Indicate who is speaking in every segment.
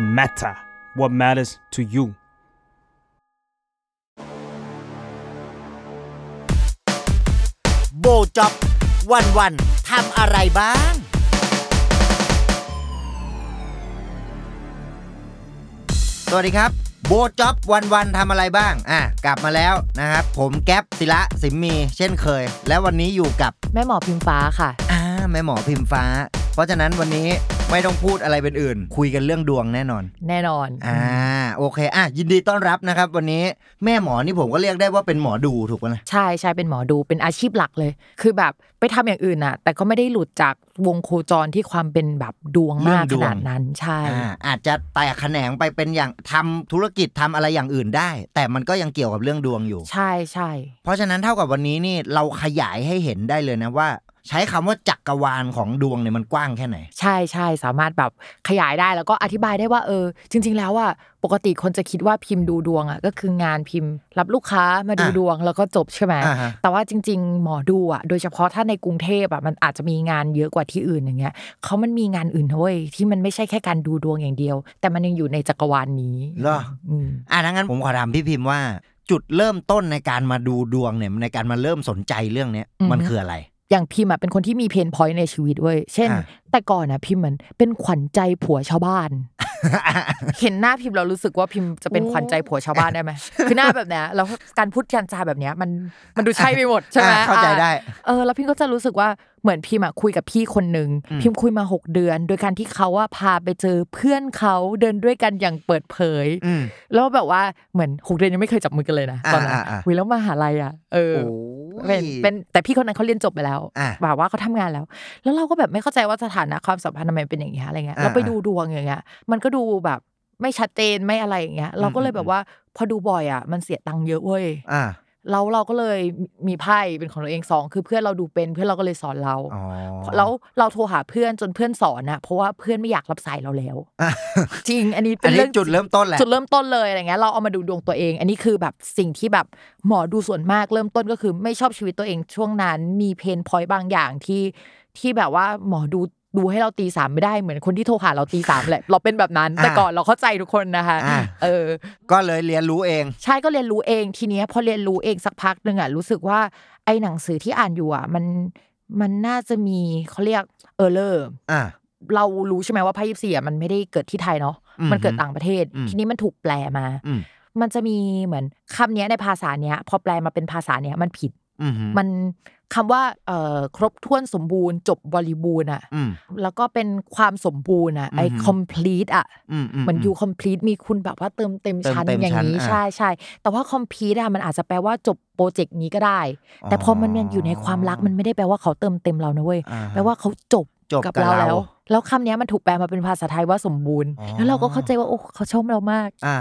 Speaker 1: matter what matters to you
Speaker 2: โบจ็อบวันวันๆทำอะไรบ้าง สวัสดีครับ โบจ็อบวันวันๆทำอะไรบ้าง อ่ะ กลับมาแล้วนะครับ ผมแก๊ปศิละสิมมี เช่นเคย และวันนี้อยู่กับ
Speaker 3: แม่หมอพิมฟ้าค่ะ
Speaker 2: อ่าแม่หมอพิมฟ้า เพราะฉะนั้นวันนี้ไม่ต้องพูดอะไรเป็นอื่น คุยกันเรื่องดวงแน่นอน
Speaker 3: แน่นอน
Speaker 2: อ่า โอเค อ่ะ ยินดีต้อนรับนะครับ วันนี้แม่หมอนี่ผมก็เรียกได้ว่าเป็นหมอดูถูกไหม
Speaker 3: ใช่ใช่เป็นหมอดูเป็นอาชีพหลักเลย คือแบบไปทำอย่างอื่นน่ะ แต่ก็ไม่ได้หลุดจากวงโคจรที่ความเป็นแบบดวงมาก
Speaker 2: เรื่องด
Speaker 3: ข
Speaker 2: วง
Speaker 3: นาดนั้นใช่
Speaker 2: อ่าอาจจะแตกแขนงไปเป็นอย่างทำธุรกิจทำอะไรอย่างอื่นได้ แต่มันก็ยังเกี่ยวกับเรื่องดวงอยู่
Speaker 3: ใช่ใช่
Speaker 2: เพราะฉะนั้นเท่ากับวันนี้นี่เราขยายให้เห็นได้เลยนะว่า ใช้คำว่าจักรวาลของดวงเนี่ยมันกว้างแค่ไหน
Speaker 3: ใช่ใช่สามารถแบบขยายได้แล้วก็อธิบายได้ว่าเออ จริง ๆ แล้วอ่ะปกติคนจะคิดว่าพิมพ์ดูดวงอ่ะก็คืองานพิมพ์ รับลูกค้ามาดู
Speaker 2: อ่ะ
Speaker 3: ดวงแล้วก็จบใช่ไหม
Speaker 2: อ่าฮะ
Speaker 3: แต่ว่าจริง ๆ หมอดูอ่ะโดยเฉพาะถ้าในกรุงเทพอ่ะมันอาจจะมีงานเยอะกว่าที่อื่นอย่างเงี้ยเขามันมีงานอื่นเว้ยที่มันไม่ใช่แค่การดูดวงอย่างเดียว แต่มันยังอยู่ในจักรวาลนี้
Speaker 2: เหรอ
Speaker 3: ม
Speaker 2: อ่ะงั้นผมขอถามพี่พิมพ์ว่า จุดเริ่มต้นในการมาดูดวงเนี่ยในการมาเริ่มสนใจเรื่องเนี้ยมันคืออะไร
Speaker 3: อย่างพิมพ์อ่ะเป็นคนที่มีเพนพอยต์ในชีวิตเว้ยเช่น
Speaker 2: อ่ะ
Speaker 3: แต่ก่อนอ่ะพิมพ์เหมือนเป็นขวัญใจผัวชาวบ้าน เห็นหน้าพิมพ์เรารู้สึกว่าพิมพ์จะเป็นขวัญใจผัวชาวบ้านได้ไหม คือหน้าแบบเนี้ยแล้วการพูดการจาแบบเนี้ยมันมันดูใช่ไปหมดใช่ไหม
Speaker 2: อ่ะเข้าใจ
Speaker 3: อ่ะ
Speaker 2: ได้
Speaker 3: เออแล้วพิมก็จะรู้สึกว่าเหมือนพิมอะคุยกับพี่คนหนึ่ง
Speaker 2: อืม
Speaker 3: พิมคุยมา 6 เดือน โดยการที่เขาอะพาไปเจอเพื่อนเขาเดินด้วยกันอย่างเปิดเผย
Speaker 2: อืม
Speaker 3: แล้วแบบว่าเหมือนหกเดือนยังไม่เคยจับมือกันเลยนะ
Speaker 2: อ่า
Speaker 3: ตอนนั้น
Speaker 2: อ่าอ่า
Speaker 3: วิแล้วมหาลัยอะเออ
Speaker 2: โอ้
Speaker 3: เป็น
Speaker 2: ย
Speaker 3: เป็นแต่พี่คนนั้นเขาเรียนจบไปแล้ว
Speaker 2: อ่า
Speaker 3: แบบว่าเขาทำงานแล้ว แล้วเราก็แบบไม่เข้าใจว่าสถานะความสัมพันธ์ทำไมเป็นอย่างเงี้ยอะไรเงี้ย
Speaker 2: อ่า
Speaker 3: เราไปดูดวงอย่างเงี้ยมันก็ดูแบบไม่ชัดเจนไม่อะไรอย่างเงี้ยเราก็เลย
Speaker 2: อืม
Speaker 3: แบบว่าพอดูบ่อยอะมันเสียตังค์เยอะเว้ย
Speaker 2: อ่า
Speaker 3: เราเราก็เลยมีไพ่เป็นของเราเองสองคือเพื่อนเราดูเป็นเพื่อนเราก็เลยสอนเรา
Speaker 2: อ๋อ
Speaker 3: แล้วเราโทรหาเพื่อนจนเพื่อนสอนอะเพราะว่าเพื่อนไม่อยากรับสายเราแล้ว
Speaker 2: อ่ะ
Speaker 3: จริงอันนี้
Speaker 2: อั
Speaker 3: เป็น น
Speaker 2: นี้
Speaker 3: เรื่อง
Speaker 2: จุดเริ่มต้นแหละ
Speaker 3: จุดเริ่มต้นเลยอะไรเงี้ยเราเอามาดูดวงตัวเอง อันนี้คือแบบสิ่งที่แบบหมอดูส่วนมากเริ่มต้นก็คือไม่ชอบชีวิตตัวเองช่วงนั้นมีเพนพอยต์บางอย่างที่ที่แบบว่าหมอดูดูให้เราตีสามไม่ได้เหมือนคนที่โทรหาเราตีสามแหละเราเป็นแบบนั้น แต่ก่อนเราเข้าใจทุกคนนะคะ
Speaker 2: อ่า
Speaker 3: เออ
Speaker 2: ก็เลยเรียนรู้เอง
Speaker 3: ใช่ก็เรียนรู้เองทีเนี้ยพอเรียนรู้เองสักพักหนึ่งอ่ะรู้สึกว่าไอ้หนังสือที่อ่านอยู่อ่ะมันมันน่าจะมีเขาเรียกเออเลอร์
Speaker 2: อ่า
Speaker 3: เรารู้ใช่ไหมว่าไพ่ยิปซีอ่ะมันไม่ได้เกิดที่ไทยเนาะ
Speaker 2: อืม
Speaker 3: มันเกิดต่างประเทศ
Speaker 2: อืม
Speaker 3: ทีนี้มันถูกแปลมา
Speaker 2: อืม
Speaker 3: มันจะมีเหมือนคำเนี้ยในภาษาเนี้ย พอแปลมาเป็นภาษาเนี้ยมันผิด
Speaker 2: อืม
Speaker 3: มันคำว่าเอ่อครบถ้วนสมบูรณ์ จบบริบูรณ์อ่ะ
Speaker 2: อืม
Speaker 3: แล้วก็เป็นความสมบูรณ์อ่ะไอ้
Speaker 2: อือหือ
Speaker 3: complete อ่ะ
Speaker 2: อืมอื
Speaker 3: เหมือนยู complete มีคุณแบบว่าเติมเต็มชั้น
Speaker 2: เติมเต็ม
Speaker 3: อย่างนี้
Speaker 2: ชั้นอ่ะ
Speaker 3: ใช่ใช่แต่ว่า complete อะมันอาจจะแปลว่าจบโปรเจกต์นี้ก็ได้ แต่พอมันยังอยู่ในความรักมันไม่ได้แปลว่าเขาเติมเต็มเรานะเว้ย
Speaker 2: อ่ฮะ
Speaker 3: แปลว่าเขาจบ
Speaker 2: จบ
Speaker 3: กับ
Speaker 2: กับ
Speaker 3: เราแล้ว
Speaker 2: เรา
Speaker 3: แล้วคำเนี้ยมันถูกแปลมาเป็นภาษาไทยว่าสมบูรณ์
Speaker 2: อ๋อ
Speaker 3: แล้วเราก็เข้าใจว่าโอ้เขาชมเรามาก
Speaker 2: อ่า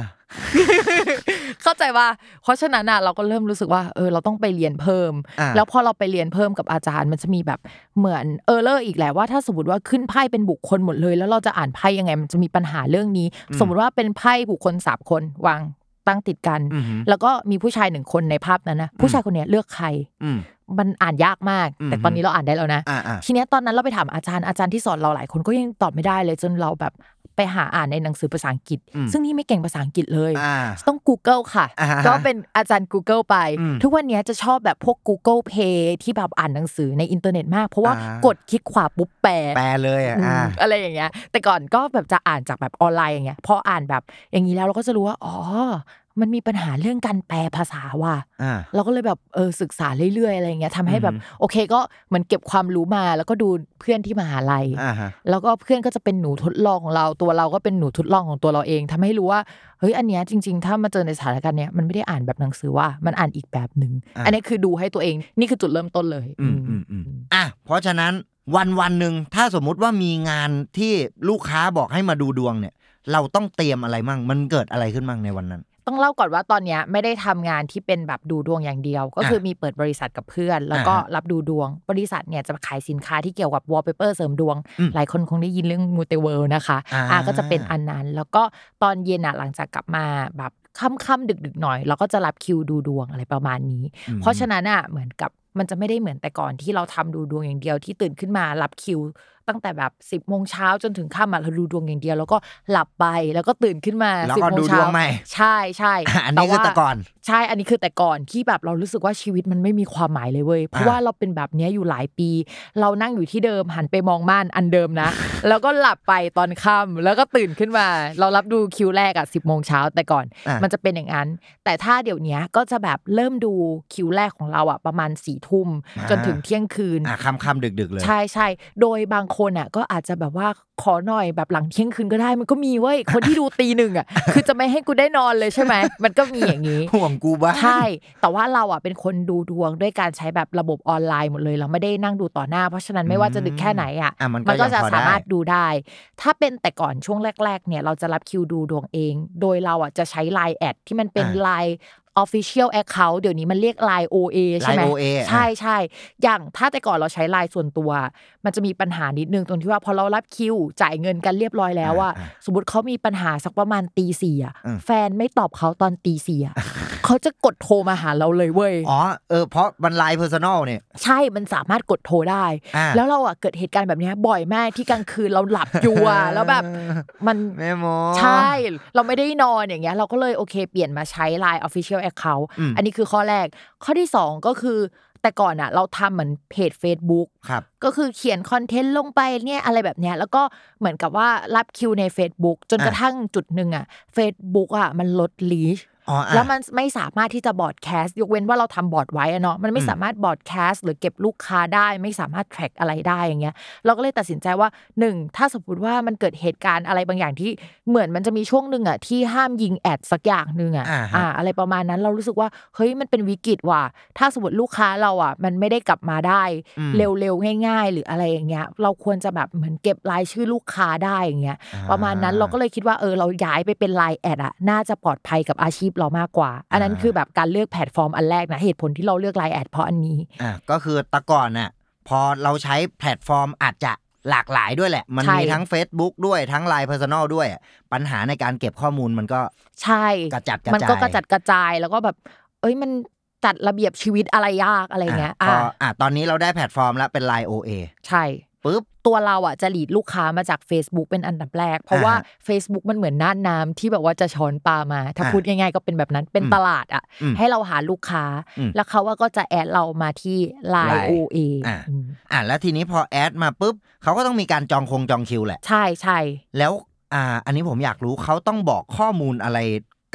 Speaker 3: เข้าใจว่า เพราะฉะนั้นอะเราก็เริ่มรู้สึกว่าเออเราต้องไปเรียนเพิ่ม
Speaker 2: อ่า
Speaker 3: แล้วพอเราไปเรียนเพิ่มกับอาจารย์มันจะมีแบบเหมือนเออเลอร์อีกแหละว่าถ้าสมมติว่าขึ้นไพ่เป็นบุคคลหมดเลย แล้วเราจะอ่านไพ่ยังไงมันจะมีปัญหาเรื่องนี้
Speaker 2: อืม
Speaker 3: สมมติว่าเป็นไพ่บุคคลสามคนวางตั้งติดกัน
Speaker 2: อืม
Speaker 3: แล้วก็มีผู้ชายหนึ่งคนในภาพนั้นนะผู้ชายคนเนี้ยเลือกใคร
Speaker 2: อืม
Speaker 3: มันอ่านยากมาก
Speaker 2: อืม
Speaker 3: แต่ตอนนี้เราอ่านได้แล้วนะ
Speaker 2: อ่าอ่า
Speaker 3: ทีเนี้ยตอนนั้นเราไปถามอาจารย์อาจารย์ที่สอนเราหลายคนก็ยังตอบไม่ได้เลยจนเราแบบไปหาอ่านในหนังสือภาษาอังกฤษ ซึ่งนี่ไม่เก่งภาษาอังกฤษเลย
Speaker 2: อ่า
Speaker 3: ต้อง Google ค่ะ
Speaker 2: อ่าฮะ
Speaker 3: ก็เป็นอาจารย์ Google ไป
Speaker 2: อืม
Speaker 3: ทุกวันเนี้ยจะชอบแบบพวก Google Pay ที่แบบอ่านหนังสือในอินเทอร์เน็ตมาก เพราะว่า
Speaker 2: อ่าก ก
Speaker 3: ดคลิกขวาปุ๊บแปล
Speaker 2: แปลเลยอ่ะ
Speaker 3: อื
Speaker 2: อ่าม
Speaker 3: อะไรอย่างเงี้ย แต่ก่อนก็แบบจะอ่านจากแบบออนไลน์อย่างเงี้ย พออ่านแบบอย่างนี้แล้วเราก็จะรู้ว่า อ๋อ มันมีปัญหาเรื่องการแปลภาษาว่ะ
Speaker 2: อ่า
Speaker 3: เราก็เลยแบบเออศึกษาเรื่อยๆอะไรอย่างเงี้ยทำให้แบบ
Speaker 2: อือฮึ
Speaker 3: โอเคก็เหมือนเก็บความรู้มาแล้วก็ดูเพื่อนที่มหาลัย
Speaker 2: อ่าฮะ
Speaker 3: แล้วก็เพื่อนก็จะเป็นหนูทดลองของเราตัวเราก็เป็นหนูทดลองของตัวเราเองทำให้รู้ว่าเฮ้ยอันเนี้ยจริง ๆ ถ้ามาเจอในสถานการณ์เนี้ยมันไม่ได้อ่านแบบหนังสือว่ามันอ่านอีกแบบหนึ่ง
Speaker 2: อ่ะ
Speaker 3: อันนี้คือดูให้ตัวเองนี่คือจุดเริ่มต้นเลย
Speaker 2: อืมอืมอืมอ่ะเพราะฉะนั้นวันวันหนึ่งถ้าสมมุติว่ามีงานที่ลูกค้าบอกให้มาดูดวงเนี่ย เราต้องเตรียมอะไรมั่ง มันเกิดอะไรขึ้นมั่งในวันนั้น
Speaker 3: ต้องเล่าก่อนว่าตอนเนี้ยไม่ได้ทำงานที่เป็นแบบดูดวงอย่างเดียว ก็คือมีเปิดบริษัทกับเพื่อน แล้วก็
Speaker 2: อ่าฮะ
Speaker 3: รับดูดวง บริษัทเนี่ยจะขายสินค้าที่เกี่ยวกับวอลเปเปอร์เสริมดวง
Speaker 2: อืม
Speaker 3: หลายคนคงได้ยินเรื่องมูเตเวิลนะคะ
Speaker 2: อ่า
Speaker 3: ะก็จะเป็นอันนั้น แล้วก็ตอนเย็นอ่ะหลังจากกลับมาแบบค่ำๆดึกๆหน่อยเราก็จะรับคิวดูดวงอะไรประมาณนี้
Speaker 2: อืม
Speaker 3: เพราะฉะนั้นอ่ะเหมือนกับมันจะไม่ได้เหมือนแต่ก่อนที่เราทำดูดวงอย่างเดียวที่ตื่นขึ้นมารับคิว ตั้งแต่แบบสิบโมงเช้าจนถึงค่ำอะเราดูดวงอย่างเดียว แล้วก็หลับไปแล้วก็ตื่นขึ้นมา
Speaker 2: แล้ว
Speaker 3: สิบ
Speaker 2: ก็
Speaker 3: โม
Speaker 2: ดูด
Speaker 3: งเช้าว
Speaker 2: งใหม่
Speaker 3: ใช่ใช่
Speaker 2: อ่ะอันนี้คือ
Speaker 3: ว่า
Speaker 2: แต่ก่อน
Speaker 3: ใช่ อันนี้คือแต่ก่อนที่แบบเรารู้สึกว่าชีวิตมันไม่มีความหมายเลยเว้ย เพราะ
Speaker 2: อ่า
Speaker 3: ว่าเราเป็นแบบเนี้ยอยู่หลายปี เรานั่งอยู่ที่เดิมหันไปมองม่านอันเดิมนะ แล้วก็หลับไปตอนค่ำแล้วก็ตื่นขึ้นมา เรารับดูคิวแรกอะสิบโมงเช้าแต่ก่อน
Speaker 2: อ่ะ
Speaker 3: มันจะเป็นอย่างนั้น แต่ถ้าเดี๋ยวเนี้ยก็จะแบบเริ่มดูคิวแรกของเราอะประมาณสี่ทุ่มจนถึงเที่ยงคืน
Speaker 2: อ่ะคำคำดึกๆเลย
Speaker 3: ใช่ใช่โดยบางคนอ่ะก็อาจจะแบบว่าขอหน่อยแบบหลังเที่ยงคืนก็ได้มันก็มีเว้ยคนที่ดูตีหนึ่งอ่ะ คือจะไม่ให้กูได้นอนเลยใช่ไหมมันก็มีอย่างนี้
Speaker 2: ห่วงกูบ้าง
Speaker 3: ใช่ แต่ว่าเราอ่ะเป็นคนดูดวงด้วยการใช้แบบระบบออนไลน์หมดเลย เราไม่ได้นั่งดูต่อหน้า เพราะฉะนั้นไม่ว่าจะดึกแค่ไหนอ่ะ
Speaker 2: อ่ะมัน
Speaker 3: มัน
Speaker 2: ก็
Speaker 3: ก็จะ
Speaker 2: ยังพอ
Speaker 3: สา
Speaker 2: ได้
Speaker 3: มารถดูได้ ถ้าเป็นแต่ก่อนช่วงแรก ๆ เนี่ย เราจะรับคิวดูดวงเอง โดยเราอ่ะจะใช้ Line แอดที่มันเป็น Line Official Account เดี๋ยวนี้มันเรียก Line OA
Speaker 2: ไล
Speaker 3: ใช่ไหม
Speaker 2: โอเอ
Speaker 3: ใช่ใช่อย่างถ้าแต่ก่อนเราใช้ไลน์ส่วนตัว มันจะมีปัญหานิดนึงตรงที่ว่าพอเรารับคิวจ่ายเงินกันเรียบร้อยแล้วอะ
Speaker 2: อ่ะ
Speaker 3: สมมติเขามีปัญหาสักประมาณตีสี่อะ
Speaker 2: อืม
Speaker 3: แฟนไม่ตอบเขาตอนตีสี่อะเขาจะกดโทรมาหาเราเลยเว้ย
Speaker 2: อ๋อเออเพราะมันไลน์เพอร์ซันอลเนี่ย
Speaker 3: ใช่มันสามารถกดโทรได้
Speaker 2: อ่ะ
Speaker 3: แล้วเราอะเกิดเหตุการณ์แบบเนี้ยบ่อยมากที่กลางคืนเราหลับอยู่อะแล้วแบบมัน
Speaker 2: แม่โม
Speaker 3: ใช่ เราไม่ได้นอนอย่างเงี้ย เราก็เลยโอเค เปลี่ยนมาใช้ Line Official Account
Speaker 2: อืม
Speaker 3: อันนี้คือข้อแรก ข้อที่ 2 ก็คือแต่ก่อนอ่ะ เราทำเหมือนเพจ Facebook
Speaker 2: ครับ
Speaker 3: ก็คือเขียนคอนเทนต์ลงไปเนี่ยอะไรแบบเนี้ยแล้วก็เหมือนกับว่ารับคิวใน Facebook จนกระ
Speaker 2: อ่ะ
Speaker 3: ทั่งจุดหนึ่งอ่ะ Facebook อ่ะมันลดลีช
Speaker 2: อ๋ออ่ะ
Speaker 3: แล้วมันไม่สามารถที่จะบอร์ดแคสต์ยกเว้นว่าเราทำบอร์ดไว้อะเนาะมันไม่
Speaker 2: อืม
Speaker 3: สามารถบอร์ดแคสต์หรือเก็บลูกค้าได้ ไม่สามารถแทร็กอะไรได้อย่างเงี้ยเราก็เลยตัดสินใจว่าหนึ่งถ้าสมมติว่ามันเกิดเหตุการณ์อะไรบางอย่างที่เหมือนมันจะมีช่วงหนึ่งอะที่ห้ามยิงแอดสักอย่างหนึ่งอะ
Speaker 2: อ่าฮะ
Speaker 3: อ่าอะไรประมาณนั้นเรารู้สึกว่าเฮ้ยมันเป็นวิกฤตว่ะถ้าสมมติลูกค้าเราอะมันไม่ได้กลับมาได้
Speaker 2: อืม
Speaker 3: เร็วๆง่าย ๆ หรืออะไรอย่างเงี้ย เราควรจะแบบเหมือนเก็บรายชื่อลูกค้าได้อย่างเงี้ย ประมาณนั้นเราก็เลยคิดว่าเออเราย้ายไปเป็นไลน์แอดอะน่าจะปลอดภัยกับอาชีพเรามากกว่า อันนั้น
Speaker 2: อ่า
Speaker 3: คือแบบการเลือกแพลตฟอร์มอันแรกนะเหตุผลที่เราเลือกไลน์แอดเพราะอันนี้
Speaker 2: อ่ะก็คือแต่ก่อนน่ะพอเราใช้แพลตฟอร์มอาจจะหลากหลายด้วยแหละ มัน
Speaker 3: ใช่
Speaker 2: มีทั้ง Facebook ด้วยทั้ง Line Personal ด้วยอ่ะปัญหาในการเก็บข้อมูลมันก็
Speaker 3: ใช่
Speaker 2: กระจัดกระจาย
Speaker 3: มันก็กระจัดกระจายแล้วก็แบบ เอ้ยมันจัดระเบียบชีวิตอะไรยากอะไรเงี้ย
Speaker 2: พ
Speaker 3: อ่า
Speaker 2: ออ่ะตอนนี้เราได้แพลตฟอร์มแล้วเป็น Line OA
Speaker 3: ใช่
Speaker 2: ปุ๊บ
Speaker 3: ตัวเราอ่ะจะหลีดลูกค้ามาจาก Facebook เป็นอันดับแรก เพราะว่า
Speaker 2: อ่าฮะ
Speaker 3: Facebook มันเหมือนน่านน้ำที่แบบว่าจะช้อนปลามา ถ้า
Speaker 2: อ่า
Speaker 3: พูดง่ายๆก็เป็นแบบนั้นเป็น
Speaker 2: อืม
Speaker 3: ตลาดอ่ะ
Speaker 2: อืม
Speaker 3: ให้เราหาลูกค้า
Speaker 2: อืม
Speaker 3: แล้วเขาว่าก็จะแอดเรามาที่ Line
Speaker 2: Line
Speaker 3: OA
Speaker 2: อ่า
Speaker 3: อืม
Speaker 2: อ่ะแล้วทีนี้พอแอดมาปุ๊บเขาก็ต้องมีการจองคงจองคิวแหละ
Speaker 3: ใช่ใช่
Speaker 2: แล้วอ่าอันนี้ผมอยากรู้เขาต้องบอกข้อมูลอะไร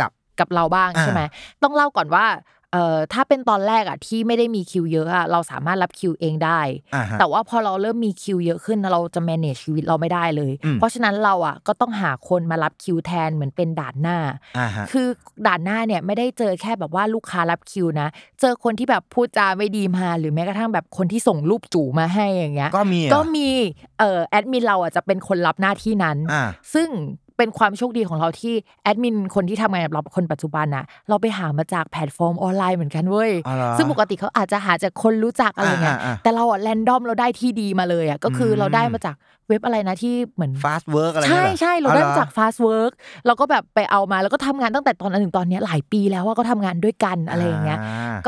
Speaker 2: กับ
Speaker 3: กับเราบ้าง
Speaker 2: อ่า
Speaker 3: ใช่ไหมต้องเล่าก่อนว่าเอ่อถ้าเป็นตอนแรกอ่ะที่ไม่ได้มีคิวเยอะอะเราสามารถรับคิวเองได้
Speaker 2: อ่าฮะ
Speaker 3: แต่ว่าพอเราเริ่มมีคิวเยอะขึ้นเราจะ manage ชีวิตเราไม่ได้เลย
Speaker 2: อืม
Speaker 3: เพราะฉะนั้นเราอ่ะก็ต้องหาคนมารับคิวแทนเหมือนเป็นด่านหน้า
Speaker 2: อ่าฮะ
Speaker 3: คือด่านหน้าเนี่ยไม่ได้เจอแค่แบบว่าลูกค้ารับคิวนะ เจอคนที่แบบพูดจาไม่ดีมา หรือแม้กระทั่งแบบคนที่ส่งรูปจู่มาให้อย่างเงี้ย
Speaker 2: ก็มีเหรอ
Speaker 3: ก็มีเอ่อแอดมินเราอ่ะจะเป็นคนรับหน้าที่นั้น
Speaker 2: อ่า
Speaker 3: ซึ่งเป็นความโชคดีของเราที่แอดมินคนที่ทำงานกับเราคนปัจจุบันนะเราไปหามาจากแพลตฟอร์มออนไลน์เหมือนกันเว้ย
Speaker 2: อ๋อเหรอ
Speaker 3: ซึ่งปกติเขาอาจจะหาจากคนรู้จักอะไรเงี้ย
Speaker 2: อ่าอ่าอ่า
Speaker 3: แต่เราอะแรนดอมเราได้ที่ดีมาเลยอะก็คืออ
Speaker 2: ม
Speaker 3: เราได้มาจากเว็บอะไรนะที่เหมือน
Speaker 2: fast work อะไร
Speaker 3: ใช่
Speaker 2: เงี้ยเหรอ
Speaker 3: ใช่เรา
Speaker 2: อ๋อ
Speaker 3: ได้
Speaker 2: หอ
Speaker 3: มาจาก fast work เราก็แบบไปเอามาแล้วก็ทำงานตั้งแต่ตอนนั้นถึงตอนเนี้ยหลายปีแล้วว่าก็ทำงานด้วยกันอะไรอย่างเงี้ย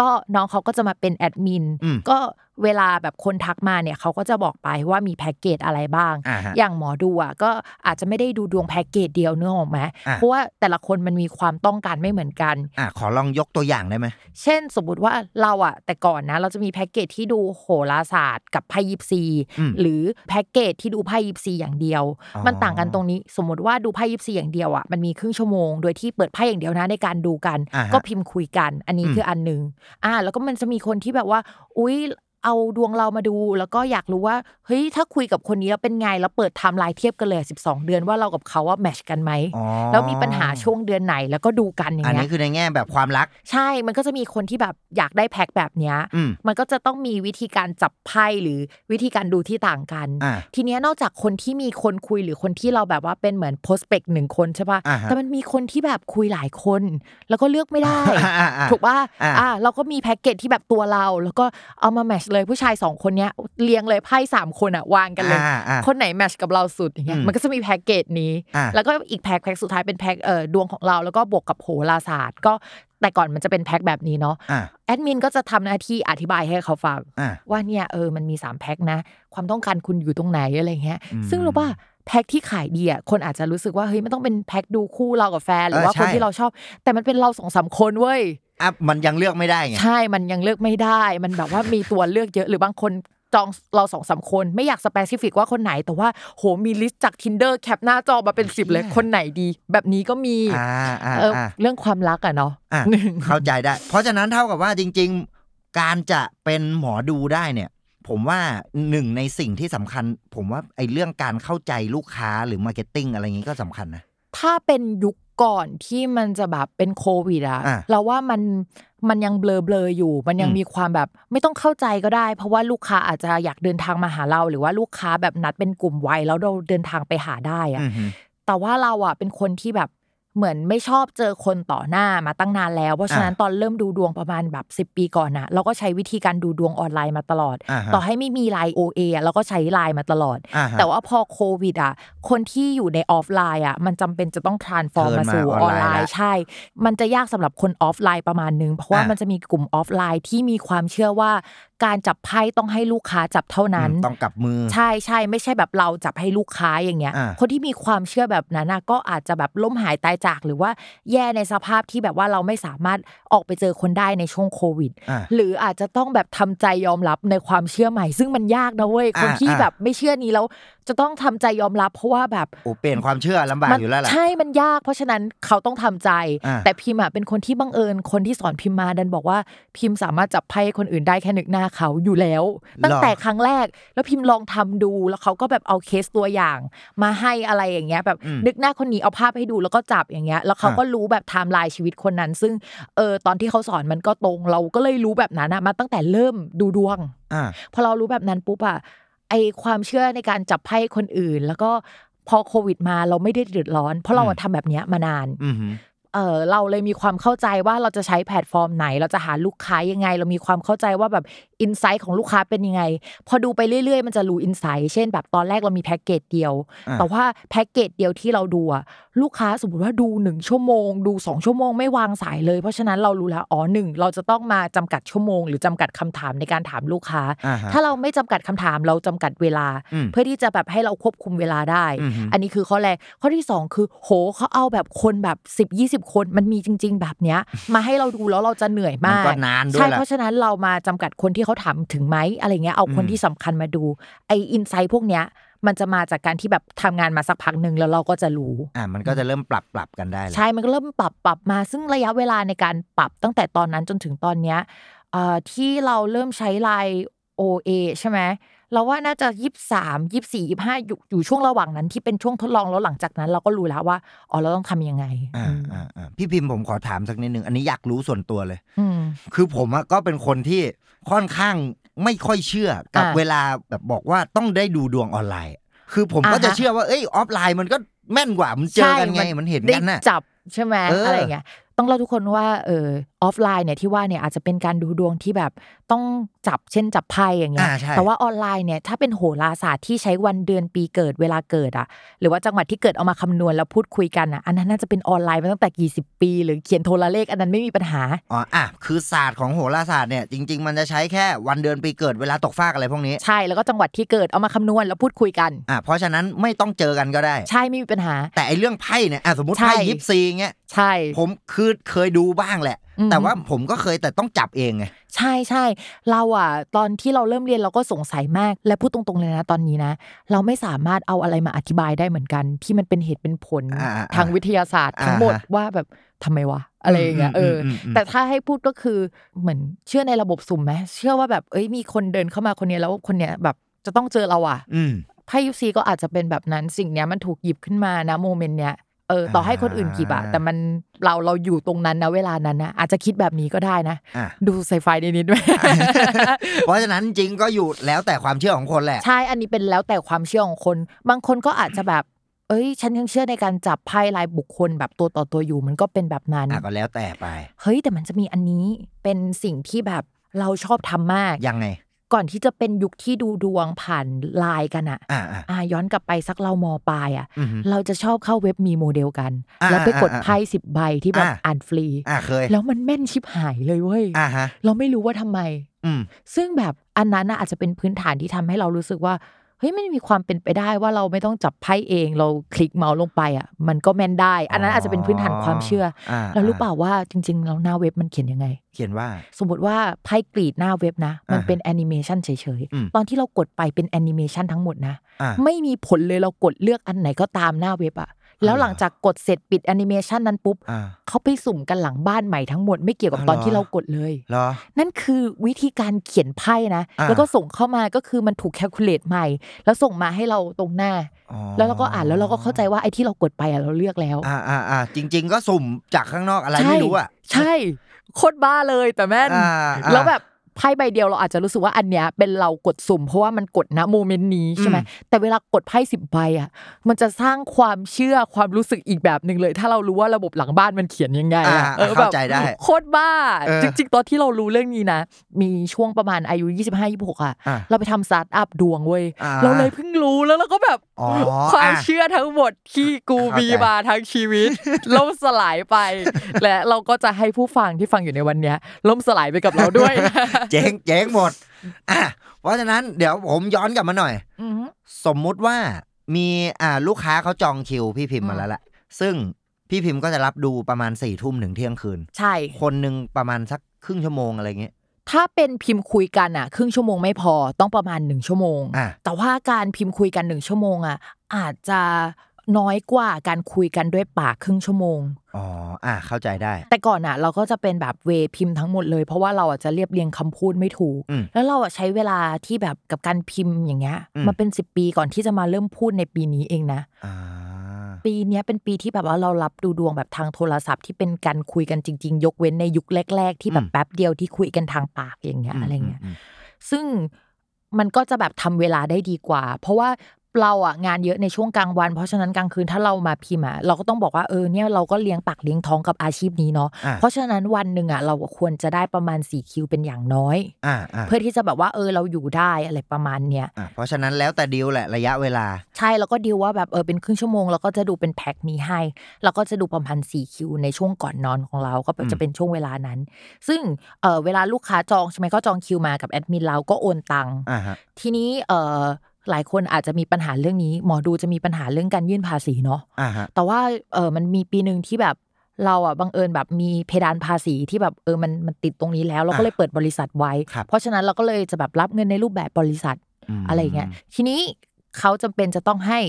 Speaker 3: ก็น้องเขาก็จะมาเป็นแอดมิน
Speaker 2: อืม
Speaker 3: ก็เวลาแบบคนทักมาเนี่ยเขาก็จะบอกไปว่ามีแพ็กเกจอะไรบ้าง
Speaker 2: อ่าฮะ
Speaker 3: อย่างหมอดูอ่ะก็อาจจะไม่ได้ดูดวงแพ็กเกจเดียวเนื้อออกไหม
Speaker 2: อ่ะ
Speaker 3: เพราะว่าแต่ละคนมันมีความต้องการไม่เหมือนกัน
Speaker 2: อ่ะขอลองยกตัวอย่างได้ไหม
Speaker 3: เช่นสมมติว่าเราอ่ะแต่ก่อนนะ เราจะมีแพ็กเกจที่ดูโหราศาสตร์กับไพ่ยิปซี
Speaker 2: อืม
Speaker 3: หรือแพ็กเกจที่ดูไพ่ยิปซีอย่างเดียว
Speaker 2: อ๋อ
Speaker 3: มันต่างกันตรงนี้สมมติว่าดูไพ่ยิปซีอย่างเดียวอ่ะมันมีครึ่งชั่วโมงโดยที่เปิดไพ่อย่างเดียวนะในการดูกัน
Speaker 2: อ่าฮะ
Speaker 3: ก็พิมพ์คุยกัน อันนี้
Speaker 2: อืม
Speaker 3: คืออันหนึ่งอ่า แล้วก็มันจะมีคนที่แบบว่า อุ๊ย เอาดวงเรามาดู แล้วก็อยากรู้ว่า เฮ้ย ถ้าคุยกับคนนี้แล้วเป็นไง แล้วเปิดไทม์ไลน์เทียบกันเลย 12 เดือนว่าเรากับเขาว่าแมชกันไหม
Speaker 2: อ๋อ
Speaker 3: แล้วมีปัญหาช่วงเดือนไหน แล้วก็ดูกันอย่า
Speaker 2: อัน
Speaker 3: งเงี้
Speaker 2: นี้
Speaker 3: ย
Speaker 2: คือในแง่แบบความรัก
Speaker 3: ใช่ มันก็จะมีคนที่แบบอยากได้แพ็คแบบเนี้ย
Speaker 2: อืม
Speaker 3: มันก็จะต้องมีวิธีการจับไพ่หรือวิธีการดูที่ต่างกัน
Speaker 2: อ่า
Speaker 3: ทีเนี้ยนอกจากคนที่มีคนคุยหรือคนที่เราแบบว่าเป็นเหมือน prospect หนึ่งคนใช่ปะ
Speaker 2: อ่าฮะ
Speaker 3: แต่มันมีคนที่แบบคุยหลายคน แล้วก็เลือกไม่ได้
Speaker 2: อ่าอ่าอ่า
Speaker 3: ถูกป่ะ
Speaker 2: อ่า
Speaker 3: อ่าเราก็มีแพ็กเกจที่แบบตัวเรา แล้วก็เอามาแมช เลยผู้ชายสองคนเนี้ยเรียงเลยไพ่สามคนอ่ะวางกันเลย
Speaker 2: อ่าอ่า
Speaker 3: คนไหนแมทชกับเราสุดอย่างเงี้ย
Speaker 2: อืม
Speaker 3: มันก็จะมีแพ็กเกจนี้
Speaker 2: อ่า
Speaker 3: แล้วก็อีกแพ็กแพ็กสุดท้ายเป็นแพ็กเอ่อดวงของเราแล้วก็บวกกับโหราศาสตร์ ก็แต่ก่อนมันจะเป็นแพ็กแบบนี้เนาะ
Speaker 2: อ่า
Speaker 3: แอดมินก็จะทำหน้าที่อธิบายให้เขาฟัง
Speaker 2: อ่า
Speaker 3: ว่าเนี่ยเออมันมี 3 แพ็คนะ ความต้องการคุณอยู่ตรงไหนอะไรเงี้ย
Speaker 2: อืม
Speaker 3: ซึ่งรู้ป่ะแพ็คที่ขายดีอ่ะคนอาจจะรู้สึกว่าเฮ้ยมันต้องเป็นแพ็คดูคู่เรากับแฟนหรือว่า
Speaker 2: เออใช่
Speaker 3: คนที่เราชอบ แต่มันเป็นเราสองสามคนเว้ย
Speaker 2: อ่ะมันยังเลือกไม่ได้ไง
Speaker 3: ใช่มันยังเลือกไม่ได้ มันแบบว่ามีตัวเลือกเยอะหรือบางคนจองเราสองสามคน ไม่อยากสเปซิฟิกว่าคนไหน แต่ว่าโหมีลิสต์จาก tinder แคปหน้าจอมาเป็นสิบเลย
Speaker 2: เชี่ย
Speaker 3: คนไหนดี แบบนี้ก็มี
Speaker 2: อ่าอ่า
Speaker 3: เออ
Speaker 2: อ่า
Speaker 3: เรื่องความรักอะเนาะ
Speaker 2: อ่ะ
Speaker 3: หนึ่ง
Speaker 2: เข้าใจได้ เพราะฉะนั้นเท่ากับว่าจริง ๆ การจะเป็นหมอดูได้เนี่ย ผมว่าหนึ่งในสิ่งที่สำคัญ ผมว่าไอ้เรื่องการเข้าใจลูกค้าหรือมาร์เก็ตติ้งอะไรอย่างงี้ก็สำคัญนะ
Speaker 3: ถ้าเป็นยุคก่อนที่มันจะแบบเป็นโควิดอะ
Speaker 2: อ่ะ
Speaker 3: เราว่ามันมันยังเบลอเบลอๆอยู่ มันยัง
Speaker 2: อืม
Speaker 3: มีความแบบไม่ต้องเข้าใจก็ได้ เพราะว่าลูกค้าอาจจะอยากเดินทางมาหาเรา หรือว่าลูกค้าแบบนัดเป็นกลุ่มไว้แล้วเราเดินทางไปหาได้อะ
Speaker 2: อือฮึ
Speaker 3: แต่ว่าเราอะเป็นคนที่แบบเหมือนไม่ชอบเจอคนต่อหน้ามาตั้งนานแล้ว เพราะฉะนั้นตอนเริ่มดูดวงประมาณแบบ 10 ปีก่อนอะเราก็ใช้วิธีการดูดวงออนไลน์มาตลอด
Speaker 2: อ่าฮะ
Speaker 3: ต่อให้ไม่มีไลน์โอเอะเราก็ใช้ไลน์มาตลอด
Speaker 2: อ่าฮะ
Speaker 3: แต่ว่าพอโควิดอ่ะ คนที่อยู่ในออฟไลน์อ่ะ มันจำเป็นจะต้อง transform
Speaker 2: เทิร์
Speaker 3: มาน
Speaker 2: มา
Speaker 3: สู่
Speaker 2: อ
Speaker 3: อ
Speaker 2: อ
Speaker 3: อน น
Speaker 2: ไล
Speaker 3: ไล
Speaker 2: น์ละ
Speaker 3: น์ใช่ มันจะยากสำหรับคนออฟไลน์ประมาณนึง เพราะว่า
Speaker 2: อ่ะ
Speaker 3: มันจะมีกลุ่มออฟไลน์ที่มีความเชื่อว่า การจับไพ่ต้องให้ลูกค้าจับเท่านั้น
Speaker 2: อืมต้องกลับมือ
Speaker 3: ใช่ใช่ไม่ใช่แบบเราจับให้ลูกค้าอย่างเงี้ย
Speaker 2: อ่า
Speaker 3: คนที่มีความเชื่อแบบนั้นน่ะก็อาจจะแบบล้มหายตายจากหรือว่าแย่ในสภาพที่แบบว่าเราไม่สามารถออกไปเจอคนได้ในช่วงโควิด
Speaker 2: อ่า
Speaker 3: หรืออาจจะต้องแบบทำใจยอมรับในความเชื่อใหม่ ซึ่งมันยากนะเว้ย
Speaker 2: อ่า
Speaker 3: คนที่
Speaker 2: อ่า
Speaker 3: แบบไม่เชื่อนี้แล้วจะต้องทำใจยอมรับ เพราะว่าแบบ
Speaker 2: โอ้เปลี่ยนความเชื่อลำบาก
Speaker 3: มัน
Speaker 2: อยู่แล้วล่ะ
Speaker 3: ใช่มันยาก เพราะฉะนั้นเขาต้องทำใจ
Speaker 2: อ่า
Speaker 3: แต่พิมพ์อะเป็นคนที่บังเอิญคนที่สอนพิมพ์มาดันบอกว่าพิมพ์สามารถจับไพ่คนอื่นได้แค่นึกหน้าเขาอยู่แล้ว ตั้งแต่ครั้งแรกแล้วพิมพ์ลองทำดูแล้วเขาก็แบบเอาเคสตัวอย่าง มาให้อะไรอย่างเงี้ยแบบ
Speaker 2: อืม
Speaker 3: นึกหน้าคนนี้เอาภาพให้ดูแล้วก็จับอย่างเงี้ยแล้วเขา
Speaker 2: อ่า
Speaker 3: ก็รู้แบบไทม์ไลน์ชีวิตคนนั้น ซึ่งเออตอนที่เขาสอนมันก็ตรงเราก็เลยรู้แบบนั้นอะมาตั้งแต่เริ่มดูดวง
Speaker 2: อ่า
Speaker 3: พอเรารู้แบบนั้นปุ๊บอะไอความเชื่อในการจับไพ่คนอื่น แล้วก็พอโควิดมาเราไม่ได้เดือดร้อน เพราะเราอะ
Speaker 2: อืม
Speaker 3: ทำแบบเนี้ยมานาน
Speaker 2: อือฮึ
Speaker 3: เออเราเลยมีความเข้าใจว่าเราจะใช้แพลตฟอร์มไหน เราจะหาลูกค้ายังไง เรามีความเข้าใจว่าแบบอินไซต์ของลูกค้าเป็นยังไง พอดูไปเรื่อยๆ มันจะรู้อินไซต์เช่นแบบตอนแรกเรามีแพ็กเกจเดียว
Speaker 2: อ่า
Speaker 3: แต่ว่าแพ็กเกจเดียวที่เราดูอะลูกค้าสมมติว่าดูหนึ่งชั่วโมง ดูสองชั่วโมงไม่วางสายเลย เพราะฉะนั้นเรารู้แล้วอ๋อหนึ่งเราจะต้องมาจำกัดชั่วโมง หรือจำกัดคำถามในการถามลูกค้า
Speaker 2: อ่าฮะ
Speaker 3: ถ้าเราไม่จำกัดคำถามเราจำกัดเวลา
Speaker 2: อืม
Speaker 3: เพื่อที่จะแบบให้เราควบคุมเวลาได้
Speaker 2: อือฮึ
Speaker 3: อันนี้คือข้อแรก ข้อที่สองคือ โหเขาเอาแบบคนแบบสิบยี่สิบคนมันมีจริง ๆ แบบเนี้ย มาให้เราดูแล้วเราจะเหนื่อย
Speaker 2: มัน
Speaker 3: มาก
Speaker 2: ก็นานด้ว
Speaker 3: ใช่
Speaker 2: ยล่ะ
Speaker 3: เพราะฉะนั้นเรามาจำกัดคนที่เขาถามถึงไหมอะไรเงี้ยเอาคน
Speaker 2: อืม
Speaker 3: ที่สำคัญมาดูไออินไซต์พวกเนี้ยมันจะมาจากการที่แบบทำงานมาสักพักหนึ่งแล้วเราก็จะรู้
Speaker 2: อ่า มันก็จะเริ่มปรับปรับกันได้แล้ว
Speaker 3: ใช่ มันก็เริ่มปรับปรับมา ซึ่งระยะเวลาในการปรับตั้งแต่ตอนนั้นจนถึงตอนเนี้ยเอ่อที่เราเริ่มใช้ไลน์ OA ใช่ไหม เราว่าน่าจะยี่สามยี่สี่ยี่ห้าอยู่อยู่ช่วงระหว่างนั้นที่เป็นช่วงทดลองแล้วหลังจากนั้น เราก็รู้แล้วว่า อ๋อ เราต้องทำยังไง
Speaker 2: อ่า
Speaker 3: อืม
Speaker 2: อ่าอ่าพี่พิมพ์ผมขอถามสักนิดนึง อันนี้อยากรู้ส่วนตัวเลย
Speaker 3: อืม
Speaker 2: คือผมอะก็เป็นคนที่ค่อนข้างไม่ค่อยเชื่อกับ
Speaker 3: อ่ะ
Speaker 2: เวลาแบบบอกว่าต้องได้ดูดวงออนไลน์ คือผมก็
Speaker 3: อ่าฮะ
Speaker 2: จะเชื่อว่าเอ้ยออฟไลน์มันก็แม่นกว่ามันเจอกันไง
Speaker 3: ใช่
Speaker 2: มันเห็นกันน่ะ
Speaker 3: ได้จับใช่ไหม
Speaker 2: เอออ
Speaker 3: อะไรอย่างเงี้ยต้องเล่าทุกคนว่าเออออฟไลน์เนี่ยที่ว่าเนี่ยอาจจะเป็นการดูดวงที่แบบต้องจับเช่นจับไพ่อย่างเงี้ย
Speaker 2: อ่าใช่
Speaker 3: แต่ว่าออนไลน์เนี่ยถ้าเป็นโหราศาสตร์ที่ใช้วันเดือนปีเกิดเวลาเกิดอ่ะ หรือว่าจังหวัดที่เกิดเอามาคำนวณแล้วพูดคุยกันอ่ะอันนั้นน่าจะเป็นออนไลน์มาตั้งแต่กี่สิบปี หรือเขียนโทรเลขอันนั้นไม่มีปัญหา
Speaker 2: อ๋ออ่ะคือศาสตร์ของโหราศาสตร์เนี่ยจริง ๆ มันจะใช้แค่วันเดือนปีเกิดเวลาตกฟากอะไรพวกนี้
Speaker 3: ใช่แล้วก็จังหวัดที่เกิดเอามาคำนวณแล้วพูดคุยกัน
Speaker 2: อ่ะเพราะฉะนั้นไม่ต้องเจอกันก็ได้
Speaker 3: ใช่ไม่มีปัญหา
Speaker 2: แต่ไอเรื่องไพ่เนี่ยอ่ะสมมติไพ่
Speaker 3: ใช่
Speaker 2: ยิปซีเงี้ย
Speaker 3: ใช่
Speaker 2: ผมคือเคยดูบ้างแหละ
Speaker 3: อืม
Speaker 2: แต่ว่าผมก็เคยแต่ต้องจับเองไง
Speaker 3: ใช่ใช่เราอ่ะ ตอนที่เราเริ่มเรียนเราก็สงสัยมากและพูดตรงๆเลยนะตอนนี้นะ เราไม่สามารถเอาอะไรมาอธิบายได้เหมือนกัน ที่มันเป็นเหตุเป็นผล
Speaker 2: อ่าอ่า
Speaker 3: ทางวิทยาศาสตร์
Speaker 2: อ่า
Speaker 3: ทั้งหมด
Speaker 2: ฮะ
Speaker 3: ว่าแบบทำไมวะอะไรอย่างเงี้ยเอออ
Speaker 2: มมม
Speaker 3: แต่ถ้าให้พูดก็คือเหมือนเชื่อในระบบสุ่มไหมเชื่อว่าแบบเอ้ยมีคนเดินเข้ามาคนเนี้ยแล้วคนเนี้ยแบบจะต้องเจอเราอ่ะ
Speaker 2: อืม
Speaker 3: ไพ่ยูซีก็อาจจะเป็นแบบนั้นสิ่งเนี้ยมันถูกหยิบขึ้นมานะโมเมนต์เนี้ยเออต่อให้คนอื่นหยิบอะ
Speaker 2: อ่า
Speaker 3: แต่มันเราเราอยู่ตรงนั้นนะเวลานั้นนะอาจจะคิดแบบนี้ก็ได้นะ
Speaker 2: อ่ะ
Speaker 3: ดูไซไฟนิดๆด้วย
Speaker 2: เพราะฉะนั้นจริงก็อยู่แล้วแต่ความเชื่อของคนแหละ
Speaker 3: ใช่ อันนี้เป็นแล้วแต่ความเชื่อของคน บางคนก็อาจจะแบบ เอ้ย ฉันยังเชื่อในการจับไพ่รายบุคคลแบบตัวต่อตัวอยู่ มันก็เป็นแบบนั้น
Speaker 2: อ่ะก็แล้วแต่ไป
Speaker 3: เฮ้ย แต่มันจะมีอันนี้เป็นสิ่งที่แบบเราชอบทำมาก
Speaker 2: ยังไง
Speaker 3: ก่อนที่จะเป็นยุคที่ดูดวงผ่านไลน์กันอะ
Speaker 2: อ่าอ่า
Speaker 3: อ่ะย้อนกลับไปสักเรามปลายอะ
Speaker 2: อือฮึ
Speaker 3: เราจะชอบเข้าเว็บมีโมเดลกัน
Speaker 2: อ่า
Speaker 3: แล้วไปกด
Speaker 2: อ่าอ่า
Speaker 3: ไพ่สิบใบที่แบบ
Speaker 2: อ่า
Speaker 3: อ่านฟรี
Speaker 2: อ่าเคย
Speaker 3: แล้วมันแม่นชิบหายเลยเว้ย
Speaker 2: อ่าฮะ
Speaker 3: เราไม่รู้ว่าทำไม
Speaker 2: อืม
Speaker 3: ซึ่งแบบอันนั้นน่ะอาจจะเป็นพื้นฐานที่ทำให้เรารู้สึกว่าเฮ้ยมันมีความเป็นไปได้ว่าเราไม่ต้องจับไพ่เองเราคลิกเมาส์ลงไปอ่ะมันก็แม่นได้ อันนั้นอาจจะเป็นพื้นฐานความเชื่ออแล้วรู้เปล่าว่าจริงๆแล้วหน้าเว็บมันเขียนยังไง
Speaker 2: เขียนว่า
Speaker 3: สมมติว่าไพ่กรีดหน้าเว็บนะ มัน
Speaker 2: อ่าฮะ
Speaker 3: เป็นแอนิเมชันเฉย
Speaker 2: อืม
Speaker 3: ๆ ตอนที่เรากดไปเป็นแอนิเมชันทั้งหมดนะ
Speaker 2: อ่า
Speaker 3: ไม่มีผลเลยเรากดเลือกอันไหนก็ตามหน้าเว็บอะแล้ว
Speaker 2: อ่า
Speaker 3: หลังจากกดเสร็จปิดแอนิเมชันนั้นปุ๊บ
Speaker 2: อ่า
Speaker 3: เขาไปสุ่มกันหลังบ้านใหม่ทั้งหมดไม่เกี่ยวกับ
Speaker 2: อ๋อ
Speaker 3: ตอนที่
Speaker 2: เหร
Speaker 3: เรา
Speaker 2: อ
Speaker 3: กดเลย
Speaker 2: เหรอ
Speaker 3: นั่นคือวิธีการเขียนไพ่นะ
Speaker 2: อ่า
Speaker 3: แล้วก็ส่งเข้ามาก็คือมันถูกแคลคูลเลตใหม่ แล้วส่งมาให้เราตรงหน้า
Speaker 2: อ๋อ
Speaker 3: แล้วเราก็อ่านแล้วเราก็เข้าใจว่าไอ้ที่เรากดไปอะเราเลือกแล้ว
Speaker 2: อ่าอ่าอ่าจริง ๆ ก็สุ่มจากข้างนอกอะไร
Speaker 3: ใช่
Speaker 2: ไม่รู้อ่ะ
Speaker 3: ใช่โคตรบ้าเลยแต่แม่น
Speaker 2: อ่าอ่า
Speaker 3: แล้วแบบไพ่ใบเดียวเราอาจจะรู้สึกว่าอันเนี้ยเป็นเรากดสุ่มเพราะว่ามันกดณโมเมนต์นี้ใช่ไหม
Speaker 2: อืม
Speaker 3: แต่เวลากดไพ่สิบใบอ่ะ มันจะสร้างความเชื่อความรู้สึกอีกแบบหนึ่งเลย ถ้าเรารู้ว่าระบบหลังบ้านมันเขียนยังไง
Speaker 2: อ่า
Speaker 3: อะเออแบ
Speaker 2: เข้า
Speaker 3: บ
Speaker 2: ใจได้
Speaker 3: โคตรบ้า
Speaker 2: เออ
Speaker 3: จริงๆ ตอนที่เรารู้เรื่องนี้นะ มีช่วงประมาณอายุ 25 26อ่ะ
Speaker 2: อ่า
Speaker 3: เราไปทำสตาร์ทอัพดวงเว้ย
Speaker 2: อ่า
Speaker 3: เราเลยเพิ่งรู้แล้วเราก็แบบ
Speaker 2: อ๋อ
Speaker 3: ความ
Speaker 2: อ่ะ
Speaker 3: เชื่อทั้งหมดที่กู
Speaker 2: เข้าใจ
Speaker 3: มีมาทั้งชีวิต ล่มสลายไป และเราก็จะให้ผู้ฟังที่ฟังอยู่ในวันเนี้ยล่มสลายไปกับเราด้วยนะ
Speaker 2: เจ๊งเจ๊งหมดอ่ะเพราะฉะนั้นเดี๋ยวผมย้อนกลับมาหน่อย
Speaker 3: อือฮึ
Speaker 2: สมมุติว่ามีอ่าลูกค้าเขาจองคิวพี่พิมพ์มา
Speaker 3: อืม
Speaker 2: แล้วแหละซึ่งพี่พิมพ์ก็จะรับดูประมาณ4ี่ทุ่มถึงเที่ยงคืน
Speaker 3: ใช่
Speaker 2: คนหนึ่งประมาณสักครึ่งชั่วโมงอะไรเงี้ย
Speaker 3: ถ้าเป็นพิมพ์คุยกันอ่ะ ครึ่งชั่วโมงไม่พอต้องประมาณหนึ่งชั่วโมง
Speaker 2: อ่ะ
Speaker 3: แต่ว่าการพิมพ์คุยกันหนึ่งชั่วโมงอ่ะอาจจะน้อยกว่าการคุยกันด้วยปากครึ่งชั่วโมง
Speaker 2: อ๋ออ่ะเข้าใจได้
Speaker 3: แต่ก่อนอ่ะเราก็จะเป็นแบบเวพิมพ์ทั้งหมดเลย เพราะว่าเราอ่ะจะเรียบเรียงคำพูดไม่ถูก
Speaker 2: อืม
Speaker 3: แล้วเราอ่ะใช้เวลาที่แบบกับการพิมพ์อย่างเงี้ย
Speaker 2: อืม
Speaker 3: มาเป็น 10 ปีก่อนที่จะมาเริ่มพูดในปีนี้เองนะ
Speaker 2: อ่า
Speaker 3: ปีเนี้ยเป็นปีที่แบบว่าเรารับดูดวงแบบทางโทรศัพท์ที่เป็นการคุยกันจริง ๆ ยกเว้นในยุคแรก ๆ ที่แบ
Speaker 2: อื
Speaker 3: บ
Speaker 2: ม
Speaker 3: แป๊บเดียวที่คุยกันทางปากอย่างเงี้ยอะไรเงี้ย
Speaker 2: มมม
Speaker 3: ซึ่งมันก็จะแบบทำเวลาได้ดีกว่า เพราะว่าเราอ่ะงานเยอะในช่วงกลางวัน เพราะฉะนั้นกลางคืนถ้าเรามาพิมพ์อ่ะเราก็ต้องบอกว่าเออเนี่ยเราก็เลี้ยงปากเลี้ยงท้องกับอาชีพนี้เนาะ
Speaker 2: อ่ะ
Speaker 3: เพราะฉะนั้นวันหนึ่งอ่ะเราก็ควรจะได้ประมาณสี่คิวเป็นอย่างน้อย
Speaker 2: อ่าอ่า
Speaker 3: เพื่อที่จะแบบว่าเออเราอยู่ได้อะไรประมาณเนี้ย
Speaker 2: อ่ะเพราะฉะนั้นแล้วแต่ดีลแหละระยะเวลา
Speaker 3: ใช่แล้วก็ดีลว่าแบบเออเป็นครึ่งชั่วโมงเราก็จะดูเป็นแพ็คนี้ให้เราก็จะดูประมาณสี่คิวในช่วงก่อนนอนของเราก็จะเป็นช่วงเวลานั้น ซึ่งเออเวลาลูกค้าจองใช่ไหมก็จองคิวมากับแอดมินเราก็โอนตังค์
Speaker 2: อ่าฮะ
Speaker 3: ทีนี้เอ่อหลายคนอาจจะมีปัญหาเรื่องนี้ หมอดูจะมีปัญหาเรื่องการยื่นภาษีเนาะ
Speaker 2: อ่าฮะ
Speaker 3: แต่ว่าเออมันมีปีหนึ่งที่แบบเราอ่ะบังเอิญแบบมีเพดานภาษีที่แบบเออมันมันติดตรงนี้แล้วเราก็เลยเปิดบริษัทไว้
Speaker 2: ครับ
Speaker 3: เพราะฉะนั้นเราก็เลยจะแบบรับเงินในรูปแบบบริษัท
Speaker 2: ม
Speaker 3: อะไรอย่างเงี้ยทีนี้เขาจำเป็นจะต้องให้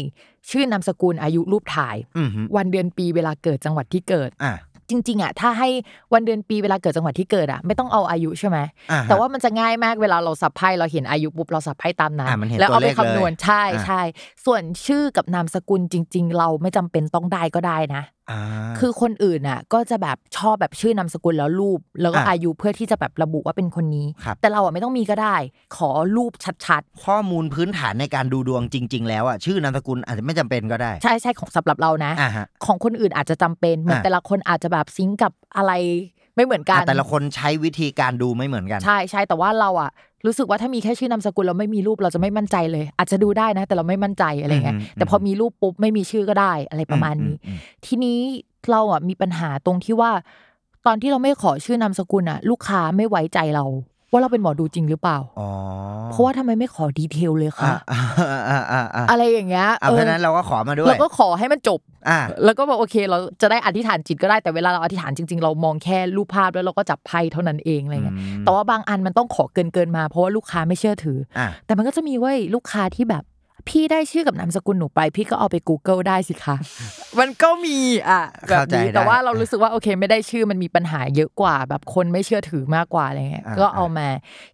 Speaker 3: ชื่อนามสกุลอายุรูปถ่าย
Speaker 2: อืมฮึ
Speaker 3: วันเดือนปีเวลาเกิดจังหวัดที่เกิด
Speaker 2: อ่า
Speaker 3: จริงๆอ่ะถ้าให้วันเดือนปีเวลาเกิดจังหวัดที่เกิดอ่ะไม่ต้องเอาอายุใช่ไหม
Speaker 2: อ่ฮะ
Speaker 3: แต่ว่ามันจะง่ายมากเวลาเราสับไพ่เราเห็นอายุปุ๊บเราสับไพ่ตามนั้น
Speaker 2: อ่ะมันเห็น
Speaker 3: แล้วเอา
Speaker 2: ตัว
Speaker 3: ไป
Speaker 2: เลขเลย
Speaker 3: คำนวณใช่
Speaker 2: อ่ะ
Speaker 3: ใช่ส่วนชื่อกับนามสกุลจริง ๆ เราไม่จำเป็นต้องได้ก็ได้นะ
Speaker 2: อ่า
Speaker 3: คือคนอื่นน่ะก็จะแบบชอบแบบชื่อนามสกุลแล้วรูป แล้วก็
Speaker 2: อ่ะ
Speaker 3: อายุเพื่อที่จะแบบระบุว่าเป็นคนนี้
Speaker 2: ครับ
Speaker 3: แต่เราอ่ะไม่ต้องมีก็ได้ ขอรูปชัด
Speaker 2: ข้อมูลพื้นฐานในการดูดวงจริง ๆ แล้วอ่ะชื่อนามสกุลอาจจะไม่จำเป็นก็ได้
Speaker 3: ๆ ใช่ใช่ของสำหรับเรานะ
Speaker 2: อ่าฮะ
Speaker 3: ของคนอื่นอาจจะจำเป็นเหมือน
Speaker 2: อ่ะ
Speaker 3: แต่ละคนอาจจะแบบซิงก์กับอะไรไม่เหมือนกัน
Speaker 2: อ่ะแต่ละคนใช้วิธีการดูไม่เหมือนกัน
Speaker 3: ใช่ใช่แต่ว่าเราอะรู้สึกว่าถ้ามีแค่ชื่อนามสกุลเราไม่มีรูปเราจะไม่มั่นใจเลย อาจจะดูได้นะ แต่เราไม่มั่นใจอะไรเงี้ย
Speaker 2: อืมอืม
Speaker 3: แต่พอมีรูปปุ๊บไม่มีชื่อก็ได้อะไรประมาณนี้
Speaker 2: อืม
Speaker 3: ทีนี้เราอะมีปัญหาตรงที่ว่า ตอนที่เราไม่ขอชื่อนามสกุลอะลูกค้าไม่ไว้ใจเรา ว่าเราเป็นหมอดูจริงหรือเปล่า
Speaker 2: อ๋อ
Speaker 3: เพราะว่าทำไมไม่ขอดีเทลเลย
Speaker 2: อ่ะ
Speaker 3: คะ
Speaker 2: อ่ะอ่ะอ่ะอ่ะ
Speaker 3: อะไรอย่างเงี้ย
Speaker 2: อ่ะเพราะฉะนั้นเราก็ขอมาด้ว
Speaker 3: เรา
Speaker 2: ย
Speaker 3: ก็ขอให้มันจบ
Speaker 2: อ่ะ
Speaker 3: แล้วก็บอกโอเค เราจะได้อธิษฐานจิตก็ได้แต่เวลาเราอธิษฐานจริง ๆ เรามองแค่รูปภาพแล้วเราก็จับไพ่เท่านั้นเองอะไรเงี้ย
Speaker 2: อืม
Speaker 3: แต่ว่าบางอันมันต้องขอเกินเกินๆมาเพราะว่าลูกค้าไม่เชื่อถือ
Speaker 2: อ่ะ
Speaker 3: แต่มันก็จะมีเว้ยลูกค้าที่แบบ พี่ได้ชื่อกับนามสกุลหนูไป พี่ก็เอาไป Google ได้สิคะ มันก็มีอ่ะแบบนี้แต่ว่าเรารู้สึกว่าโอเค ไม่ได้ชื่อมันมีปัญหาเยอะกว่า แบบคนไม่เชื่อถือมากกว่าอะไรเงี้ยก็เอามา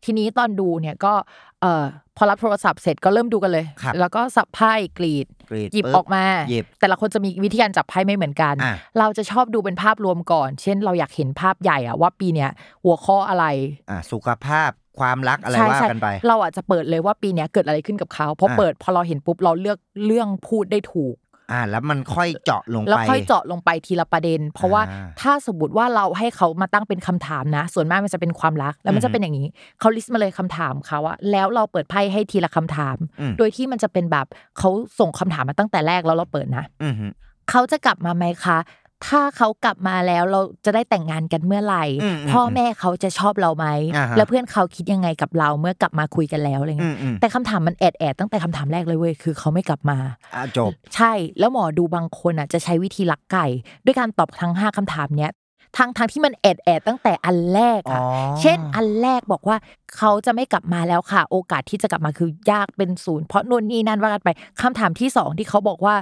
Speaker 3: ทีนี้ตอนดูเนี่ยก็เอ่อพอรับโทรศัพท์เสร็จก็เริ่มดูกันเลย แล้วก็สับไพ่กรีด
Speaker 2: กรีด
Speaker 3: หยิบ
Speaker 2: ปึ๊
Speaker 3: ออกมา
Speaker 2: หยิบ
Speaker 3: แต่ละคนจะมีวิธีการจับไพ่ไม่เหมือนกัน
Speaker 2: อ่ะ
Speaker 3: เราจะชอบดูเป็นภาพรวมก่อน เช่น เราอยากเห็นภาพใหญ่อะว่าปีเนี้ยหัวข้ออะไร
Speaker 2: อ่ะสุขภาพความรักอะไร
Speaker 3: ใช่
Speaker 2: ว่า
Speaker 3: ใช่
Speaker 2: กันไป
Speaker 3: เราอาจจะเปิดเลยว่าปีเนี้ยเกิดอะไรขึ้นกับเขาเพราะ
Speaker 2: อ่ะ
Speaker 3: เปิดพอเราเห็นปุ๊บเราเลือกเรื่องพูดได้ถูก
Speaker 2: อ่า แล้วมันค่อยเจาะลงไป
Speaker 3: แล้วค่อยเจาะลงไปทีละประเด็น เพราะว่า
Speaker 2: อ่า
Speaker 3: ถ้าสมมติว่าเราให้เขามาตั้งเป็นคำถามนะ ส่วนมากมันจะเป็นความรัก แล้วมันจะเป็นอย่างนี้เขาลิสต์มาเลยคำถามเขาอะแล้วเราเปิดไพ่ให้ทีละคำถาม
Speaker 2: อืม
Speaker 3: โดยที่มันจะเป็นแบบเขาส่งคำถามมาตั้งแต่แรกแล้วเราเปิดนะ
Speaker 2: อือฮึ
Speaker 3: เขาจะกลับมาไหมคะ ถ้าเขากลับมาแล้วเราจะได้แต่งงานกันเมื่อไหร่
Speaker 2: อืม
Speaker 3: พ่อแม่เขาจะชอบเราไหม
Speaker 2: อ่าฮะ
Speaker 3: แล้วเพื่อนเขาคิดยังไงกับเราเมื่อกลับมาคุยกันแล้วอะไร
Speaker 2: อื
Speaker 3: เงี้ย
Speaker 2: มอืม
Speaker 3: แต่คำถามมันแอดแอดตั้งแต่คำถามแรกเลยเว้ยคือเขาไม่กลับมา
Speaker 2: อ่าจบ
Speaker 3: ใช่ แล้วหมอดูบางคนอ่ะจะใช้วิธีลักไก่ ด้วยการตอบทั้ง 5คำถามเนี้ยทั้งทั้งที่มันแอดแอดตั้งแต่อันแรกค่ะ
Speaker 2: อ๋อ
Speaker 3: เช่นอันแรกบอกว่าเขาจะไม่กลับมาแล้วค่ะ โอกาสที่จะกลับมาคือยากเป็นศูนย์เพราะนู่นนี่นั่นว่ากันไปคำถามที่สองที่เขาบอกว่า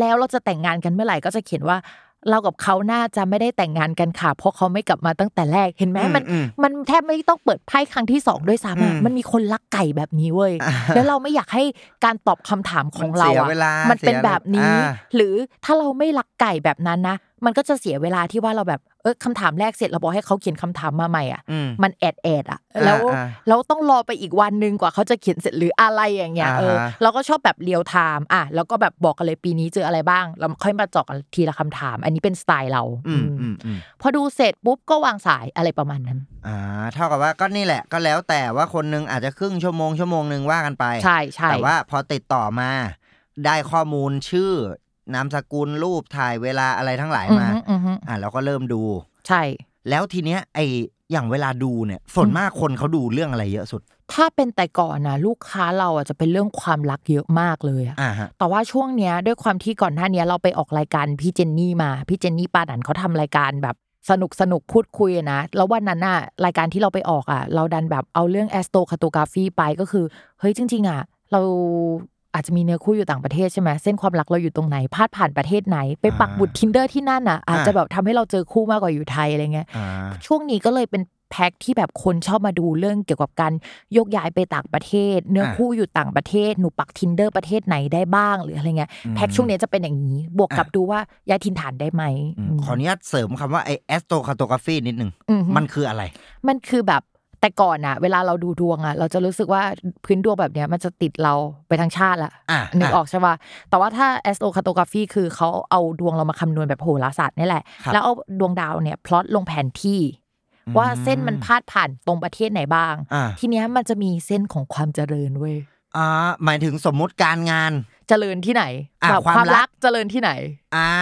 Speaker 3: แล้วเราจะแต่งงานกันเมื่อไหร่ก็จะเขียนว่า เรากับเขาน่าจะไม่ได้แต่งงานกันค่ะ เพราะเขาไม่กลับมาตั้งแต่แรกเห็นไหม
Speaker 2: อืม
Speaker 3: มัน
Speaker 2: อืม
Speaker 3: มันแทบไม่ต้องเปิดไพ่ครั้งที่สองด้วยซ้ำอะ
Speaker 2: อืม
Speaker 3: มันมีคนลักไก่แบบนี้เว้ย แล้วเราไม่อยากให้การตอบคำถามของเรา
Speaker 2: มันเสีย
Speaker 3: อ่ะ
Speaker 2: เวลา
Speaker 3: มันเป็นแบบนี้
Speaker 2: เสียอะไรอ่า
Speaker 3: หรือถ้าเราไม่รักไก่แบบนั้นนะ มันก็จะเสียเวลาที่ว่าเราแบบเออคำถามแรกเสร็จเราบอกให้เขาเขียนคำถามมาใหม่อ่ะ
Speaker 2: อืม
Speaker 3: มันแอดแอดอ่ะแล้ว
Speaker 2: อ่า
Speaker 3: เราต้องรอไปอีกวันหนึ่งกว่าเขาจะเขียนเสร็จหรืออะไรอย่างเงี้ย
Speaker 2: อ่าฮะ
Speaker 3: เออเราก็ชอบแบบเรียวไทม์อ่ะแล้วก็แบบบอกกันเลยปีนี้เจออะไรบ้างเราค่อยมาเจาะกันทีละคำถาม อันนี้เป็นสไตล์เรา
Speaker 2: อืมอื
Speaker 3: อืม
Speaker 2: มอืม
Speaker 3: พอดูเสร็จปุ๊บก็วางสายอะไรประมาณนั้น
Speaker 2: อ่า เท่ากับว่าก็นี่แหละ ก็แล้วแต่ว่าคนนึงอาจจะครึ่งชั่วโมงชั่วโมงหนึ่งว่ากันไป
Speaker 3: ใช่ใช่
Speaker 2: แต่ว่าพอติดต่อมา ได้ข้อมูลชื่อ นามสกุลรูปถ่ายเวลาอะไรทั้งหลายมา
Speaker 3: อือฮึอือฮึ
Speaker 2: อ่าเราก็เริ่มดู
Speaker 3: ใช่
Speaker 2: แล้วทีเนี้ยไออย่างเวลาดูเนี่ย ส่วนมากคนเขาดูเรื่องอะไรเยอะสุด
Speaker 3: ถ้าเป็นแต่ก่อนนะลูกค้าเราอ่ะจะเป็นเรื่องความรักเยอะมากเลยอะ
Speaker 2: อ่าฮะ
Speaker 3: แต่ว่าช่วงเนี้ยด้วยความที่ก่อนหน้าเนี้ยเราไปออกรายการพี่เจนนี่มาพี่เจนนี่ปาดันเขาทำรายการแบบสนุกสนุกพูดคุยอะนะแล้ววันนั้นน่ะรายการที่เราไปออกอ่ะ เราดันแบบเอาเรื่องแอสโตคาโตกราฟีไปก็คือเฮ้ยจริง ๆอ่ะเราอาจจะมีเนื้อคู่อยู่ต่างประเทศใช่ไหมเส้นความรักเราอยู่ตรงไหนพาดผ่านประเทศไหน ไปปักบุตรทินเดอร์ที่นั่นอ่ะอาจจะแบบทำให้เราเจอคู่มากกว่าอยู่ไทยอะไรเงี้ย
Speaker 2: อ่า
Speaker 3: ช่วงนี้ก็เลยเป็นแพ็กที่แบบคนชอบมาดูเรื่องเกี่ยวกับการยกย้ายไปต่างประเทศ เนื้อ
Speaker 2: อ่ะ
Speaker 3: คู่อยู่ต่างประเทศหนูปักทินเดอร์ประเทศไหนได้บ้างหรืออะไรเงี้ย
Speaker 2: อืม
Speaker 3: แพ็กช่วงนี้จะเป็นอย่างนี้ บวกกับ
Speaker 2: อ่ะ
Speaker 3: ดูว่าย้ายถิ่นฐานได้ไหม
Speaker 2: อืม
Speaker 3: ม
Speaker 2: ขออนุญาตเสริมคำว่าไอแอสโตคาโตกราฟีนิดนึง
Speaker 3: อือฮึ
Speaker 2: มันคืออะไร
Speaker 3: มันคือแบบแต่ก่อนอะเวลาเราดูดวงอะเราจะรู้สึกว่าพื้นดวงแบบเนี้ยมันจะติดเราไปทางชาติละ
Speaker 2: อ่ะ
Speaker 3: นึกออกใช่ป่ะแต่ว่าถ้าแอสโตคาโตกราฟีคือเขาเอาดวงเรามาคำนวณแบบโหราศาสตร์นี่แหละ
Speaker 2: ครับ
Speaker 3: แล้วเอาดวงดาวเนี่ยพลอตลงแผนที่ ว่าเส้นมันพาดผ่านตรงประเทศไหนบ้าง
Speaker 2: อ่า
Speaker 3: ทีเนี้ยมันจะมีเส้นของความเจริญเว้ย
Speaker 2: อ่า หมายถึงสมมุติการงาน
Speaker 3: เจริญที่ไหน
Speaker 2: อ่ะ
Speaker 3: แบบ
Speaker 2: ความ
Speaker 3: ความ
Speaker 2: รัก
Speaker 3: รักเจริญที่ไหน
Speaker 2: อ่า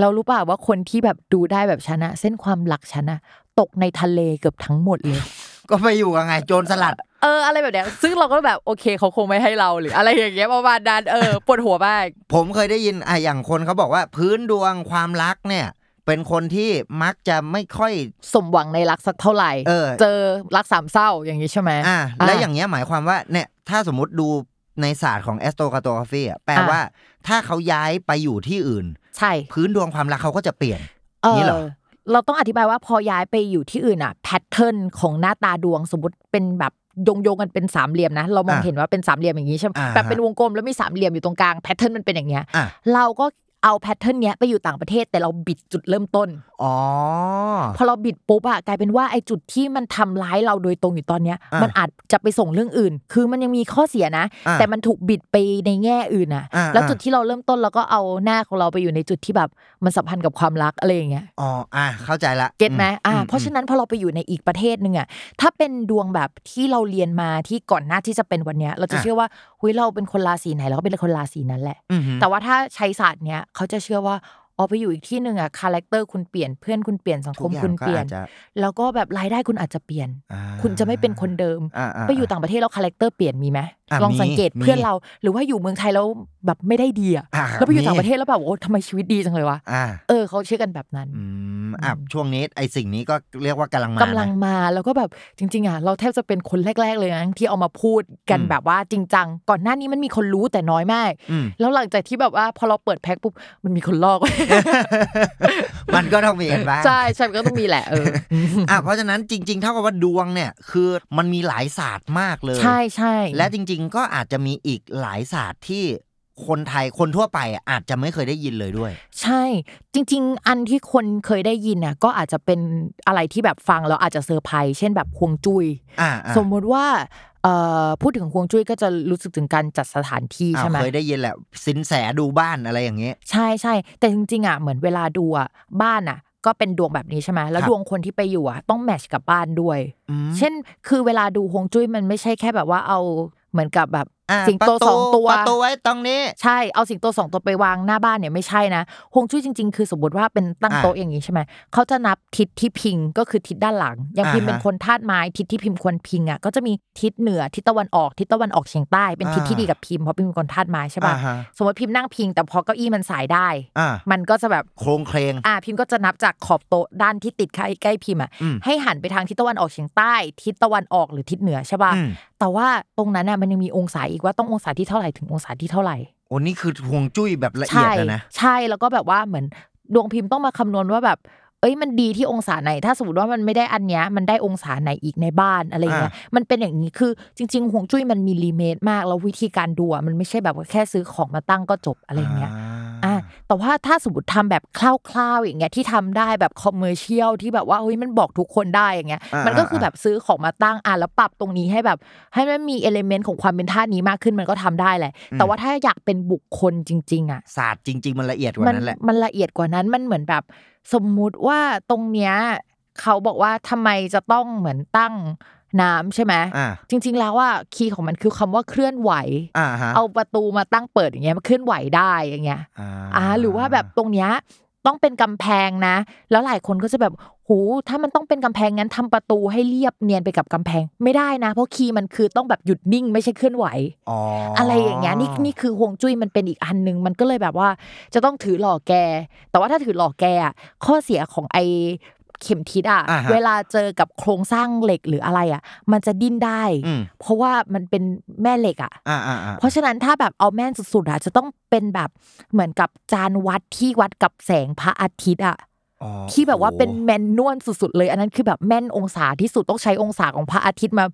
Speaker 3: เรารู้ป่าวว่าคนที่แบบดูได้แบบชนะ เส้นความรักชนะ ตกในทะเลเกือบทั้งหมดเลย
Speaker 2: ก็ไปอยู่กับไงโจรสลัด
Speaker 3: เอออะไรแบบเนี้ยซึ่งเราก็แบบโอเคเขาคงไม่ให้เราหรืออะไรอย่างเงี้ยประมาณนั้นเอ อปวดหัวมาก
Speaker 2: ผมเคยได้ยินอ่ะอย่างคนเขาบอกว่าพื้นดวงความรักเนี่ย เป็นคนที่มักจะไม่ค่อย
Speaker 3: สมหวังในรักสักเท่าไหร่
Speaker 2: เออ
Speaker 3: เจอรักสามเศร้าอย่างนี้ใช่ไหม
Speaker 2: อ่า
Speaker 3: อ่ะ
Speaker 2: แล้วอย่างเงี้ยหมายความว่าเนี่ยถ้าสมมติดูในศาสตร์ของแอสโตคาโตกราฟีอ่ะแปล
Speaker 3: อ่ะ
Speaker 2: ว่า ถ้าเขาย้ายไปอยู่ที่อื่น
Speaker 3: ใช่
Speaker 2: พื้นดวงความรักเขาก็จะเปลี่ยน
Speaker 3: เอ
Speaker 2: นี่
Speaker 3: อ
Speaker 2: เหรอ
Speaker 3: เราต้องอธิบายว่าพอย้ายไปอยู่ที่อื่นอ่ะแพทเทิร์นของหน้าตาดวงสมมติเป็นแบบโยงโยงๆกันเป็นสามเหลี่ยมนะ เรามอง
Speaker 2: อ่ะ
Speaker 3: เห็นว่าเป็นสามเหลี่ยมอย่างนี้ใช่ไหม
Speaker 2: อ่าฮะ
Speaker 3: แบบเป็นวงกลมแล้วมีสามเหลี่ยมอยู่ตรงกลางแพทเทิร์นมันเป็นอย่างเงี้ย
Speaker 2: อ่ะ
Speaker 3: เราก็เอาแพทเทิร์นเนี้ยไปอยู่ต่างประเทศแต่เราบิดจุดเริ่มต้น
Speaker 2: อ๋อ
Speaker 3: พอเราบิดปุ๊บอะกลายเป็นว่าไอ้จุดที่มันทำร้ายเราโดยตรงอยู่ตอนเนี้ย
Speaker 2: อ่ะ
Speaker 3: มันอาจจะไปส่งเรื่องอื่น คือมันยังมีข้อเสียนะ
Speaker 2: อ่ะ
Speaker 3: แต่มันถูกบิดไปในแง่อื่นอะ
Speaker 2: อ่ะ
Speaker 3: แล้ว
Speaker 2: อ่ะ
Speaker 3: จุดที่เราเริ่มต้นเราก็เอาหน้าของเราไปอยู่ในจุดที่แบบมันสัมพันธ์กับความรักอะไรอย่างเงี้ย
Speaker 2: อ๋ออ่ะเข้าใจละ
Speaker 3: เก็ตไหมอ่า
Speaker 2: ม
Speaker 3: เพราะฉะนั้นพอเราไปอยู่ในอีกประเทศหนึ่งอ่ะ ถ้าเป็นดวงแบบที่เราเรียนมาที่ก่อนหน้าที่จะเป็นวันเนี้ย เราจะเชื่อว่าหุยเราเป็นคนราศีไหนเราก็เป็นคนราศีนั้นแหละ
Speaker 2: อืมอืม
Speaker 3: แต่ว่าถ้าใช้ศาสตร์เนี้ยเขาจะเชื่อว่าอ๋อไปอยู่อีกที่หนึ่งอ่ะคาแรคเตอร์คุณเปลี่ยนเพื่อนคุณเปลี่ยนสังค
Speaker 2: ทุก
Speaker 3: ม
Speaker 2: อย่า
Speaker 3: คุณ
Speaker 2: ก็
Speaker 3: เปลี่ย
Speaker 2: อาน จจะ
Speaker 3: แล้วก็แบบรายได้คุณอาจจะเปลี่ยน
Speaker 2: อ่า
Speaker 3: คุณจะไม่เป็นคนเดิม
Speaker 2: อ่ะะ
Speaker 3: ไปอยู่ต่างประเทศแล้วคาแรคเตอร์เปลี่ยนมีไหม
Speaker 2: อ่ะ
Speaker 3: ลองสังเกต
Speaker 2: มี
Speaker 3: เพื่อน
Speaker 2: มี
Speaker 3: เรา หรือว่าอยู่เมืองไทยแล้วแบบไม่ได้ดีอ่ะ
Speaker 2: อ่ะ
Speaker 3: แล้วไปอยู่ต่าง
Speaker 2: มี
Speaker 3: ประเทศแล้วแบบโอ้ทำไมชีวิตดีจังเลยวะ
Speaker 2: อ่ะ
Speaker 3: เออเขาเชื่อกันแบบนั้น
Speaker 2: อืมอ่ะ
Speaker 3: อืม
Speaker 2: ช่วงนี้ไอสิ่งนี้ก็เรียกว่ากำลังมาก
Speaker 3: ำลัง
Speaker 2: นะ
Speaker 3: มาแล้วก็แบบจริง ๆอ่ะเราแทบจะเป็นคนแรก ๆ เลยนะที่เอามาพูดกัน
Speaker 2: อืม
Speaker 3: แบบว่าจริงจังก่อนหน้านี้มันมีคนรู้แต่น้อยมาก
Speaker 2: อืม
Speaker 3: แล้วหลังจากที่แบบว่าพอเราเปิดแพ็คปุ๊บมันมีคนลอก
Speaker 2: มันก็ต้องมีกันบ้าง
Speaker 3: ใช่ใช่มันก็ต้องมีแหละเออ
Speaker 2: อ่ะเพราะฉะนั้นจริง ๆ เท่ากับว่าดวงเนี่ย คือมัน มีหลายศาสตร์มากเลย
Speaker 3: ใช่ใช่
Speaker 2: และจริง ๆ ก็อาจจะมีอีกหลายศาสตร์ที่ คนไทยคนทั่วไปอะอาจจะไม่เคยได้ยินเลยด้วย
Speaker 3: ใช่ จริง ๆ อันที่คนเคยได้ยินน่ะก็อาจจะเป็นอะไรที่แบบฟังแล้วอาจจะเซอร์ไพรส์เช่นแบบควงจุ้ย
Speaker 2: อ่าอ่า
Speaker 3: สมมุติว่าเอ่อพูดถึงควงจุ้ยก็จะรู้สึกถึงการจัดสถานที่
Speaker 2: อ่า
Speaker 3: ใช่ไหม
Speaker 2: เคยได้ยินแหละสินแสดูบ้านอะไรอย่างเงี้ย
Speaker 3: ใช่ใช่แต่จริงๆอ่ะเหมือนเวลาดูอ่ะบ้านอ่ะ ก็เป็นดวงแบบนี้ใช่ไหมแล้ว
Speaker 2: ครับ
Speaker 3: ดวงคนที่ไปอยู่อ่ะต้องแมทช์กับบ้านด้วย
Speaker 2: อืม
Speaker 3: เช่น คือเวลาดูฮวงจุ้ยมันไม่ใช่แค่แบบว่าเอาเหมือนกับแบบ
Speaker 2: อ่า
Speaker 3: สิงโต
Speaker 2: ประ
Speaker 3: สองตัว
Speaker 2: ประตูไว้ตรงนี้
Speaker 3: ใช่ เอาสิงโตสองตัวไปวางหน้าบ้านเนี่ยไม่ใช่นะฮวงจุ้ยจริง ๆ คือสมมติว่าเป็นตั้ง
Speaker 2: อ่า
Speaker 3: โต๊ะอย่างนี้ใช่ไหมเขาจะนับทิศที่พิงก็คือทิศด้านหลัง อย่างพิม
Speaker 2: อ่าฮะ
Speaker 3: เป็นคนธาตุไม้ทิศที่พิมควรพิงอ่ะก็จะมีทิศเหนือทิศตะวันออกทิศตะวันออกเฉียงใต้เป็นทิศ
Speaker 2: อ่า
Speaker 3: ที่ดีกับพิมเพราะพิมเป็นคนธาตุไม้ใช่ป่ะ
Speaker 2: อ่าฮะ
Speaker 3: สมมติพิมนั่งพิง แต่พอเก้าอี้มันสายได้
Speaker 2: อ่า
Speaker 3: มันก็จะแบบ
Speaker 2: โครงเครง
Speaker 3: อ่าพิมก็จะนับจากขอบโต๊ะด้านที่ติดใกล้ใกล้พิมอ่ะ
Speaker 2: อืม
Speaker 3: ให้หันไปทางทิศตะวันออกเฉียงใต้ ทิศตะวันออกหรือทิศเหนือใช่ป่ะ
Speaker 2: อืม
Speaker 3: แต่ว่าตรงนั้นน่ะมันยังมีองศาอีกว่าต้ององศาที่เท่าไหร่ถึงองศาที่เท่าไหร่
Speaker 2: โอ้นี่คือห่วงจุ้ยแบบละเอียดเลยนะ
Speaker 3: ใช่แล้วก็แบบว่าเหมือนดวงพิมพ์ต้องมาคำนวณว่าแบบ เอ้ยมันดีที่องศาไหน ถ้าสมมติว่ามันไม่ได้อันเนี้ยมันได้องศาไหนอีกในบ้านอะไรเงี้ยมันเป็นอย่างนี้คือจริงๆห่วงจุ้ยมันมีลิเมตมากแล้ววิธีการดูอะมันไม่ใช่แบบว่าแค่ซื้อของมาตั้งก็จบอะไรเงี้ยอ่ะแต่ว่าถ้าสมมติทำแบบคร่าวๆอย่างเงี้ยที่ทำได้แบบคอมเมอร์เชียลที่แบบว่าเฮ้ยมันบอกทุกคนได้อย่างเงี้ย
Speaker 2: อ่ามั
Speaker 3: มันก็คืออา แบบซื้อของมาตั้งอ่ะแล้วปรับตรงนี้ให้แบบ ให้มันมีเอลเมนต์ของความเป็นท่าตุนี้มากขึ้นมันก็ทำได้แหละ แต่ว่าถ้าอยากเป็นบุคคลจริงๆอ่ะ
Speaker 2: ศาสตร์จริง ๆ มันละเอียดกว่านั้นแหละ
Speaker 3: มันมันละเอียดกว่านั้นมันเหมือนแบบ สมมุติว่าตรงเนี้ยเขาบอกว่าทำไมจะต้องเหมือนตั้งน้ำใช่ไหม
Speaker 2: อ่า
Speaker 3: จริง ๆ แล้วว่าคีย์ของมันคือคำว่าเคลื่อนไหว
Speaker 2: อ่าฮะ
Speaker 3: เอาประตูมาตั้งเปิดอย่างเงี้ยมันเคลื่อนไหวได้อย่างเงี้ย
Speaker 2: อ่า
Speaker 3: อ่าหรือว่าแบบตรงเนี้ยต้องเป็นกำแพงนะ แล้วหลายคนก็จะแบบหูถ้ามันต้องเป็นกำแพงงั้นทำประตูให้เรียบเนียนไปกับกำแพงไม่ได้นะ เพราะคีย์มันคือต้องแบบหยุดนิ่งไม่ใช่เคลื่อนไหว
Speaker 2: อ๋ออ
Speaker 3: อะไรอย่างเงี้ยนี่นี่คือฮวงจุ้ยมันเป็นอีกอันหนึ่งมันก็เลยแบบว่าจะต้องถือหล่อแก แต่ว่าถ้าถือหล่อแกอะข้อเสียของไอเข็มทิศอะ
Speaker 2: าฮะ
Speaker 3: เวลาเจอกับโครงสร้างเหล็กหรืออะไรอะมันจะดิ้นได้
Speaker 2: อืม
Speaker 3: เพราะว่ามันเป็นแม่เหล็กอะ
Speaker 2: อ่าอ่าอ่า
Speaker 3: เพราะฉะนั้นถ้าแบบเอาแม่นสุดๆอะจะต้องเป็นแบบเหมือนกับจานวัดที่วัดกับแสงพระอาทิตย์อะ
Speaker 2: อ๋อ
Speaker 3: ที่แบบว่าเป็น
Speaker 2: โอ้โห
Speaker 3: แมนนวลสุดๆเลยอันนั้นคือแบบแม่นองศาที่สุดต้องใช้องศาของพระอาทิตย์มา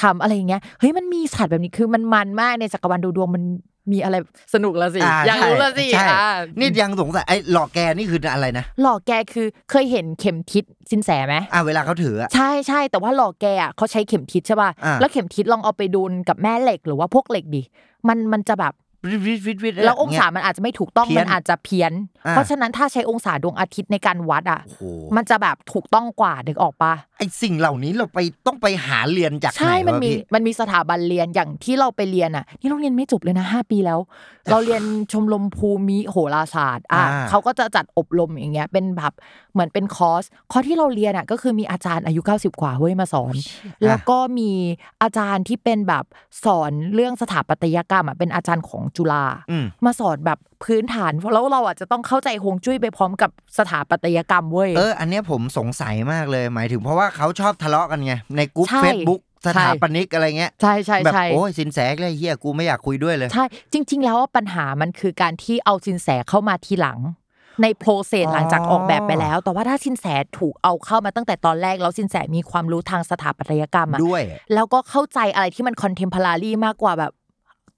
Speaker 3: ทำอะไรอย่างเงี้ยเฮ้ยมันมีศาสตร์แบบนี้คือมันมันมากในจักรวาลดูดวงมันมีอะไรสนุกละสิ
Speaker 2: อ่า
Speaker 3: อยากรู้
Speaker 2: ใช่
Speaker 3: ละสิ
Speaker 2: ใช่
Speaker 3: อ่า
Speaker 2: นี่ยังสงสัยไอ้หลอกแกนี่คืออะไรนะ
Speaker 3: หล่อแกคือเคยเห็นเข็มทิศสินแสไหม
Speaker 2: อ่าเวลาเขาถืออ่ะ
Speaker 3: ใช่ใช่แต่ว่าหล่อแกอ่ะเขาใช้เข็มทิศใช่ป่ะ
Speaker 2: อ่า
Speaker 3: แล้วเข็มทิศลองเอาไปดูนกับแม่เหล็กหรือว่าพวกเหล็กดิมันมันจะแบบ
Speaker 2: วิดวิดวิดวิด
Speaker 3: แล้วอง
Speaker 2: เย
Speaker 3: ศามันอาจจะไม่ถูกต้อง
Speaker 2: เพี้ย
Speaker 3: มัน นอาจจะเพี้ยน
Speaker 2: อ่า
Speaker 3: เพราะฉะนั้นถ้าใช้องศาดวงอาทิตย์ในการวัดอ่ะ
Speaker 2: โอ้โห
Speaker 3: มันจะแบบถูกต้องกว่านึกออกปะ
Speaker 2: ไอสิ่งเหล่านี้เราไปต้องไปหาเรียนจากไหน
Speaker 3: ใช่ มัน
Speaker 2: วะ
Speaker 3: มี
Speaker 2: พี่
Speaker 3: มันมีสถาบันเรียนอย่างที่เราไปเรียนอ่ะ นี่เราเรียนไม่จบเลยนะห้าปีแล้ว เราเรียนชมรมภูมิโหราศาสตร์ อ่ะ
Speaker 2: อ่า
Speaker 3: เขาก็จะจัดอบรมอย่างเงี้ย เป็นแบบเหมือนเป็นคอร์ส คอร์สที่เราเรียนอ่ะก็คือมีอาจารย์อายุ 90 กว่าเว้ยมาสอน แล้วก็มีอาจารย์ที่เป็นแบบสอนเรื่องสถาปัตยกรรมอ่ะ เป็นอาจารย์ของจุฬา
Speaker 2: อืม
Speaker 3: มาสอนแบบพื้นฐาน เพราะแล้วเราอ่ะจะต้องเข้าใจฮวงจุ้ยไปพร้อมกับสถาปัตยกรรมเว้ย
Speaker 2: เออ อันเนี้ยผมสงสัยมากเลยหมายถึงเพราะว่าเขาชอบทะเลาะกันไง ในกลุ่ม
Speaker 3: ใช่
Speaker 2: เฟซบุ๊กสถาปนิกอะไรเงี้ย
Speaker 3: ใช่ใช่
Speaker 2: แบบ
Speaker 3: ใช่
Speaker 2: โอ้ยสินแสอีกเลยเฮียกูไม่อยากคุยด้วยเลย
Speaker 3: ใช่ จริง ๆ แล้วว่าปัญหามันคือการที่เอาสินแสเข้ามาทีหลัง ในโปรเซส
Speaker 2: อ๋อ
Speaker 3: หลังจากออกแบบไปแล้ว แต่ว่าถ้าสินแสถูกเอาเข้ามาตั้งแต่ตอนแรก แล้วสินแสมีความรู้ทางสถาปัตยกรรมอะ
Speaker 2: ด้วย
Speaker 3: แล้วก็เข้าใจอะไรที่มันคอนเทมพลารีมากกว่าแบบ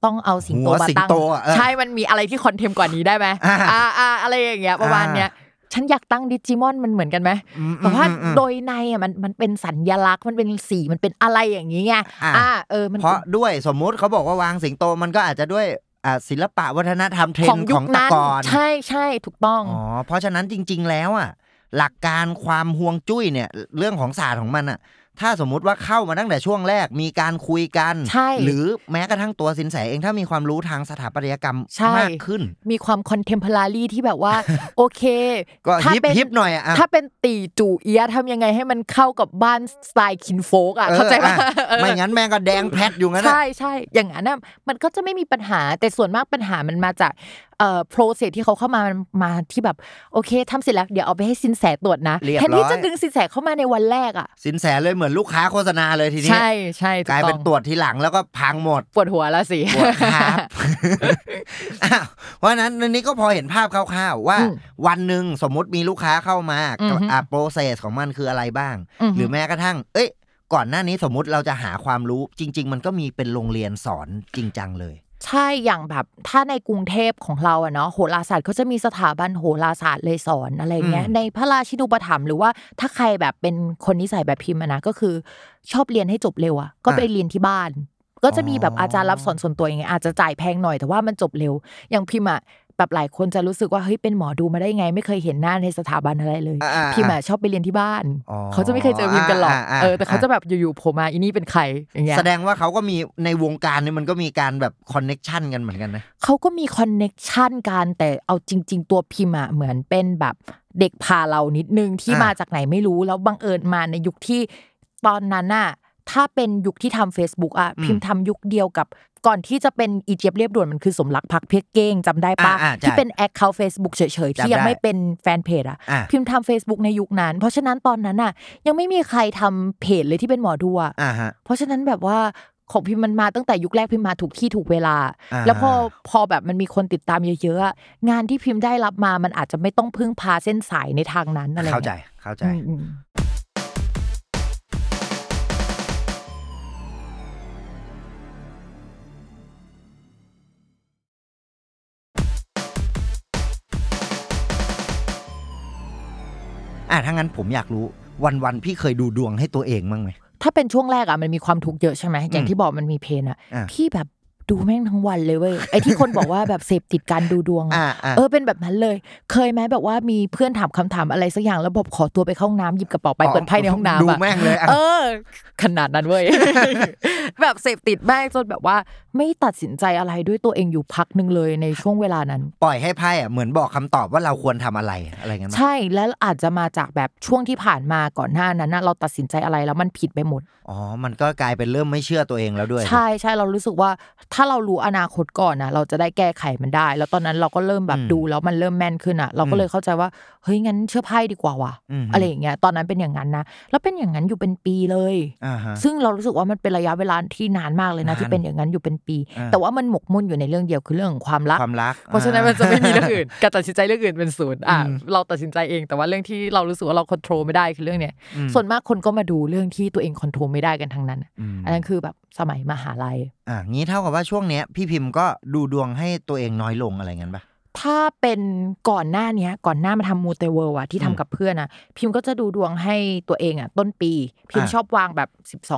Speaker 3: ต้องเอาสิงโต
Speaker 2: หัว
Speaker 3: มา
Speaker 2: สิง
Speaker 3: ตั้ง
Speaker 2: โตอะเออ
Speaker 3: ใช่มันมีอะไรที่คอนเทมกว่านี้ได้ไหม
Speaker 2: อ่า
Speaker 3: อ่าอ่าอะไรอย่างเงี้ยประมาณเนี้ยฉันอยากตั้งดิจิมอนมันเหมือนกันไหม
Speaker 2: อืม
Speaker 3: แต่ว่า
Speaker 2: อืมอืม
Speaker 3: โดยในอะมันมันเป็นสัญลักษณ์มันเป็นสีมันเป็นอะไรอย่างนี้ไง
Speaker 2: อ่ะ
Speaker 3: อ่าเออมัน
Speaker 2: เพราะด้วยสมมุติเขาบอกว่าวางสิงโตมันก็อาจจะด้วยอ่าศิลปะวัฒนธรรมเทรนด์ของตะกอน
Speaker 3: ใช่ใช่ถูกต้อง
Speaker 2: อ๋อเพราะฉะนั้นจริง ๆ แล้วอ่ะหลักการความห่วงจุ้ยเนี่ยเรื่องของศาสตร์ของมันอ่ะ ถ้าสมมุติว่าเข้ามาตั้งแต่ช่วงแรกมีการคุยกัน
Speaker 3: ใช่
Speaker 2: หรือแม้กระทั่งตัวสินแสเองถ้ามีความรู้ทางสถาปัตยกรรม
Speaker 3: ใช่
Speaker 2: มากขึ้น
Speaker 3: มีความคอนเทมพลารีที่แบบ ว่า โอเค
Speaker 2: ก็
Speaker 3: ถ้า
Speaker 2: ฮิป
Speaker 3: เป็น
Speaker 2: ฮิปหน่อยอะอ่ะ
Speaker 3: ถ้าเป็นตีจู่เอียะทำยังไงให้มันเข้ากับบ้านสไตล์คินโฟกอ่ะ
Speaker 2: เออ
Speaker 3: เข้าใจปะ
Speaker 2: อ่ะ
Speaker 3: เออ
Speaker 2: ไม่งั้นแม่งก็แดงแพทอยู่งั้นอะ
Speaker 3: ใช่ใช่อย่างนั้นน่ะมันก็จะไม่มีปัญหาแต่ส่วนมากปัญหามันมาจากเอ่อโปรเซสที่เขาเข้ามามันมาที่แบบโอเคทำเสร็จแล้วเดี๋ยวเอาไปให้สินแสตรวจนะ
Speaker 2: เรียบ
Speaker 3: แทน
Speaker 2: ร้
Speaker 3: ที่
Speaker 2: อ
Speaker 3: จะ
Speaker 2: ย
Speaker 3: ดึงสินแสเข้ามาในวันแรกอ่ะ
Speaker 2: สินแสเลยเหมือนลูกค้าโฆษณาเลยทีนี้
Speaker 3: ใช่ใช่ถู
Speaker 2: กลายเป็น
Speaker 3: อง
Speaker 2: ตรวจทีหลังแล้วก็พังหมด
Speaker 3: ปวดหัวละสิ
Speaker 2: ปวดครับ อ้าวเพราะฉะนั้นอันนี้ก็พอเห็นภาพคร่าวๆ ว่า
Speaker 3: อืม
Speaker 2: วันหนึ่งสมมติมีลูกค้าเข้ามา
Speaker 3: อือฮึ
Speaker 2: อ่าโปรเซสของมันคืออะไรบ้าง
Speaker 3: อือฮึ
Speaker 2: หรือแม้กระทั่ง เอ้ย ก่อนหน้านี้สมมติเราจะหาความรู้จริง ๆ มันก็มีเป็นโรงเรียนสอนจริงจังเลย
Speaker 3: ใช่อย่างแบบถ้าในกรุงเทพของเราอะเนาะโหราศาสตร์เขาจะมีสถาบันโหราศาสตร์เลยสอนอะไรเงี้ย
Speaker 2: อืม
Speaker 3: ในพระราชินูปถัมภ์หรือว่าถ้าใครแบบเป็นคนนิสัยแบบพิมพ์อะนะก็คือชอบเรียนให้จบเร็วอะก็ไปเรียนที่บ้าน ก็จะมีแบบอาจารย์รับสอนส่วนตัวอย่างเงี้ยอาจจะจ่ายแพงหน่อยแต่ว่ามันจบเร็ว อย่างพิมพ์อะแบบหลายคนจะรู้สึกว่าเฮ้ยเป็นหมอดูมาได้ไง ไม่เคยเห็นหน้าในสถาบันอะไรเลย
Speaker 2: อ่าอ่า
Speaker 3: พิมพ์อะชอบไปเรียนที่บ้าน
Speaker 2: อ๋อ
Speaker 3: เขาจะไม่เคยเจอพิมพ์กันหรอก
Speaker 2: าา
Speaker 3: เออแต่เขาจะแบบอยู่ๆโผล่มาอีนี่เป็นใครอย่างเงี้ย
Speaker 2: แสดงว่าเขาก็มีในวงการนี่มันก็มีการแบบคอนเน็ชันกันเหมือนกันนะ
Speaker 3: เขาก็มีคอนเน็กชันกันแต่เอาจริง ๆ ตัวพิมพ์อะเหมือนเป็นแบบเด็กพาเรานิดนึงที่
Speaker 2: อ่าม
Speaker 3: มาจากไหนไม่รู้แล้วบังเอิญมาในยุคที่ตอนนั้นอะถ้าเป็นยุคที่ทำ Facebook อะพิมพ์ทำยุคเดียวกับ ก่อนที่จะเป็นอีเจี๊ยบเรียบด่วนมันคือสมรักพักเพียกเก้งจำได้ปะ
Speaker 2: อ่าอ่าใช่
Speaker 3: ที่เป็นแอคเคาท์ Facebook เฉยๆ ที่
Speaker 2: จำได้
Speaker 3: ยังไม่เป็นแฟนเพจอะ
Speaker 2: อ่ะ
Speaker 3: พิมพ์ทำ Facebook ในยุคนั้น เพราะฉะนั้นตอนนั้นอะยังไม่มีใครทำเพจเลยที่เป็นหมอดูอะ
Speaker 2: อ่าฮะ
Speaker 3: เพราะฉะนั้นแบบว่าของพิมพ์มันมาตั้งแต่ยุคแรกพิมพ์มาถูกที่ถูกเวลา
Speaker 2: า
Speaker 3: แล้วพอพอแบบมันมีคนติดตามเยอะๆอะงานที่พิมพ์ได้รับมามันอาจจะไม่ต้องพึ่งพาเส้นสายในทางนั้นอะไร
Speaker 2: เข้าใจ
Speaker 3: งี้ย
Speaker 2: เข้าใจ
Speaker 3: อืมอืม
Speaker 2: อ่ะถ้างั้นผมอยากรู้วันวันๆพี่เคยดูดวงให้ตัวเองบ้างไหม
Speaker 3: ถ้าเป็นช่วงแรกอ่ะมันมีความทุกข์เยอะใช่ไหมอย่าง
Speaker 2: อืม
Speaker 3: ที่บอกมันมีเพนอ่ะ
Speaker 2: อ่า
Speaker 3: พี่แบบดูแม่งทั้งวันเลย เว้ยไอ้ที่คนบอกว่าแบบเสพติดการดูดวงอะ
Speaker 2: อ่าอ่า
Speaker 3: เออเป็นแบบนั้นเลย เคยไหมแบบว่ามีเพื่อนถามคำถามอะไรสักอย่างแล้วบอกขอตัวไปเข้าห้องน้ำหยิบกระเป๋าไปเปิดไพ่ในห้องน้ำอะ
Speaker 2: ดูแม่งเลยอ่ะ
Speaker 3: เออ ขนาดนั้นเว้ย แบบเสพติดแม่งจนแบบว่า ไม่ตัดสินใจอะไรด้วยตัวเองอยู่พักหนึ่งเลยในช่วงเวลานั้น
Speaker 2: ปล่อยให้ไพ่อ่ะเหมือนบอกคำตอบว่าเราควรทำอะไรอะไรเงี้ยมั้ย
Speaker 3: ใช่แล้วอาจจะมาจากแบบช่วงที่ผ่านมาก่อนหน้านั้นน่ะเราตัดสินใจอะไรแล้วมันผิดไปหมด
Speaker 2: อ๋อ มันก็กลายเป็นเริ่มไม่เชื่อตัวเองแล้วด้วย
Speaker 3: ใช่ใช่เรารู้สึกว่าถ้าเรารู้อนาคตก่อนนะเราจะได้แก้ไขมันได้ แล้วตอนนั้นเราก็เริ่มแบบดูแล้วมันเริ่มแม่นขึ้นอ่ะ เราก็เลยเข้าใจว่าเฮ้ยงั้นเชื่อไพ่ดีกว่าว่ะ
Speaker 2: ม
Speaker 3: อะไรอย่างเงี้ยตอนนั้นเป็นอย่างนั้นนะแล้วเป็นอย่างนั้นอยู่เป็นปีเลย
Speaker 2: อ่าฮะ
Speaker 3: ซึ่งเรารู้สึกว่ามันเป็นระยะเวลาที่นานมากเลยนะ
Speaker 2: นาน
Speaker 3: ที่เป็นอย่างนั้นอยู่เป็นปี
Speaker 2: อ่า
Speaker 3: แต่ว่ามันหมกมุ่นอยู่ในเรื่องเดียวคือเรื่องของความรัก
Speaker 2: ความรัก
Speaker 3: เพราะฉะนั้นมันจะไม่มีเรื่อง อื่น การตัดสินใจเรื่องอื่นเป็นศูนย์อ่ะ
Speaker 2: อืม
Speaker 3: เราตัดสินใจเองแต่ว่าเรื่องที่เรารู้สึกว่าเราควบคุมไม่ได้คือเรื่องเนี้ย
Speaker 2: อืม
Speaker 3: ส่วนมากคนก็มาดูเรื่องที่ตัวเองควบคุมไม่ได้กันทั้งนั้น
Speaker 2: ม
Speaker 3: อันนั้นคือแบบสมัยมหาลัย
Speaker 2: อ่างี้เท่ากับว่าช่วงเนี้ยพี่พิมพ์ก็ดูดวงให้ตัวเองน้อยลงอะไรเงี้ยป่ะ
Speaker 3: ถ้าเป็นก่อนหน้าเนี้ยก่อนหน้ามาทำมูเตเวิร์อะที่
Speaker 2: อื
Speaker 3: ทำ
Speaker 2: ม
Speaker 3: กับเพื่อนอะพิมก็จะดูดวงให้ตัวเองอะต้นปี พิม
Speaker 2: อ่า
Speaker 3: ชอบวางแบบ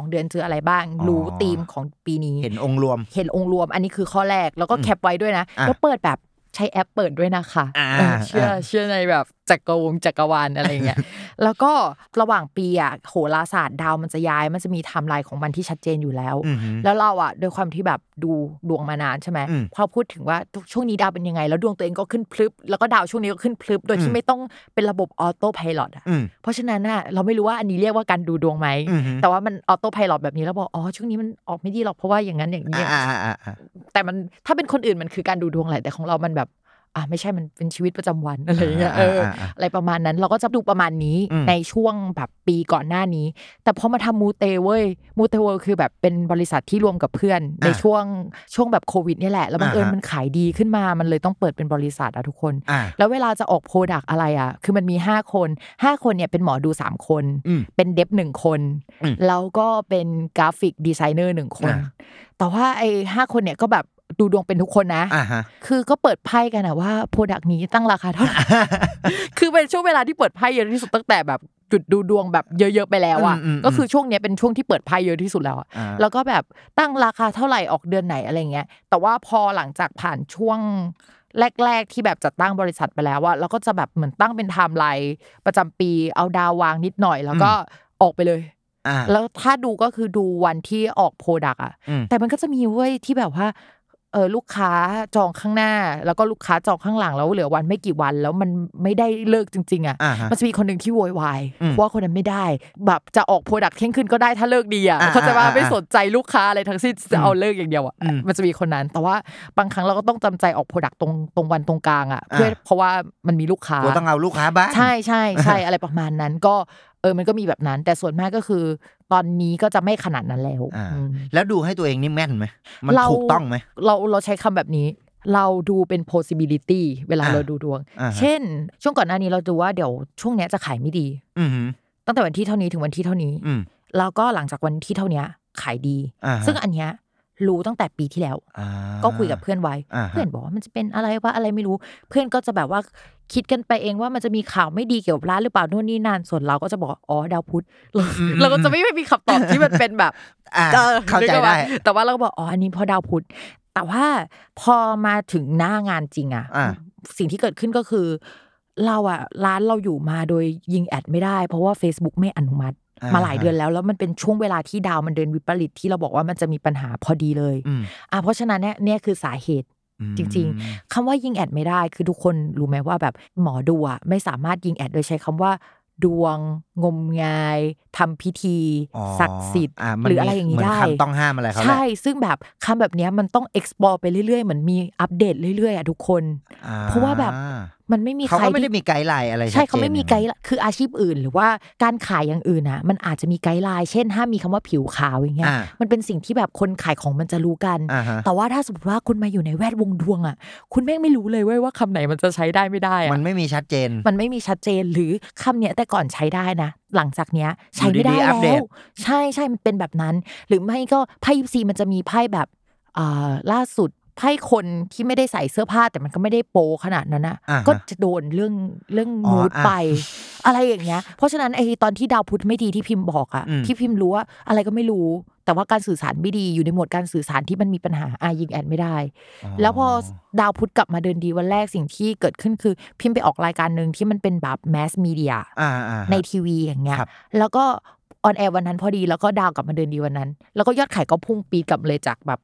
Speaker 3: 12 เดือนเจออะไรบ้าง
Speaker 2: อ๋อ
Speaker 3: รู้ธีมของปีนี้
Speaker 2: เห็นองค์รวม
Speaker 3: เห็นองค์รวมอันนี้คือข้อแรกแล้วก็
Speaker 2: อืม
Speaker 3: แคปไว้ด้วยนะ
Speaker 2: อ่ะ
Speaker 3: แล้วเปิดแบบใช้แอปเปิดด้วยนะคะ
Speaker 2: อ่า
Speaker 3: เออเชื่อ
Speaker 2: อ่า
Speaker 3: เชื่อในแบบจักรวงจักรวาลอะไร อย่างเงี้ย แล้วก็ระหว่างปีอ่ะโหราศาสตร์ดาวมันจะย้ายมันจะมีไทม์ไลน์ของมันที่ชัดเจนอยู่แล้ว
Speaker 2: อือหือ
Speaker 3: แล้วเราอ่ะโดวยความที่แบบดูดวงมานานใช่ไหม
Speaker 2: อืม
Speaker 3: พอพูดถึงว่าทุกช่วงนี้ดาวเป็นยังไง แล้วดวงตัวเองก็ขึ้นพลึบแล้วก็ดาวช่วงนี้ก็ขึ้นพลึบโดย
Speaker 2: อื
Speaker 3: ที่
Speaker 2: ม
Speaker 3: ไม่ต้องเป็นระบบออโต้พายโอ่ะ
Speaker 2: อืม
Speaker 3: เพราะฉะนั้นน่ะเราไม่รู้ว่าอันนี้เรียกว่าการดูดวงไหม
Speaker 2: อือหือ
Speaker 3: แต่ว่ามันออโต้พายโแบบนี้แล้วบอกอ๋อช่วงนี้มันออกไม่ดีหรอกเพราะว่าอย่างนั้นอย่างนี้
Speaker 2: อ่าอ่าอ่าอ่า
Speaker 3: แต่มันถ้าเป็นคนอื่นมันคือการดูดวงแหละแต่ของเรามันแบบ อ่ะไม่ใช่มันเป็นชีวิตประจำวันอะไรอย่างเงี้ยเอออา
Speaker 2: อ่า
Speaker 3: อะไรประมาณนั้นเราก็จะดูประมาณนี้
Speaker 2: อืม
Speaker 3: ในช่วงแบบปีก่อนหน้านี้ แต่พอมาทำมูเตเว้ยมูเตเวอร์คือแบบเป็นบริษัทที่รวมกับเพื่อน ในช่วงช่วงแบบโควิดเนี่ยแหละแล้วบังเอิญมันขายดีขึ้นมามันเลยต้องเปิดเป็นบริษัทอะทุกคน
Speaker 2: อ่า
Speaker 3: แล้วเวลาจะออกโปรดักอะไรอ่ะ คือมันมี 5 คน 5 คนเนี่ยเป็นหมอดู 3 คน
Speaker 2: อืม
Speaker 3: เป็นเดฟหนึ่งคน
Speaker 2: อืม
Speaker 3: แล้วก็เป็นกราฟิกดีไซเนอร์หนึ่งคน
Speaker 2: อ่า
Speaker 3: แต่ว่าไอ้ห้าคนเนี่ยก็แบบดูดวงเป็นทุกคนนะ
Speaker 2: อ่าฮะ
Speaker 3: คือก็เปิดไพ่กันอะว่าโปรดักนี้ตั้งราคาเท่าไหร่ คือเป็นช่วงเวลาที่เปิดไพ่เยอะที่สุดตั้งแต่แบบจุดดูดวงแบบเยอะๆไปแล้วอ่ะ
Speaker 2: อืมอืมอืม
Speaker 3: ก็คือช่วงเนี้ยเป็นช่วงที่เปิดไพ่เยอะที่สุดแล้วอะ
Speaker 2: อ่า
Speaker 3: แล้วก็แบบตั้งราคาเท่าไหร่ออกเดือนไหนอะไรเงี้ย แต่ว่าพอหลังจากผ่านช่วงแรก ๆ ที่แบบจัดตั้งบริษัทไปแล้วอะเราก็จะแบบเหมือนตั้งเป็นไทม์ไลน์ประจำปีเอาดาววางนิดหน่อย แล้วก็ออกไปเลย
Speaker 2: อ่า
Speaker 3: แล้วถ้าดูก็คือดูวันที่ออกโปรดักอะ
Speaker 2: อืม
Speaker 3: แต่มันก็จะมีเว้ยที่แบบว่าเออลูกค้าจองข้างหน้า แล้วก็ลูกค้าจองข้างหลังแล้วเหลือวันไม่กี่วันแล้วมันไม่ได้เลิกจริง ๆอะ
Speaker 2: อ่าฮะ
Speaker 3: มันจะมีคนหนึ่งที่โวยวาย
Speaker 2: อืม
Speaker 3: ว่าคนนั้นไม่ได้ แบบจะออกโปรดักเที่ยงคืนก็ได้ถ้าเลิกดีอ่ะ
Speaker 2: อ่า
Speaker 3: เขาใจะว่า
Speaker 2: อ่า
Speaker 3: ไม่สนใจลูกค้าอะไรทั้งสิ้นจะเอาเลิกอย่างเดียวอ่ะ
Speaker 2: อืม
Speaker 3: มันจะมีคนนั้น แต่ว่าบางครั้งเราก็ต้องจำใจออกโปรดักตรงตรงวันตรงกลางอ่ะ
Speaker 2: อ่า
Speaker 3: เพื่อเพราะว่ามันมีลูกค้า
Speaker 2: กูต้องเอาลูกค้าบ้าง
Speaker 3: ใช่ใช่ใช่อะไรประมาณนั้นก็เออมันก็มีแบบนั้น แต่ส่วนมากก็คือ ตอนนี้ก็จะไม่ขนาดนั้นแล้ว
Speaker 2: อ่า
Speaker 3: อืม
Speaker 2: แล้วดูให้ตัวเองนี่แม่นไหมมัน
Speaker 3: เรา
Speaker 2: ถูกต้องไหม
Speaker 3: เราเราใช้คำแบบนี้ เราดูเป็น possibility เวลา
Speaker 2: อ่า
Speaker 3: เราดูดวง
Speaker 2: อ่าฮะ
Speaker 3: เช่น ช่วงก่อนหน้านี้เราดูว่าเดี๋ยวช่วงเนี้ยจะขายไม่ดี
Speaker 2: อืมฮึ
Speaker 3: ตั้งแต่วันที่เท่านี้ถึงวันที่เท่านี้
Speaker 2: อืม
Speaker 3: แล้วก็หลังจากวันที่เท่าเนี้ยขายดี
Speaker 2: อ่าฮะ
Speaker 3: ซึ่งอันเนี้ย รู้ตั้งแต่ปีที่แล้ว
Speaker 2: อ่า
Speaker 3: ก็คุยกับเพื่อนไว้
Speaker 2: าฮะ
Speaker 3: เพื่อนบอกว่ามันจะเป็นอะไรวะอะไรไม่รู้ เพื่อนก็จะแบบว่าคิดกันไปเองว่ามันจะมีข่าวไม่ดีเกี่ยวกับร้านหรือเปล่านู่นนี่นั่นส่วนเราก็จะบอกว่าอ๋อดาวพุธเรา
Speaker 2: อืม
Speaker 3: เราก็จะไม่ไม่มีคำตอบที่มันเป็นแบบ
Speaker 2: อ่า
Speaker 3: ออ
Speaker 2: เข้าใจ
Speaker 3: นึกออกปะ
Speaker 2: ได้
Speaker 3: แต่ว่าเราก็บอกอ๋ออันนี้พอดาวพุธแต่ว่าพอมาถึงหน้างานจริงอะ
Speaker 2: อ่า
Speaker 3: สิ่งที่เกิดขึ้นก็คือ เราอะร้านเราอยู่มาโดยยิงแอดไม่ได้ เพราะว่า Facebook ไม่อนุมัติ มาหลายเดือนแล้ว แล้วมันเป็นช่วงเวลาที่ดาวมันเดินวิปริตที่เราบอกว่ามันจะมีปัญหาพอดีเลย
Speaker 2: อืม
Speaker 3: อ่ะเพราะฉะนั้นเนี่ยเนี่ยคือสาเหตุ จริง คำว่ายิงแอดไม่ได้คือทุกคนรู้ไหมว่าแบบหมอดูอะไม่สามารถยิงแอดโดยใช้คำว่า ดวง งมงายทำพิธี
Speaker 2: อ๋อ
Speaker 3: ศักดิ์สิทธิ์
Speaker 2: ามัน
Speaker 3: หรืออะไร
Speaker 2: มี
Speaker 3: อย่างนี้
Speaker 2: เหมืน
Speaker 3: ได้
Speaker 2: คำต้องห้ามอะไรเขาแหละ
Speaker 3: ใช่ ซึ่งแบบคำแบบเนี้ยมันต้อง explore ไปเรื่อยๆ เหมือนมีอัปเดตเรื่อยๆอ่ะทุกคน
Speaker 2: อ่
Speaker 3: เพราะว่าแบบ มันไม่มี
Speaker 2: เขา
Speaker 3: ใคร
Speaker 2: ก็ไม่ได้
Speaker 3: ที่
Speaker 2: มีไกด์ไลน์อะไร
Speaker 3: ใช่
Speaker 2: ชัดจน
Speaker 3: เขาไม่มีไกด์ละคืออาชีพอื่น หรือว่าการขายอย่างอื่นนะมันอาจจะมีไกด์ไลน์เช่นห้ามมีคำว่าผิวขาวอย่างเงี้ย
Speaker 2: อ่า
Speaker 3: มันเป็นสิ่งที่แบบคนขายของมันจะรู้กัน
Speaker 2: อ่าฮะ
Speaker 3: แต่ว่าถ้าสมมติว่าคุณมาอยู่ในแวดวงดวงอ่ะ คุณแม่งไม่รู้เลยเว้ยว่าคำไหนมันจะใช้ได้ไม่ได้อ่ะ
Speaker 2: มันไม่มีชัดเจน
Speaker 3: มันไม่มีชัดเจนหรือคำเนี้ยแต่ก่อนใช้ได้นะ หลังจากเนี้ยใช้ไม่ได้
Speaker 2: อยู่ดีๆอัปเด
Speaker 3: แล้
Speaker 2: ต
Speaker 3: วใช่ใช่มันเป็นแบบนั้น หรือไม่ก็ไพ่ยิปซีมันจะมีไพ่แบบอ่าล่าสุดไพ่คนที่ไม่ได้ใส่เสื้อผ้าแต่มันก็ไม่ได้โปขนาดนั้นอ่ะ
Speaker 2: อ่าฮะ
Speaker 3: ก็จะโดนเรื่องเรื่อง
Speaker 2: อ๋อ
Speaker 3: มูด
Speaker 2: อ่ะ
Speaker 3: ไป อะไรอย่างเงี้ย เพราะฉะนั้นไอ้ตอนที่ดาวพุธไม่ดีที่พิมพ์บอกอ่ะ
Speaker 2: อืม
Speaker 3: ที่พิมพ์รู้ว่าอะไรก็ไม่รู้ แต่ว่าการสื่อสารไม่ดีอยู่ในหมวดการสื่อสารที่มันมีปัญหาอายิงแอดไม่ได้ แล้วพอดาวพุธกลับมาเดินดีวันแรกสิ่งที่เกิดขึ้นคือ พิมพ์ไปออกรายการหนึ่งที่มันเป็นแบบแมสมีเดีย
Speaker 2: อ่าอ่า
Speaker 3: ในทีวีอย่างเงี้ย
Speaker 2: ครับ
Speaker 3: แล้วก็ออนแอร์วันนั้นพอดี แล้วก็ดาวกลับมาเดินดีวันนั้น แล้วก็ยอดขายก็พุ่งปีดกลับเลยจากแบบ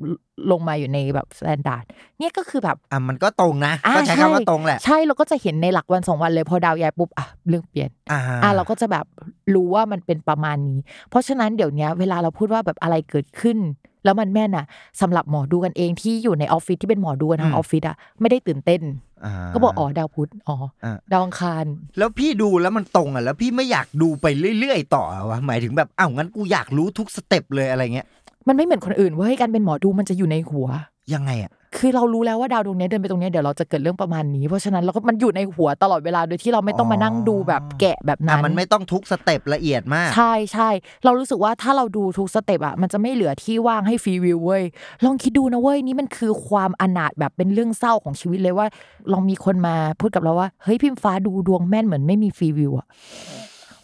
Speaker 3: ลงมาอยู่ในแบบสแตนดาร์ดเนี่ยก็คือแบบ
Speaker 2: อ่ะมันก็ตรงนะ
Speaker 3: อ่า
Speaker 2: ก็ใช้
Speaker 3: ใช่
Speaker 2: คำว่าตรงแหละ
Speaker 3: ใช่เราก็จะเห็นในหลักวันสองวันเลยพอดาวย้ายปุ๊บอ่ะเรื่องเปลี่ยน
Speaker 2: อ่า
Speaker 3: อ่ะเราก็จะแบบรู้ว่ามันเป็นประมาณนี้ เพราะฉะนั้นเดี๋ยวเนี้ยเวลาเราพูดว่าแบบอะไรเกิดขึ้น แล้วมันแม่นอ่ะสำหรับหมอดูกันเองที่อยู่ในออฟฟิศที่เป็นหมอดูกันทางออฟฟิศอ่ะไม่ได้ตื่นเต้น
Speaker 2: า
Speaker 3: ก็บอกอ๋อดาวพุธอ๋ออา ดาวอังคาร
Speaker 2: แล้วพี่ดูแล้วมันตรงอ่ะแล้วพี่ไม่อยากดูไปเรื่อยๆต่อวะหมายถึงแบบอ้าวงั้นกูอยากรู้ทุกสเต็ปเลยอะไรเงี้ย
Speaker 3: มันไม่เหมือนคนอื่นเว้ยการเป็นหมอดูมันจะอยู่ในหัว
Speaker 2: ยังไงอ่ะ
Speaker 3: คือเรารู้แล้วว่าดาวดวงเนี้ยเดินไปตรงเนี้ยเดี๋ยวเราจะเกิดเรื่องประมาณนี้ เพราะฉะนั้นเราก็มันอยู่ในหัวตลอดเวลาโดยที่เราไม่ต้องมานั่งดูแบบแกะแบบ
Speaker 2: อ่ะ
Speaker 3: นั้น
Speaker 2: มันไม่ต้องทุกสเต็ปละเอียดมาก
Speaker 3: ใช่ใช่เรารู้สึกว่าถ้าเราดูทุกสเต็ปอะมันจะไม่เหลือที่ว่างให้ฟรีวิวเว้ยลองคิดดูนะเว้ยนี่มันคือความอนาถแบบเป็นเรื่องเศร้าของชีวิตเลยว่า ลองมีคนมาพูดกับเราว่าเฮ้ยพิมฟ้าดูดวงแม่นเหมือนไม่มีฟรีวิวอะ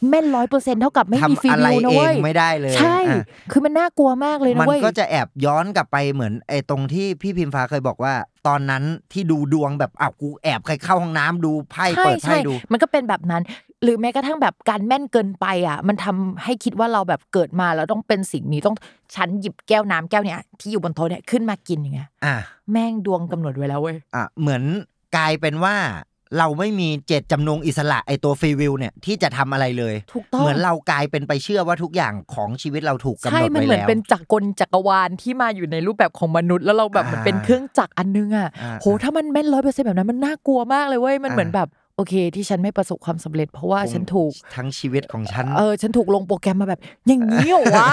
Speaker 3: แม่นร้อยเปอร์เซ็นเท่ากับไม่มีฟรี
Speaker 2: ทำอะไร
Speaker 3: วิวนะ
Speaker 2: เอง
Speaker 3: เว้ย
Speaker 2: ไม่ได้เลย
Speaker 3: ใช่
Speaker 2: อ่ะ
Speaker 3: คือมันน่ากลัวมากเลย
Speaker 2: มัน
Speaker 3: นะเว้ย
Speaker 2: ก็จะแอบย้อนกลับไปเหมือนไอ้ตรงที่พี่พิมฟ้าเคยบอกว่า ตอนนั้นที่ดูดวงแบบอ้าวกูแอบใครเข้าห้องน้ำดูไพ่
Speaker 3: ใช่
Speaker 2: เปิดไพ่
Speaker 3: ใช่
Speaker 2: ดู
Speaker 3: มันก็เป็นแบบนั้น หรือแม้กระทั่งแบบการแม่นเกินไปอ่ะ มันทำให้คิดว่าเราแบบเกิดมาแล้วต้องเป็นสิ่งนี้ต้องฉันหยิบแก้วน้ำแก้วเนี้ยที่อยู่บนโต๊ะเนี่ยขึ้นมากินอย่างเงี้ย
Speaker 2: อ่ะ
Speaker 3: แม่งดวงกำหนดไว้แล้วเว้ย
Speaker 2: อ่ะเหมือนกลายเป็นว่า เราไม่มีเจตจำนงอิสระไอ้ตัวฟรีวิวเนี่ยที่จะทำอะไรเลย
Speaker 3: ถูกต้อง
Speaker 2: เหมือนเรากลายเป็นไปเชื่อว่าทุกอย่างของชีวิตเราถูกกำหนด
Speaker 3: ใช่มัน
Speaker 2: ไว้
Speaker 3: เหมือน
Speaker 2: แล้ว
Speaker 3: เป็นจักรกลจักรวาลที่มาอยู่ในรูปแบบของมนุษย์ แล้วเราแบบ
Speaker 2: อ่ามั
Speaker 3: มันเป็นเครื่องจักรอันนึงอ่ะ
Speaker 2: อ่า
Speaker 3: โหถ้ามันแม่นร้อยเปอร์เซ็นต์แบบนั้นมันน่ากลัวมากเลยเว้ยมันเหมือน
Speaker 2: อ่า
Speaker 3: แบบโอเค ที่ฉันไม่ประสบความสำเร็จ เพราะว่าฉันถูก
Speaker 2: ทั้งชีวิตของฉัน
Speaker 3: เออฉันถูกลงโปรแกรมมาแบบ อย่างนี้เหรอวะ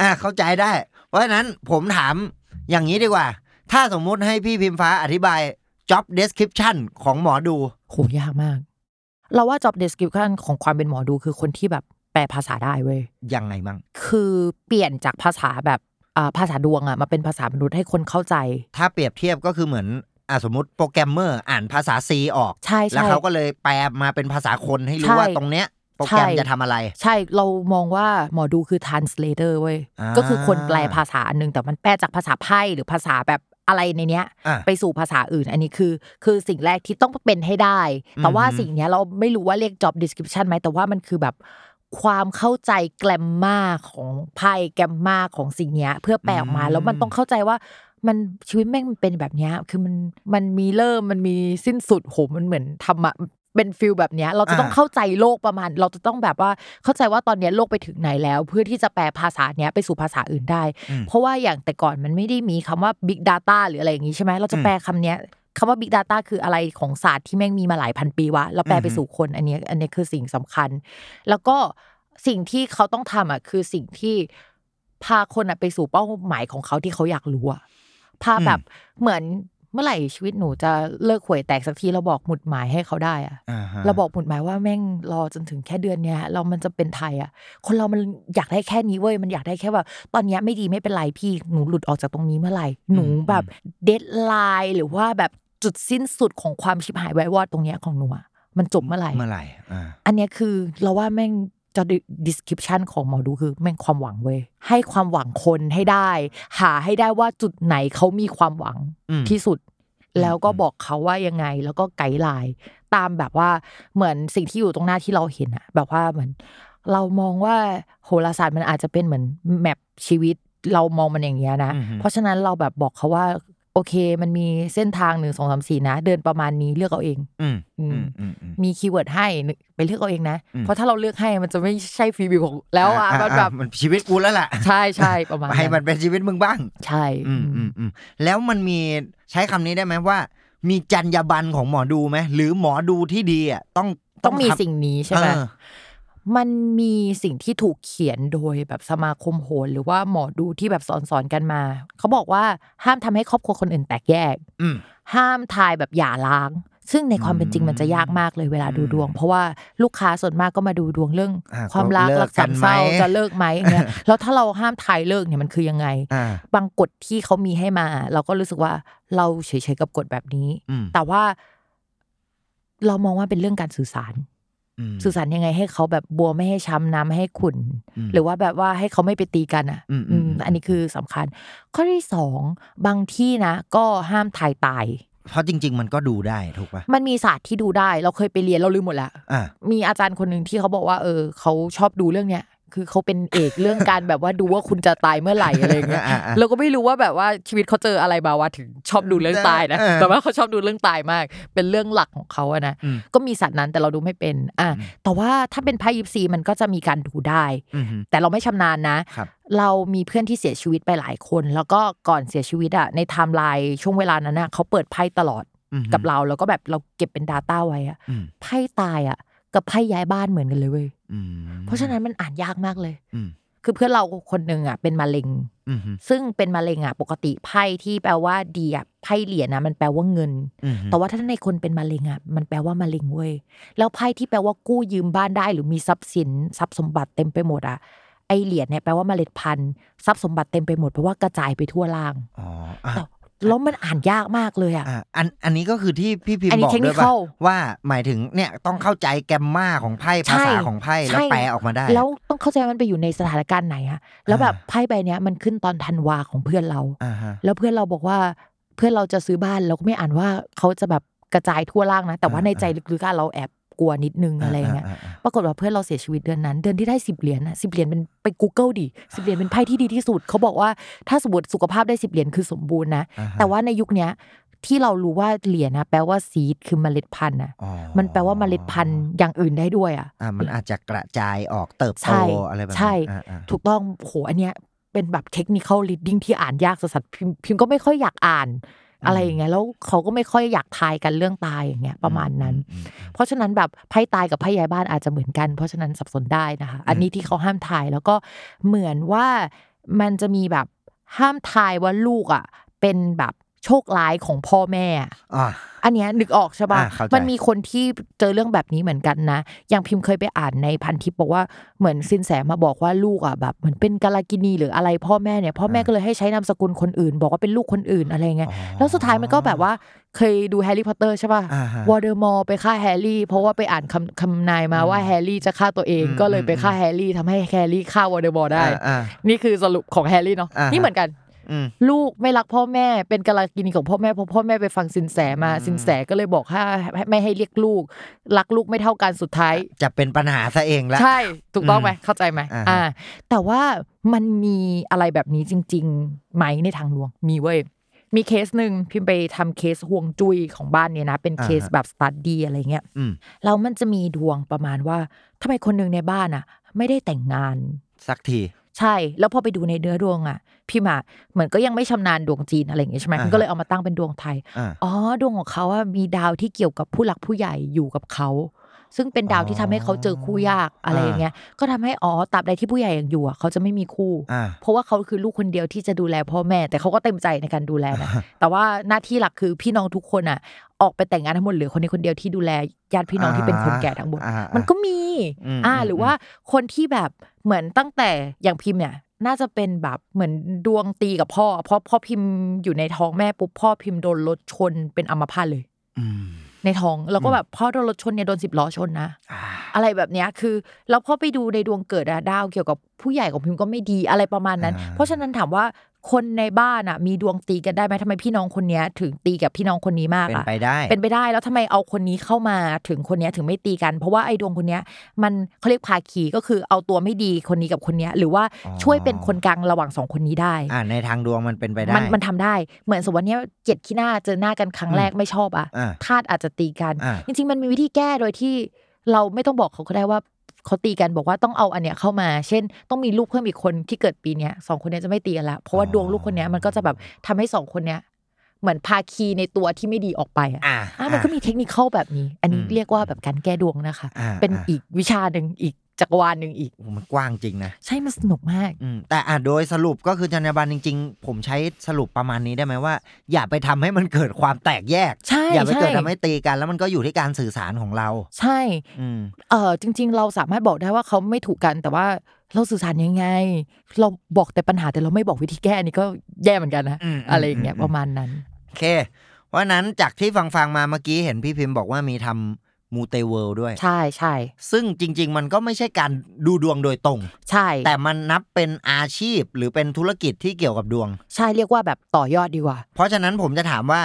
Speaker 2: อ่ะเข้าใจได้ เพราะฉะนั้นผมถามอย่างนี้ดีกว่า ถ้าสมมุติให้พี่พิมฟ้าอธิบาย job description ของหมอดู
Speaker 3: โหยากมาก เราว่า job description ของความเป็นหมอดูคือคนที่แบบแปลภาษาได้เว้ย
Speaker 2: ยังไงมั่ง
Speaker 3: คือเปลี่ยนจากภาษาแบบอ่าภาษาดวงอะมาเป็นภาษามนุษย์ให้คนเข้าใจ
Speaker 2: ถ้าเปรียบเทียบก็คือเหมือนอ่ะสมมติโปรแกรมเมอร์อ่านภาษา C ออก
Speaker 3: ใช่
Speaker 2: แล้ว
Speaker 3: ใช่
Speaker 2: เขาก็เลยแปลมาเป็นภาษาคนให้รู้
Speaker 3: ใช่
Speaker 2: ว่าตรงเนี้ย โปรแกรม
Speaker 3: ใช่
Speaker 2: จะทำอะไร
Speaker 3: ใช่เรามองว่าหมอดูคือ translator เว้ย
Speaker 2: อ่า
Speaker 3: ก็คือคนแปลภาษาอันนึง แต่มันแปลจากภาษาไพ่หรือภาษาแบบอะไรในเนี้ย
Speaker 2: อ่ะ
Speaker 3: ไปสู่ภาษาอื่น อันนี้คือ คือสิ่งแรกที่ต้องเป็นให้ได้ แต่ว่า
Speaker 2: อือหือ
Speaker 3: สิ่งเนี้ยเราไม่รู้ว่าเรียก job description ไหมแต่ว่ามันคือแบบความเข้าใจแกรมมาของไพ่แกรมมาของสิ่งเนี้ย เพื่อแปลออกมาแล้วมันต้องเข้าใจว่า มันชีวิตแม่งมันเป็นแบบเนี้ยคือมันมันมีเริ่มมันมีสิ้นสุดโหมันเหมือนธรรมะเป็นฟิลแบบเนี้ยเราจะต้อง
Speaker 2: อ่า
Speaker 3: เข้าใจโลกประมาณ เราจะต้องแบบว่าเข้าใจว่าตอนเนี้ยโลกไปถึงไหนแล้ว เพื่อที่จะแปลภาษาเนี้ยไปสู่ภาษาอื่นได้
Speaker 2: อืม
Speaker 3: เพราะว่าอย่างแต่ก่อนมันไม่ได้มีคำว่า Big Data หรืออะไรอย่างนี้ใช่ไหม เราจะ
Speaker 2: อืม
Speaker 3: แปลคำเนี้ยคำว่า Big Data คืออะไรของศาสตร์ที่แม่งมีมาหลายพันปีวะ แล้วแปลไป
Speaker 2: อือฮึ
Speaker 3: สู่คนอันเนี้ยอันเนี้ยคือสิ่งสำคัญ แล้วก็สิ่งที่เขาต้องทำอ่ะคือสิ่งที่พาคนอ่ะไปสู่เป้าหมายของเขาที่เขาอยากรู้อ่ะพาแบบเหมือน เมื่อไหร่ชีวิตหนูจะเลิกห่วยแตกสักทีเราบอกหมุดหมายให้เขาได้อะ
Speaker 2: อ่ฮะ
Speaker 3: เราบอกหมุดหมายว่าแม่งรอจนถึงแค่เดือนเนี้ยเรามันจะเป็นไทยอะคนเรามันอยากได้แค่นี้เว้ยมันอยากได้แค่แบบตอนเนี้ยไม่ดีไม่เป็นไรพี่หนูหลุดออกจากตรงนี้เมื่อไหร่หนูแบบเดดไลน์หรือว่าแบบจุดสิ้นสุดของความชิบหายไว้วอดตรงเนี้ยของหนูอะมันจบเมื่อไหร่
Speaker 2: เมื่อไหร่อ่า
Speaker 3: อันเนี้ยคือเราว่าแม่งจะ description ของหมอดูคือแม่งความหวังเว้ยให้ความหวังคนให้ได้ หาให้ได้ว่าจุดไหนเขามีความหวัง
Speaker 2: อืม
Speaker 3: ที่สุด
Speaker 2: อืม
Speaker 3: แล้วก็บอกเขาว่ายังไงแล้วก็ไกด์ไลน์ตามแบบว่าเหมือนสิ่งที่อยู่ตรงหน้าที่เราเห็นอะแบบว่าเหมือน เรามองว่าโหราศาสตร์มันอาจจะเป็นเหมือนแมปชีวิตเรามองมันอย่างเงี้ยนะ
Speaker 2: อือฮึ
Speaker 3: เพราะฉะนั้นเราแบบบอกเขาว่าโอเค มันมีเส้นทางหนึ่งสองสามสี่นะ เดินประมาณนี้เลือกเอาเอง
Speaker 2: อืม
Speaker 3: อื
Speaker 2: อื
Speaker 3: ม
Speaker 2: มอืมอืม
Speaker 3: มีคีย์เวิร์ดให้นึกไปเลือกเอาเองนะ
Speaker 2: อืม
Speaker 3: เพราะถ้าเราเลือกให้มันจะไม่ใช่ฟรีวิวของแล้วอ่ะมันแบบ
Speaker 2: มันชีวิตกูแล้วล่ะ
Speaker 3: ใช่ใช่ประมาณ
Speaker 2: ให้มัน
Speaker 3: นั้น
Speaker 2: เป็นชีวิตมึงบ้าง
Speaker 3: ใช่
Speaker 2: อืมอืมอืมแล้วมันมีใช้คำนี้ได้ไหมว่า มีจรรยาบรรณของหมอดูไหมหรือหมอดูที่ดีอ่ะต้อง
Speaker 3: ต้องมี
Speaker 2: ทำ
Speaker 3: สิ่งนี้ใช่ไหม
Speaker 2: เออ
Speaker 3: มันมีสิ่งที่ถูกเขียนโดยแบบสมาคมโหรหรือว่าหมอดูที่แบบสอนสอนๆกันมา เขาบอกว่าห้ามทำให้ครอบครัวคนอื่นแตกแยก
Speaker 2: อืม
Speaker 3: ห้ามทายแบบอย่าล้าง ซึ่งในความเป็นจริงมันจะยากมากเลยเวลาดูดวง เพราะว่าลูกค้าส่วนมากก็มาดูดวงเรื่อง
Speaker 2: อ่า
Speaker 3: ความรัก
Speaker 2: เลิก
Speaker 3: รัก
Speaker 2: กั
Speaker 3: สาม
Speaker 2: นไหม
Speaker 3: เศร้าจะเลิกไหมอย่า งเงี้ยแล้วถ้าเราห้ามทายเลิกเนี่ยมันคือยังไง
Speaker 2: อ่า
Speaker 3: บางกฎที่เขามีให้มา เราก็รู้สึกว่าเราเฉยๆกับกฎแบบนี้
Speaker 2: อืม
Speaker 3: แต่ว่า เรามองว่าเป็นเรื่องการสื่อสาร
Speaker 2: ม
Speaker 3: สื่อสารยังไงให้เขาแบบบัวไม่ให้ช้ำน้ำไม่ให้ขุ่น
Speaker 2: อืม
Speaker 3: หรือว่าแบบว่าให้เขาไม่ไปตีกันอ่ะ
Speaker 2: อืม
Speaker 3: อืม
Speaker 2: อืม
Speaker 3: อันนี้คือสำคัญ ข้อที่สองบางที่นะ ก็ห้ามทายตาย
Speaker 2: เพราะจริง ๆ มันก็ดูได้ถูกป่ะ
Speaker 3: มันมีศาสตร์ที่ดูได้ เราเคยไปเรียนเราลืมหมดละ
Speaker 2: อ่า
Speaker 3: มีอาจารย์คนหนึ่งที่เขาบอกว่า เออเขาชอบดูเรื่องเนี้ย คือเขาเป็นเอก เรื่องการแบบว่าดูว่าคุณจะตายเมื่อไหร่อะไรอย่างเงี้ย
Speaker 2: อ่าอ่า
Speaker 3: เราก็ไม่รู้ว่าแบบว่าชีวิตเขาเจออะไรมาวะถึงชอบดูเรื่องตายนะ
Speaker 2: เออ
Speaker 3: แต่ว่าเขาชอบดูเรื่องตายมาก เป็นเรื่องหลักของเขาอะนะ
Speaker 2: อืม
Speaker 3: ก็มีสัตว์นั้นแต่เราดูไม่เป็นอ่ะแต่ว่าถ้าเป็นไพ่ยิปซีมันก็จะมีการดูได้
Speaker 2: อืมฮึ
Speaker 3: แต่เราไม่ชำนาญนะ
Speaker 2: ครับ
Speaker 3: เรามีเพื่อนที่เสียชีวิตไปหลายคน แล้วก็ก่อนเสียชีวิตอะในไทม์ไลน์ช่วงเวลานั้นอะเขาเปิดไพ่ตลอด
Speaker 2: อืมฮึ
Speaker 3: กับเราแล้วก็แบบเราเก็บเป็น Data ไว้อะ
Speaker 2: อืม
Speaker 3: ไพ่ตายอ่ะ กับไพ่ย้ายบ้านเหมือนกันเลยเว้ย
Speaker 2: อืม
Speaker 3: เพราะฉะนั้นมันอ่านยากมากเลย
Speaker 2: อืม
Speaker 3: คือเพื่อนเราคนหนึ่งอ่ะเป็นมะเร็ง
Speaker 2: อืมฮึ
Speaker 3: ซึ่งเป็นมะเร็งอ่ะปกติไพ่ที่แปลว่าดีอ่ะไพ่เหรียญนะมันแปลว่าเงิน
Speaker 2: อืมฮึ
Speaker 3: แต่ว่าถ้าในคนเป็นมะเร็งอ่ะมันแปลว่ามะเร็งเว้ยแล้วไพ่ที่แปลว่ากู้ยืมบ้านได้ หรือมีทรัพย์สินทรัพย์สมบัติเต็มไปหมดอ่ะไอเหรียญเนี่ยแปลว่าเมล็ดพันธุ์ทรัพย์สมบัติเต็มไปหมดแปลว่ากระจายไปทั่วล่าง
Speaker 2: อ๋ออ่ะ
Speaker 3: แต่แล้วมันอ่านยากมากเลยอ่ะ
Speaker 2: อ่ะอันอันนี้ก็คือที่พี่พิม
Speaker 3: อัน
Speaker 2: พ์บอ
Speaker 3: นี้
Speaker 2: กด้วยป่ะ
Speaker 3: technical
Speaker 2: ว่าหมายถึงเนี่ยต้องเข้าใจแกมมาของไพ่ภาษา
Speaker 3: ใช่
Speaker 2: ของไพ่
Speaker 3: ใช่
Speaker 2: แล้วแปลออกมาได้
Speaker 3: แล้วต้องเข้าใจว่ามันไปอยู่ในสถานการณ์ไหนอะแล้วแบบ
Speaker 2: อ่า
Speaker 3: ไพ่ใบเนี้ยมันขึ้นตอนธันวาของเพื่อนเรา
Speaker 2: อ่าฮะ
Speaker 3: แล้วเพื่อนเราบอกว่าเพื่อนเราจะซื้อบ้านเราก็ไม่อ่านว่าเขาจะแบบกระจายทั่วล่างนะ แต่ว่า
Speaker 2: อ่า
Speaker 3: ในใจลึกๆอะเราแอบกลัวนิดนึงอะไรอย่างเงี้ย
Speaker 2: อ่าอ่าอ่า
Speaker 3: ปรากฏว่าเพื่อนเราเสียชีวิตเดือนนั้น เดือนที่ได้สิบเหรียญน่ะสิบเหรียญเป็นไป Google ดิสิบเหรียญเป็นไพ่ที่ดีที่สุด เขาบอกว่าถ้าสมมติสุขภาพได้สิบเหรียญคือสมบูรณ์นะ
Speaker 2: อ่าฮะ
Speaker 3: แต่ว่าในยุคเนี้ยที่เรารู้ว่าเหรียญนะแปลว่าซีดคือเมล็ดพันธุ์นะ
Speaker 2: อ๋อ
Speaker 3: มันแปลว่าเมล็ดพันธุ์อย่างอื่นได้ด้วยอะ
Speaker 2: อ่ามันอาจจะกระจายออกเติบโต
Speaker 3: ใช่
Speaker 2: อะไรแบบนั้น
Speaker 3: ใช่
Speaker 2: อ่าอ่า
Speaker 3: ถูกต้องโหอันเนี้ยเป็นแบบเทคนิค a l reading ที่อ่านยากสัสๆพิมพ์พิมพ์ก็ไม่ค่อยอยากอ่าน
Speaker 2: ม
Speaker 3: อะไรอย่างเงี้ยแล้วเขาก็ไม่ค่อยอยากทายกันเรื่องตายอย่างเงี้ยประมาณนั้น
Speaker 2: อืมอืม
Speaker 3: เพราะฉะนั้นแบบไพ่ตายกับไพ่ยายบ้านอาจจะเหมือนกันเพราะฉะนั้นสับสนได้นะคะ อันนี้ที่เขาห้ามทายแล้วก็เหมือนว่ามันจะมีแบบห้ามทายว่าลูกอ่ะเป็นแบบโชคร้ายของพ่อแม่อะ
Speaker 2: อ่า
Speaker 3: อันเนี้ยนึกออกใช่ปะ
Speaker 2: อ่าเข้าใจ
Speaker 3: มันมีคนที่เจอเรื่องแบบนี้เหมือนกันนะ อย่างพิมพ์เคยไปอ่านในพันทิปบอกว่าเหมือนสินแสมาบอกว่าลูกอ่ะแบบเหมือนเป็นกาลากินีหรืออะไรพ่อแม่เนี่ยพ่อแม่ก็เลยให้ใช้นามสกุลคนอื่น บอกว่าเป็นลูกคนอื่นอะไรเงี้ย แล้วสุดท้ายมันก็แบบว่าเคยดูแฮร์รี่พอตเตอร์ใช่ปะ
Speaker 2: อ่าฮะ
Speaker 3: วอเดอมอร์ไปฆ่าแฮร์รี่ เพราะว่าไปอ่านคำคำนายมาว่าแฮร์รี่จะฆ่าตัวเอง
Speaker 2: อืม
Speaker 3: ก็เลยไป
Speaker 2: อืม
Speaker 3: ฆ่าแฮร์รี่ทำให้แฮร์รี่ฆ่าวอเดอมอร์ได้
Speaker 2: อ่าอ่า
Speaker 3: นี่คือสรุปของแฮร์รี่เนาะ
Speaker 2: อ่าฮะ
Speaker 3: นี่เหมือนกัน
Speaker 2: อืม
Speaker 3: ลูกไม่รักพ่อแม่เป็นกาลกินีของพ่อแม่เพราะพ่อแม่ไปฟังสินแสมา
Speaker 2: อืม
Speaker 3: สินแสก็เลยบอกให้ไม่ให้เรียกลูก รักลูกไม่เท่ากันสุดท้าย
Speaker 2: จะเป็นปัญหาซะเองละ
Speaker 3: ใช่ถูกต้องไหมเข้าใจไหม
Speaker 2: อ่าฮะ
Speaker 3: อ่า แต่ว่ามันมีอะไรแบบนี้จริงๆไหมในทางลวง มีเว้ยมีเคสหนึ่งพิมพ์ไปทำเคสห่วงจุ้ยของบ้านเนี่ยนะเป็นเคสแบบสตัดดีอะไรเงี้ย
Speaker 2: อืม
Speaker 3: แล้วมันจะมีดวงประมาณว่าทำไมคนหนึ่งในบ้านอ่ะ ไม่ได้แต่งงาน
Speaker 2: สักที
Speaker 3: ใช่แล้วพอไปดูในเนื้อดวงอ่ะพี่หมาเหมือนก็ยังไม่ชำนาญดวงจีนอะไรอย่างเงี้ยใช่ไหม
Speaker 2: อ่าฮะ
Speaker 3: มันก็เลยเอามาตั้งเป็นดวงไทย
Speaker 2: อ่า
Speaker 3: อ๋อดวงของเขาอ่ะมีดาวที่เกี่ยวกับผู้หลักผู้ใหญ่อยู่กับเขา ซึ่งเป็นดาวที่ทำให้เขาเจอคู่ยากอะไรอย่างเงี้ยก็ทำให้อ๋อตราบใดที่ผู้ใหญ่ยังอยู่อะเขาจะไม่มีคู่
Speaker 2: อ่า
Speaker 3: เพราะว่าเขาคือลูกคนเดียวที่จะดูแลพ่อแม่ แต่เขาก็เต็มใจในการดูแลนะ แต่ว่าหน้าที่หลักคือพี่น้องทุกคนอ่ะ ออกไปแต่งงานทั้งหมดเหลือคนนี้คนเดียวที่ดูแลญาติพี่น้องที่เป็นคนแก่ทั้งหมด
Speaker 2: อ่าอ่ามั
Speaker 3: มันก็มี
Speaker 2: อืม
Speaker 3: อ่า
Speaker 2: อืม
Speaker 3: หรือว่าคนที่แบบเหมือนตั้งแต่อย่างพิมพ์เนี่ย น่าจะเป็นแบบเหมือนดวงตีกับพ่อ เพราะพ่อพิมพ์อยู่ในท้องแม่ปุ๊บพ่อพิมพ์โดนรถชนเป็นอัมพาตเลย ในท้องแล้วก็แบบพ่อโดนรถชนเนี่ยโดนสิบล้อชนนะ อะไรแบบเนี้ยคือแล้วพอไปดูในดวงเกิดอะดาวเกี่ยวกับผู้ใหญ่ของพิมพ์ก็ไม่ดีอะไรประมาณนั้น
Speaker 2: อ่า
Speaker 3: เพราะฉะนั้นถามว่าคนในบ้านอะมีดวงตีกันได้ไหมทำไมพี่น้องคนเนี้ยถึงตีกับพี่น้องคนนี้มาก
Speaker 2: เป็น
Speaker 3: อะ
Speaker 2: ไปได้
Speaker 3: เป็นไปได้แล้วทำไมเอาคนนี้เข้ามาถึงคนเนี้ยถึงไม่ตีกัน เพราะว่าไอ้ดวงคนเนี้ยมันเขาเรียกภาคีก็คือเอาตัวไม่ดีคนนี้กับคนเนี้ยหรือว่าช่วยเป็นคนกลางระหว่างสองคนนี้ได้
Speaker 2: อ่าในทางดวงมันเป็นไปได้
Speaker 3: มันมันทำได้เหมือนสมมติวันเนี้ยเกลียดขี้หน้าเจอหน้ากันครั้งแรกไม่ชอบอะ
Speaker 2: อ่า
Speaker 3: ธาตุอาจจะตีกัน
Speaker 2: อ่า
Speaker 3: จริงๆ มันมีวิธีแก้โดยที่เราไม่ต้องบอกเขาก็ได้ว่าเขาตีกันบอกว่าต้องเอาอันเนี้ยเข้ามา เช่น ต้องมีลูกเพิ่มอีกคนที่เกิดปีเนี้ยสองคนเนี้ยจะไม่ตีกันละเพราะว่าดวงลูกคนเนี้ยมันก็จะแบบทำให้สองคนเนี้ยเหมือนพาคีในตัวที่ไม่ดีออกไปอะ
Speaker 2: อ่า
Speaker 3: อ่ะมันก็มีเทคนิคเข้าแบบนี้ อันนี้
Speaker 2: อืม
Speaker 3: เรียกว่าแบบการแก้ดวงนะคะ
Speaker 2: อ่า
Speaker 3: เป็น
Speaker 2: อ่า
Speaker 3: อีกวิชาหนึ่งอีกจักรวาลหนึ่งอีก
Speaker 2: โอ้มันกว้างจริงนะ
Speaker 3: ใช่มันสนุกมาก
Speaker 2: อืมแต่อ่ะโดยสรุปก็คือจรรยาบรรณจริง ๆ ผมใช้สรุปประมาณนี้ได้ไหมว่า อย่าไปทำให้มันเกิดความแตกแยก
Speaker 3: ใช่
Speaker 2: อย่าไป
Speaker 3: ใช่
Speaker 2: เกิดทำให้ตีกัน แล้วมันก็อยู่ที่การสื่อสารของเรา
Speaker 3: ใช่
Speaker 2: อืม
Speaker 3: เออจริง ๆ เราสามารถบอกได้ว่าเขาไม่ถูกกันแต่ว่าเราสื่อสารยังไง เราบอกแต่ปัญหาแต่เราไม่บอกวิธีแก้อันนี่ก็แย่เหมือนกันนะ
Speaker 2: อืม
Speaker 3: อะไรอย่างเงี้ย
Speaker 2: อืม
Speaker 3: ประมาณนั้น
Speaker 2: โอเค เพราะฉะนั้นจากที่ฟังฟังๆมาเมื่อกี้เห็นพี่พิมพ์บอกว่ามีทำมูเตเวิลด์ด้วย
Speaker 3: ใช่ใช่
Speaker 2: ซึ่งจริง ๆ มันก็ไม่ใช่การดูดวงโดยตรง
Speaker 3: ใช่
Speaker 2: แต่มันนับเป็นอาชีพหรือเป็นธุรกิจที่เกี่ยวกับดวง
Speaker 3: ใช่เรียกว่าแบบต่อยอดดีกว่า
Speaker 2: เพราะฉะนั้นผมจะถามว่า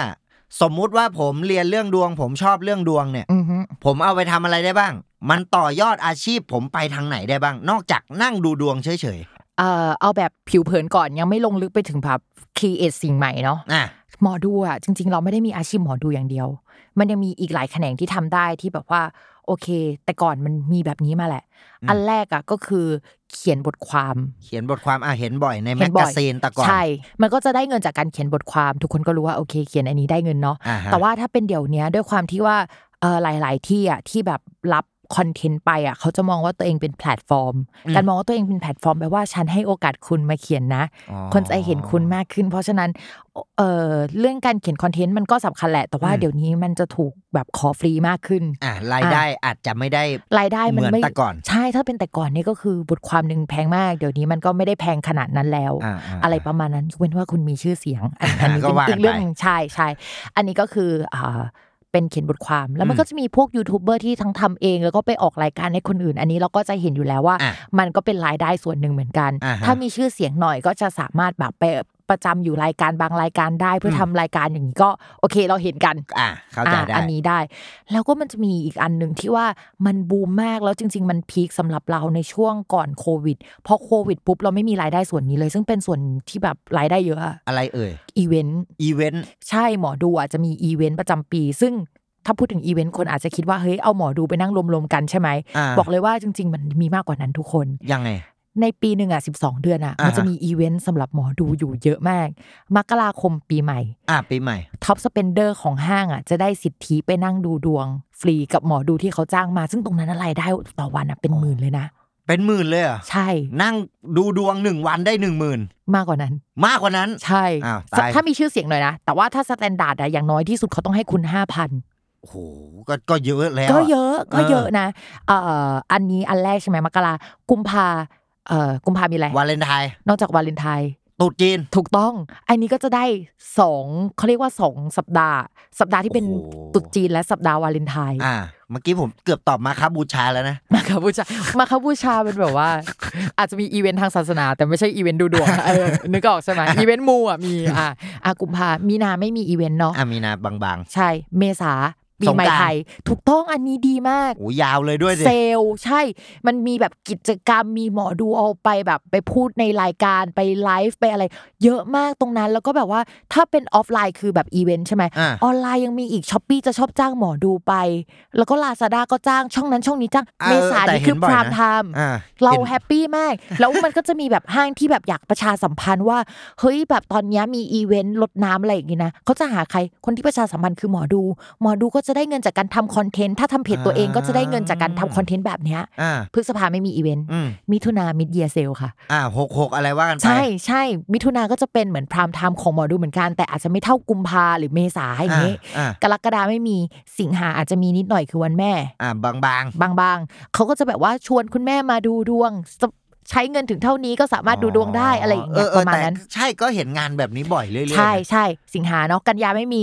Speaker 2: สมมุติว่าผมเรียนเรื่องดวง ผมชอบเรื่องดวงเนี่ย
Speaker 3: อือฮึ
Speaker 2: ผมเอาไปทำอะไรได้บ้าง มันต่อยอดอาชีพผมไปทางไหนได้บ้าง นอกจากนั่งดูดวงเฉย
Speaker 3: เอ่อเอาแบบผิวเผินก่อนยังไม่ลงลึกไปถึงแบบครีเอทสิ่งใหม่เนาะ
Speaker 2: ๆอ่ะ
Speaker 3: หมอดูอ่ะจริง ๆ เราไม่ได้มีอาชีพหมอดูอย่างเดียว มันยังมีอีกหลายแขนงที่ทำได้ที่แบบว่า โอเค แต่ก่อนมันมีแบบนี้มาแหละ อันแรกอ่ะก็คือเขียนบทความ
Speaker 2: เขียนบทความอ่ะเห็นบ่อยในแม
Speaker 3: เห็
Speaker 2: ก
Speaker 3: นบ่
Speaker 2: กา
Speaker 3: อย
Speaker 2: ซีนแตะก่อน
Speaker 3: ใช่ มันก็จะได้เงินจากการเขียนบทความ ทุกคนก็รู้ว่าโอเคเขียนอันนี้ได้เงินเนาะ
Speaker 2: อ่าฮะ
Speaker 3: แต่ว่าถ้าเป็นเดี๋ยวเนี้ยด้วยความที่ว่าเออหลาย ๆ ที่อ่ะที่แบบรับคอนเทนต์ไปอ่ะเขาจะมองว่าตัวเองเป็นแพลตฟอร์ม การมองว่าตัวเองเป็นแพลตฟอร์มแปลว่าฉันให้โอกาสคุณมาเขียนนะ
Speaker 2: อ๋อ
Speaker 3: คนจะเห็นคุณมากขึ้น เพราะฉะนั้นเออเรื่องการเขียนคอนเทนต์มันก็สำคัญแหละ แต่ว่าเดี๋ยวนี้มันจะถูกแบบขอฟรีมากขึ้น
Speaker 2: อ่ะรายได้อาจจะไม่ได้
Speaker 3: รายได้มัน
Speaker 2: เหมื
Speaker 3: ไม่
Speaker 2: อนแต่ก่อน
Speaker 3: ใช่ถ้าเป็นแต่ก่อนนี่ก็คือบทความหนึ่งแพงมาก เดี๋ยวนี้มันก็ไม่ได้แพงขนาดนั้นแล้ว
Speaker 2: อ่า
Speaker 3: อะไรประมาณนั้นยกเว้นว่าคุณมีชื่อเสียง อันอันนี้
Speaker 2: ก็
Speaker 3: เป็น
Speaker 2: ว่ากัน
Speaker 3: อีกเรื่อง
Speaker 2: ไป
Speaker 3: หนึ่งใช่ใช่อันนี้ก็คืออ่าเป็นเขียนบทความแล้วมั
Speaker 2: อื
Speaker 3: น
Speaker 2: ม
Speaker 3: ก็จะมีพวกยูทูบเบอร์ที่ทั้งทำเองแล้วก็ไปออกรายการให้คนอื่น อันนี้เราก็จะเห็นอยู่แล้วว่า
Speaker 2: อ่ะ
Speaker 3: มันก็เป็นรายได้ส่วนหนึ่งเหมือนกัน
Speaker 2: อ่าฮะ
Speaker 3: ถ้ามีชื่อเสียงหน่อยก็จะสามารถแบบไปประจำอยู่รายการบางรายการได้เพื่ออ
Speaker 2: ม
Speaker 3: ทำรายการอย่างนี้ก็โอเคเราเห็นกัน
Speaker 2: อ่ะเข้าใจ
Speaker 3: อ่ะ
Speaker 2: ได้
Speaker 3: อันนี้ได้ แล้วก็มันจะมีอีกอันหนึ่งที่ว่ามันบูมมากแล้วจริง ๆ มันพีคสำหรับเราในช่วงก่อนโควิดพอโควิดปุ๊บเราไม่มีรายได้ส่วนนี้เลย ซึ่งเป็นส่วนที่แบบรายได้เยอะอะ
Speaker 2: อะไรเอ่ย
Speaker 3: อีเวนต์
Speaker 2: อีเวนต์
Speaker 3: ใช่หมอดูอาจจะมีอีเวนต์ประจำปี ซึ่งถ้าพูดถึงอีเวนต์คนอาจจะคิดว่าเฮ้ยเอาหมอดูไปนั่งรวมๆกันใช่ไหม
Speaker 2: อ่า
Speaker 3: บอกเลยว่าจริง ๆ มันมีมากกว่านั้นทุกคน
Speaker 2: ยังไง
Speaker 3: ในปีหนึ่งอ่ะสิเดือนอ่ะ
Speaker 2: อ่าฮะ
Speaker 3: มันจะมีอีเวนต์สำหรับหมอดูอยู่เยอะมากมกราคมปีใหม่
Speaker 2: อ่ะปีใหม่
Speaker 3: ท็อปสเปนเดอร์ของห้างอ่ะจะได้สิทธิไปนั่งดูดวง ฟรีกับหมอดูที่เขาจ้างมา ซึ่งตรงนั้นอะไรายได้ต่อวันอ่ะเป็นหมื่นเลยนะ
Speaker 2: เป็นหมื่นเลยเหรอ
Speaker 3: ใช่
Speaker 2: นั่งดูดวงหนึ่งวันได้หนึ่งหมื่น
Speaker 3: มากกว่านั้น
Speaker 2: มากกว่านั้น
Speaker 3: ใช่
Speaker 2: อ้าว
Speaker 3: ถ้า
Speaker 2: ตาย
Speaker 3: ถ้ามีชื่อเสียงหน่อยนะ แต่ว่าถ้าสแตนดาร์ดอะอย่างน้อยที่สุดเขาต้องให้คุณ
Speaker 2: โอ้โหก็ก็เยอะแล้ว
Speaker 3: 5,000 ก็เย
Speaker 2: ะ
Speaker 3: อะก็เยอะนะเอ่ออันนี้อันแรกใช่ไหมมกรากุมภาเอ่อกุมภามีอะไร
Speaker 2: วาเลนไทน์
Speaker 3: นอกจากวาเลนไทน์
Speaker 2: ตรุษจีน
Speaker 3: ถูกต้อง อันนี้ก็จะได้สองเขาเรียกว่าสองสัปดาห์ สัปดาห์ที่เป็น
Speaker 2: โอ้โห
Speaker 3: ตรุษจีนและสัปดาห์วาเลนไทน์
Speaker 2: อ่า เมื่อกี้ผมเกือบตอบมาครับบูชาแล้วนะ
Speaker 3: มาคาบูชา มาคาบูชาเป็นแบบว่า อาจจะมีอีเวนต์ทางศาสนา แต่ไม่ใช่อีเวนต์ดู ดวงเออนึกออกใช่ไหมอีเวนต์มูอ่ะมีอ่ะอากุมภามีนาไม่มีอีเวนต์เนาะ
Speaker 2: อามีนาบาง
Speaker 3: ใช่เมษาปีใหม่
Speaker 2: สงกรานต์
Speaker 3: ไทย ถูกต้องอันนี้ดีมาก
Speaker 2: ๆโอ้ยาวเลยด้วยสิ
Speaker 3: เซลล์ใช่ มันมีแบบกิจกรรมมีหมอดูเอาไปแบบไปพูดในรายการไปไลฟ์ไปอะไร เยอะมากตรงนั้นแล้วก็แบบว่าถ้าเป็นออฟไลน์คือแบบอีเวนต์ใช่ไหม
Speaker 2: อ่า
Speaker 3: ออนไลน์ยังมีอีกช้อปปีจะชอบจ้างหมอดูไป แล้วก็ลาซาด้าก็จ้างช่องนั้นช่องนี้จ้าง
Speaker 2: ออ
Speaker 3: เมษา
Speaker 2: แต่
Speaker 3: นี่
Speaker 2: เห็
Speaker 3: คือ
Speaker 2: บ่
Speaker 3: พ
Speaker 2: ย
Speaker 3: ราม
Speaker 2: นะ
Speaker 3: ไทม์
Speaker 2: อ่
Speaker 3: เรา
Speaker 2: ห็น
Speaker 3: แฮปปี้มาก แล้วมันก็จะมีแบบ ห้างที่แบบอยากประชาสัมพันธ์ว่าเฮ้ยแบบตอนเนี้ยมีอีเวนต์ลดน้ำอะไรอย่างงี้นะเขาจะหาใครคนที่ประชาสัมพันธ์คือหมอดู หมอดูก็จะ จะได้เงินจากการทำคอนเทนต์ถ้าทำเพจตัวเองก็จะได้เงินจากการทำคอนเทนต์แบบเนี้ย
Speaker 2: อ่า
Speaker 3: พฤษภาไม่มีอีเวนต์
Speaker 2: อืม
Speaker 3: มิถุนามิดเยียเซลค่ะ
Speaker 2: อ่าหกหกอะไรว่ากันไป
Speaker 3: ใช่ใช่มิถุนาก็จะเป็นเหมือนพรามไทม์ของหมอดูเหมือนกัน แต่อาจจะไม่เท่ากุมภาหรือเมษาอย่างนี้
Speaker 2: อ่าก
Speaker 3: รกฎาไม่มีสิงหาอาจจะมีนิดหน่อยคือวันแม่
Speaker 2: อ่าบางบาง
Speaker 3: บางๆเขาก็จะแบบว่าชวนคุณแม่มาดูดวงสใช้เงินถึงเท่านี้ก็สามารถดูดวงได้อะไรอย่างเงี้
Speaker 2: เอ
Speaker 3: ย
Speaker 2: อเอ
Speaker 3: ป
Speaker 2: อ
Speaker 3: ระมาณ
Speaker 2: แต่
Speaker 3: นั้น
Speaker 2: ใช่ก็เห็นงานแบบนี้บ่อยเรื่อยๆนะ
Speaker 3: ใช่ใช่สิงหาเนาะกันยาไม่มี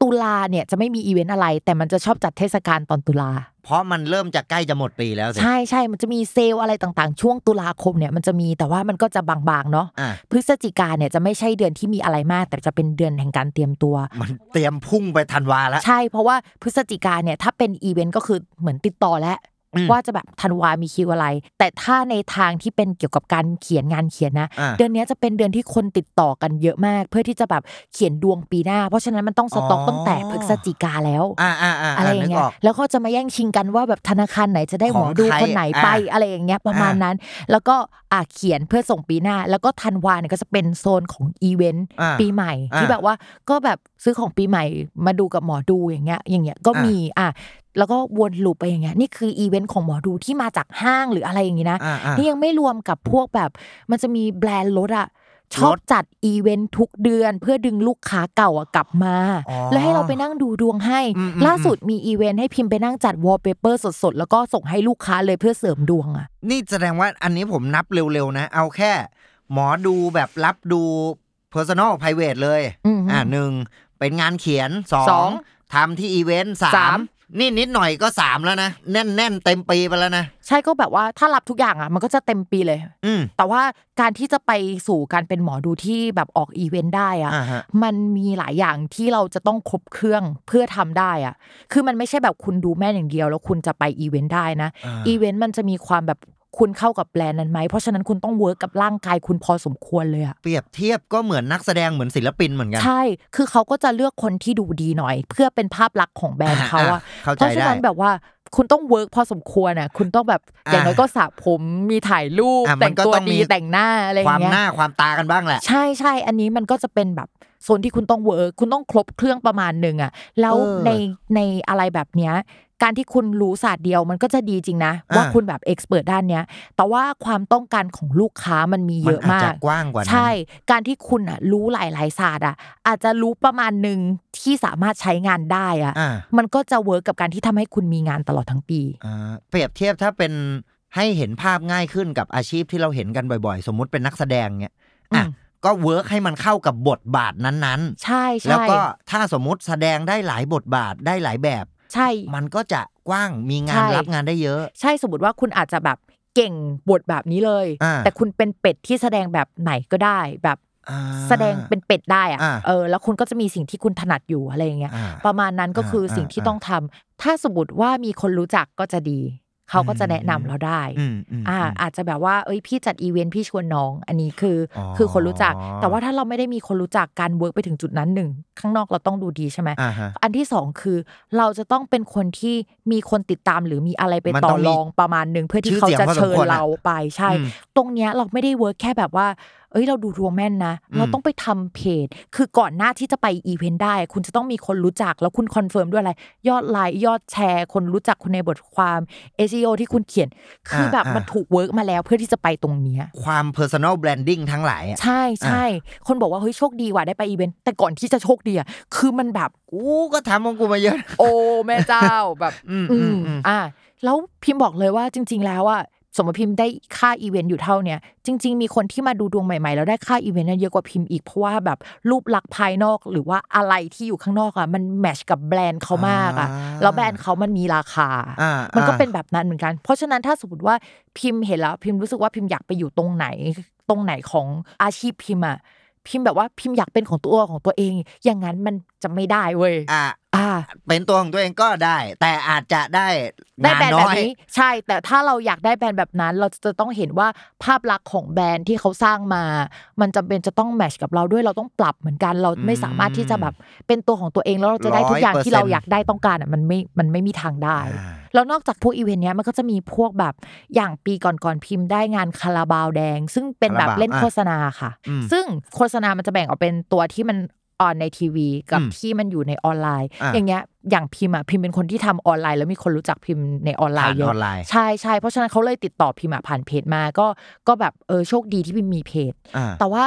Speaker 3: ตุลาเนี่ยจะไม่มีอีเวนต์อะไร แต่มันจะชอบจัดเทศกาลตอนตุลา
Speaker 2: เพราะมันเริ่มจะใกล้จะหมดปีแล้วสิ
Speaker 3: ใช่ใช่มันจะมีเซลล์อะไรต่างๆ ช่วงตุลาคมเนี่ยมันจะมีแต่ว่ามันก็จะบางๆเนาะ
Speaker 2: อ่ะ
Speaker 3: พฤศจิกาเนี่ยจะไม่ใช่เดือนที่มีอะไรมาก แต่จะเป็นเดือนแห่งการเตรียมตัว
Speaker 2: มันเตรียมพุ่งไปธันวาแล้ว
Speaker 3: ใช่เพราะว่าพฤศจิกาเนี่ยถ้าเป็นอีเวนต์ก็คือเหมือนติดต่อแล้ว
Speaker 2: อืม
Speaker 3: ว่าจะแบบธันวามีคิวอะไร แต่ถ้าในทางที่เป็นเกี่ยวกับการเขียนงานเขียนนะ
Speaker 2: อ่ะ
Speaker 3: เดือนเนี้ยจะเป็นเดือนที่คนติดต่อกันเยอะมาก เพื่อที่จะแบบเขียนดวงปีหน้า เพราะฉะนั้นมันต้องสต็อก
Speaker 2: อ๋อ
Speaker 3: ตั้งแต่พฤศจิกาแล้ว
Speaker 2: อ่าอ่าอ่า
Speaker 3: อะไรอย่าง
Speaker 2: นึก
Speaker 3: เงี้
Speaker 2: อย อก
Speaker 3: แล้วก็จะมาแย่งชิงกันว่าแบบธนาคารไหนจะได้หมอ
Speaker 2: ของ
Speaker 3: ดู
Speaker 2: ใคร
Speaker 3: คนไหน
Speaker 2: อ่ะ
Speaker 3: ไปอะไรอย่างเงี้ยประมาณ
Speaker 2: อ่ะ
Speaker 3: นั้น แล้วก็อ่าเขียนเพื่อส่งปีหน้า แล้วก็ธันวาเนี่ยก็จะเป็นโซนของอีเวนต์
Speaker 2: อ่ะ
Speaker 3: ปีใหม่
Speaker 2: อ่า
Speaker 3: ที่แบบว่าก็แบบซื้อของปีใหม่มาดูกับหมอดูอย่างเงี้ยอย่างเงี้ยก็
Speaker 2: อ่ามี
Speaker 3: มีอ่ะแล้วก็วนลูปไปอย่างเงี้ยนี่คืออีเวนต์ของหมอดูที่มาจากห้างหรืออะไรอย่างงี้นะ
Speaker 2: อ่าอ่า
Speaker 3: นี่ยังไม่รวมกับพวกแบบมันจะมีแบรนด์รถอะชอบ
Speaker 2: รถ
Speaker 3: จัดอีเวนต์ทุกเดือน เพื่อดึงลูกค้าเก่าอะกลับมา
Speaker 2: อ๋อ
Speaker 3: แล้วให้เราไปนั่งดูดวงให้
Speaker 2: อืมอืม
Speaker 3: ล่าสุดมีอีเวนต์ให้พิมพ์ไปนั่งจัดวอลเปเปอร์สดๆแล้วก็ส่งให้ลูกค้าเลยเพื่อเสริมดวงอะ
Speaker 2: นี่แสดงว่าอันนี้ผมนับเร็วๆนะ เอาแค่ หมอดูแบบรับดู personal private เลย
Speaker 3: อือฮึ
Speaker 2: หนึ่งเป็นงานเขียนสอ
Speaker 3: สอง ง
Speaker 2: ทำที่อีเวนต์สา
Speaker 3: สาม ม
Speaker 2: นี่นิดหน่อยก็สามแล้วนะ แน่นๆ เต็มปีไปแล้วนะ
Speaker 3: ใช่ก็แบบว่าถ้ารับทุกอย่างอะมันก็จะเต็มปีเลย
Speaker 2: อืม
Speaker 3: แต่ว่าการที่จะไปสู่การเป็นหมอดูที่แบบออกอีเวนต์ได้อะ
Speaker 2: อ่าฮะ
Speaker 3: มันมีหลายอย่างที่เราจะต้องครบเครื่องเพื่อทำได้อะคือมันไม่ใช่แบบคุณดูแม่นอย่างเดียว แล้วคุณจะไปอีเวนต์ได้นะ
Speaker 2: อ่า
Speaker 3: อีเวนต์มันจะมีความแบบคุณเข้ากับแบรนด์นั้นไหมเพราะฉะนั้นคุณต้องเวิร์กกับร่างกายคุณพอสมควรเลยอะ
Speaker 2: เปรียบเทียบก็เหมือนนักแสดงเหมือนศิลปินเหมือนกัน
Speaker 3: ใช่คือเขาก็จะเลือกคนที่ดูดีหน่อย เพื่อเป็นภาพลักษณ์ของแบรนด์เขาอะ
Speaker 2: เข้า
Speaker 3: เพ
Speaker 2: ใจ
Speaker 3: ราะฉะ
Speaker 2: ได้
Speaker 3: นั้นแบบว่าคุณต้องเวิร์กพอสมควรอะคุณต้องแบบอย่างน้อยก็สระผมมีถ่ายรูป
Speaker 2: อ่ะมัน
Speaker 3: แต่ง
Speaker 2: ก็
Speaker 3: ตัว
Speaker 2: ต้องมี
Speaker 3: ดีแต่งหน้าอะไรอ
Speaker 2: ควา
Speaker 3: ย่ามงเงี้ย
Speaker 2: หน้าความตากันบ้างแหละ
Speaker 3: ใช่ใช่ อันนี้มันก็จะเป็นแบบโซนที่คุณต้องเวิร์คคุณต้องครบเครื่องประมาณหนึ่งอะแล้ว
Speaker 2: เออ
Speaker 3: ในในอะไรแบบเนี้ย การที่คุณรู้ศาสตร์เดียวมันก็จะดีจริงนะ ว่า
Speaker 2: อ่า
Speaker 3: คุณแบบเอ็กซ์เพรสด้านเนี้ย แต่ว่าความต้องการของลูกค้ามันมี
Speaker 2: มั
Speaker 3: เยอะ
Speaker 2: อาจ
Speaker 3: มา
Speaker 2: จะ
Speaker 3: ก
Speaker 2: กว้างกว่านั้น
Speaker 3: ใช่ การที่คุณอะรู้หลายหลายๆศาสตร์อะอาจจะรู้ประมาณหนึ่งที่สามารถใช้งานได้อะ
Speaker 2: อ่า
Speaker 3: มันก็จะเวิร์กกับการที่ทำให้คุณมีงานตลอดทั้งปี
Speaker 2: อ่าเปรียบเทียบถ้าเป็นให้เห็นภาพง่ายขึ้นกับอาชีพที่เราเห็นกันบ่อยๆ สมมุติเป็นนักแสดงเนี่ยอ่ะ
Speaker 3: อืม
Speaker 2: ก็เวิร์กให้มันเข้ากับบทบาทนั้น
Speaker 3: ใช่
Speaker 2: ๆ แล้ว
Speaker 3: ใช่
Speaker 2: ก็ถ้าสมมติแสดงได้หลายบทบาทได้หลายแบบ
Speaker 3: ใช่
Speaker 2: มันก็จะกว้างมีงาน
Speaker 3: ใช่
Speaker 2: รับงานได้เยอะ
Speaker 3: ใช่สมมติว่าคุณอาจจะแบบเก่งบทแบบนี้เลย
Speaker 2: อ่า
Speaker 3: แต่คุณเป็นเป็ดที่แสดงแบบไหนก็ได้ แบบ
Speaker 2: อ่า
Speaker 3: แสดงเป็นเป็ดได้อะ
Speaker 2: อ่า
Speaker 3: เออ แล้วคุณก็จะมีสิ่งที่คุณถนัดอยู่อะไรอย่างเงี้ย
Speaker 2: อ่า
Speaker 3: ประมาณนั้นก็
Speaker 2: อ่า
Speaker 3: คือสิ่งที่ต้องทำถ้าสมมติว่ามีคนรู้จักก็จะดี เขาก็จะแนะนำ
Speaker 2: อืม
Speaker 3: เราได้
Speaker 2: อืมอืม
Speaker 3: อ่า
Speaker 2: อืม
Speaker 3: อาจจะแบบว่าเอ้ยพี่จัดอีเวนต์พี่ชวนน้อง อันนี้คืออ
Speaker 2: อ
Speaker 3: คือคนรู้จัก แต่ว่าถ้าเราไม่ได้มีคนรู้จักการเวิร์กไปถึงจุดนั้นหนึ่งข้างนอกเราต้องดูดีใช่ไหม
Speaker 2: อ่าฮะ
Speaker 3: อันที่สองคือเราจะต้องเป็นคนที่มีคนติดตามหรือมีอะไรไป
Speaker 2: มัน
Speaker 3: ต่
Speaker 2: ต้
Speaker 3: อ
Speaker 2: องมี
Speaker 3: รองประมาณหนึ่งเพื่อ
Speaker 2: ชื่
Speaker 3: ที่
Speaker 2: อ
Speaker 3: เขา
Speaker 2: เสียง
Speaker 3: จะ
Speaker 2: พอสม
Speaker 3: เชิญ
Speaker 2: ควรอะ
Speaker 3: เราไปใช่
Speaker 2: อืม
Speaker 3: ตรงเนี้ยเราไม่ได้เวิร์กแค่แบบว่า เอ้ยเราดูดวงแม่นนะ
Speaker 2: อืม
Speaker 3: เราต้องไปทำเพจ คือก่อนหน้าที่จะไปอีเวนต์ได้ คุณจะต้องมีคนรู้จักแล้วคุณคอนเฟิร์มด้วยอะไร ยอดไลค์ยอดแชร์ คนรู้จักคุณในบทความ SEO ที่คุณเขียน คืออา แบบ
Speaker 2: อ่ามั
Speaker 3: มันถูกเวิร์กมาแล้วเพื่อที่จะไปตรงเนี้ย
Speaker 2: ความ personal branding ทั้งหลายอ่ะ
Speaker 3: ใช่ใช่ คนบอกว่าเฮ้ยโชคดีว่ะได้ไปอีเวนต์แต่ก่อนที่จะโชคดีอะคือมันแบบ
Speaker 2: กูก็ทำของกูมาเยอะ
Speaker 3: โอ้แม่เจ้าแบบ
Speaker 2: อืม
Speaker 3: อื
Speaker 2: อืม
Speaker 3: ม
Speaker 2: อืม
Speaker 3: อ่าแล้วพิมพ์บอกเลยว่าจริง ๆ แล้วอ่ะสมมติพิมพ์ได้ค่าอีเวนต์อยู่เท่าเนี้ยจริง ๆ มีคนที่มาดูดวงใหม่ๆ แล้วได้ค่าอีเวนต์เนี่ยเยอะกว่าพิมพ์อีกเพราะว่าแบบรูปลักษณ์ภายนอกหรือว่าอะไรที่อยู่ข้างนอกอ่ะมันแมชกับแบรนด์เขามากอ่ะ
Speaker 2: อ่า
Speaker 3: แล้วแบรนด์เขามันมีราคา
Speaker 2: อ่า
Speaker 3: มันก็
Speaker 2: อ่า
Speaker 3: เป็นแบบนั้นเหมือนกัน เพราะฉะนั้นถ้าสมมติว่าพิมพ์เห็นแล้ว พิมพ์รู้สึกว่าพิมพ์อยากไปอยู่ตรงไหน ตรงไหนของอาชีพพิมพ์อ่ะพิมพ์แบบว่าพิมพ์อยากเป็นของตัวของตัวเอง อย่างนั้นมันจะไม่ได้เว้ย
Speaker 2: อ่ะ
Speaker 3: อ่า
Speaker 2: เป็นตัวของตัวเองก็ได้ แต่อาจจะได้
Speaker 3: ได้
Speaker 2: งาน
Speaker 3: แบรน
Speaker 2: น้
Speaker 3: ด์แบ
Speaker 2: อบ ย
Speaker 3: นี้ใช่ แต่ถ้าเราอยากได้แบรนด์แบบนั้น เราจะต้องเห็นว่าภาพลักษณ์ของแบรนด์ที่เขาสร้างมา มันจำเป็นจะต้องแมทชกับเราด้วยเราต้องปรับเหมือนกัน เราไม่สามารถที่จะแบบเป็นตัวของตัวเองแล้วเราจะได้ทุกอย่างที่เรา
Speaker 2: 100%
Speaker 3: อยากได้ต้องการอ่ะมันไม่มันไม่มีทางได้
Speaker 2: อ่า
Speaker 3: แล้วนอกจากพวกอีเวนต์เนี้ยมันก็จะมีพวกแบบอย่างปีก่อนๆพิมพ์ได้งานคาราบาวแดง ซึ่งเป็นแบบ
Speaker 2: คาราบาว
Speaker 3: เล่น
Speaker 2: อ่ะ
Speaker 3: โฆษณาค่ะ
Speaker 2: อืม
Speaker 3: ซึ่งโฆษณามันจะแบ่งออกเป็นตัวที่มัน ออนในทีวี กับ
Speaker 2: อืม
Speaker 3: ที่มันอยู่ในออนไลน์
Speaker 2: อ่ะ
Speaker 3: อย่างเงี้ยอย่างพิมพ์อะพิมพ์เป็นคนที่ทำออนไลน์ แล้วมีคนรู้จักพิมพ์ในออนไล
Speaker 2: ผ่าน
Speaker 3: น์เย
Speaker 2: อ
Speaker 3: อะ
Speaker 2: อนไลน์
Speaker 3: ใช่ใช่เพราะฉะนั้นเขาเลยติดต่อพิมพ์อะผ่านเพจมาก็ก็แบบเออโชคดีที่พิมพ์มีเพจ
Speaker 2: อ่า
Speaker 3: แต่ว่า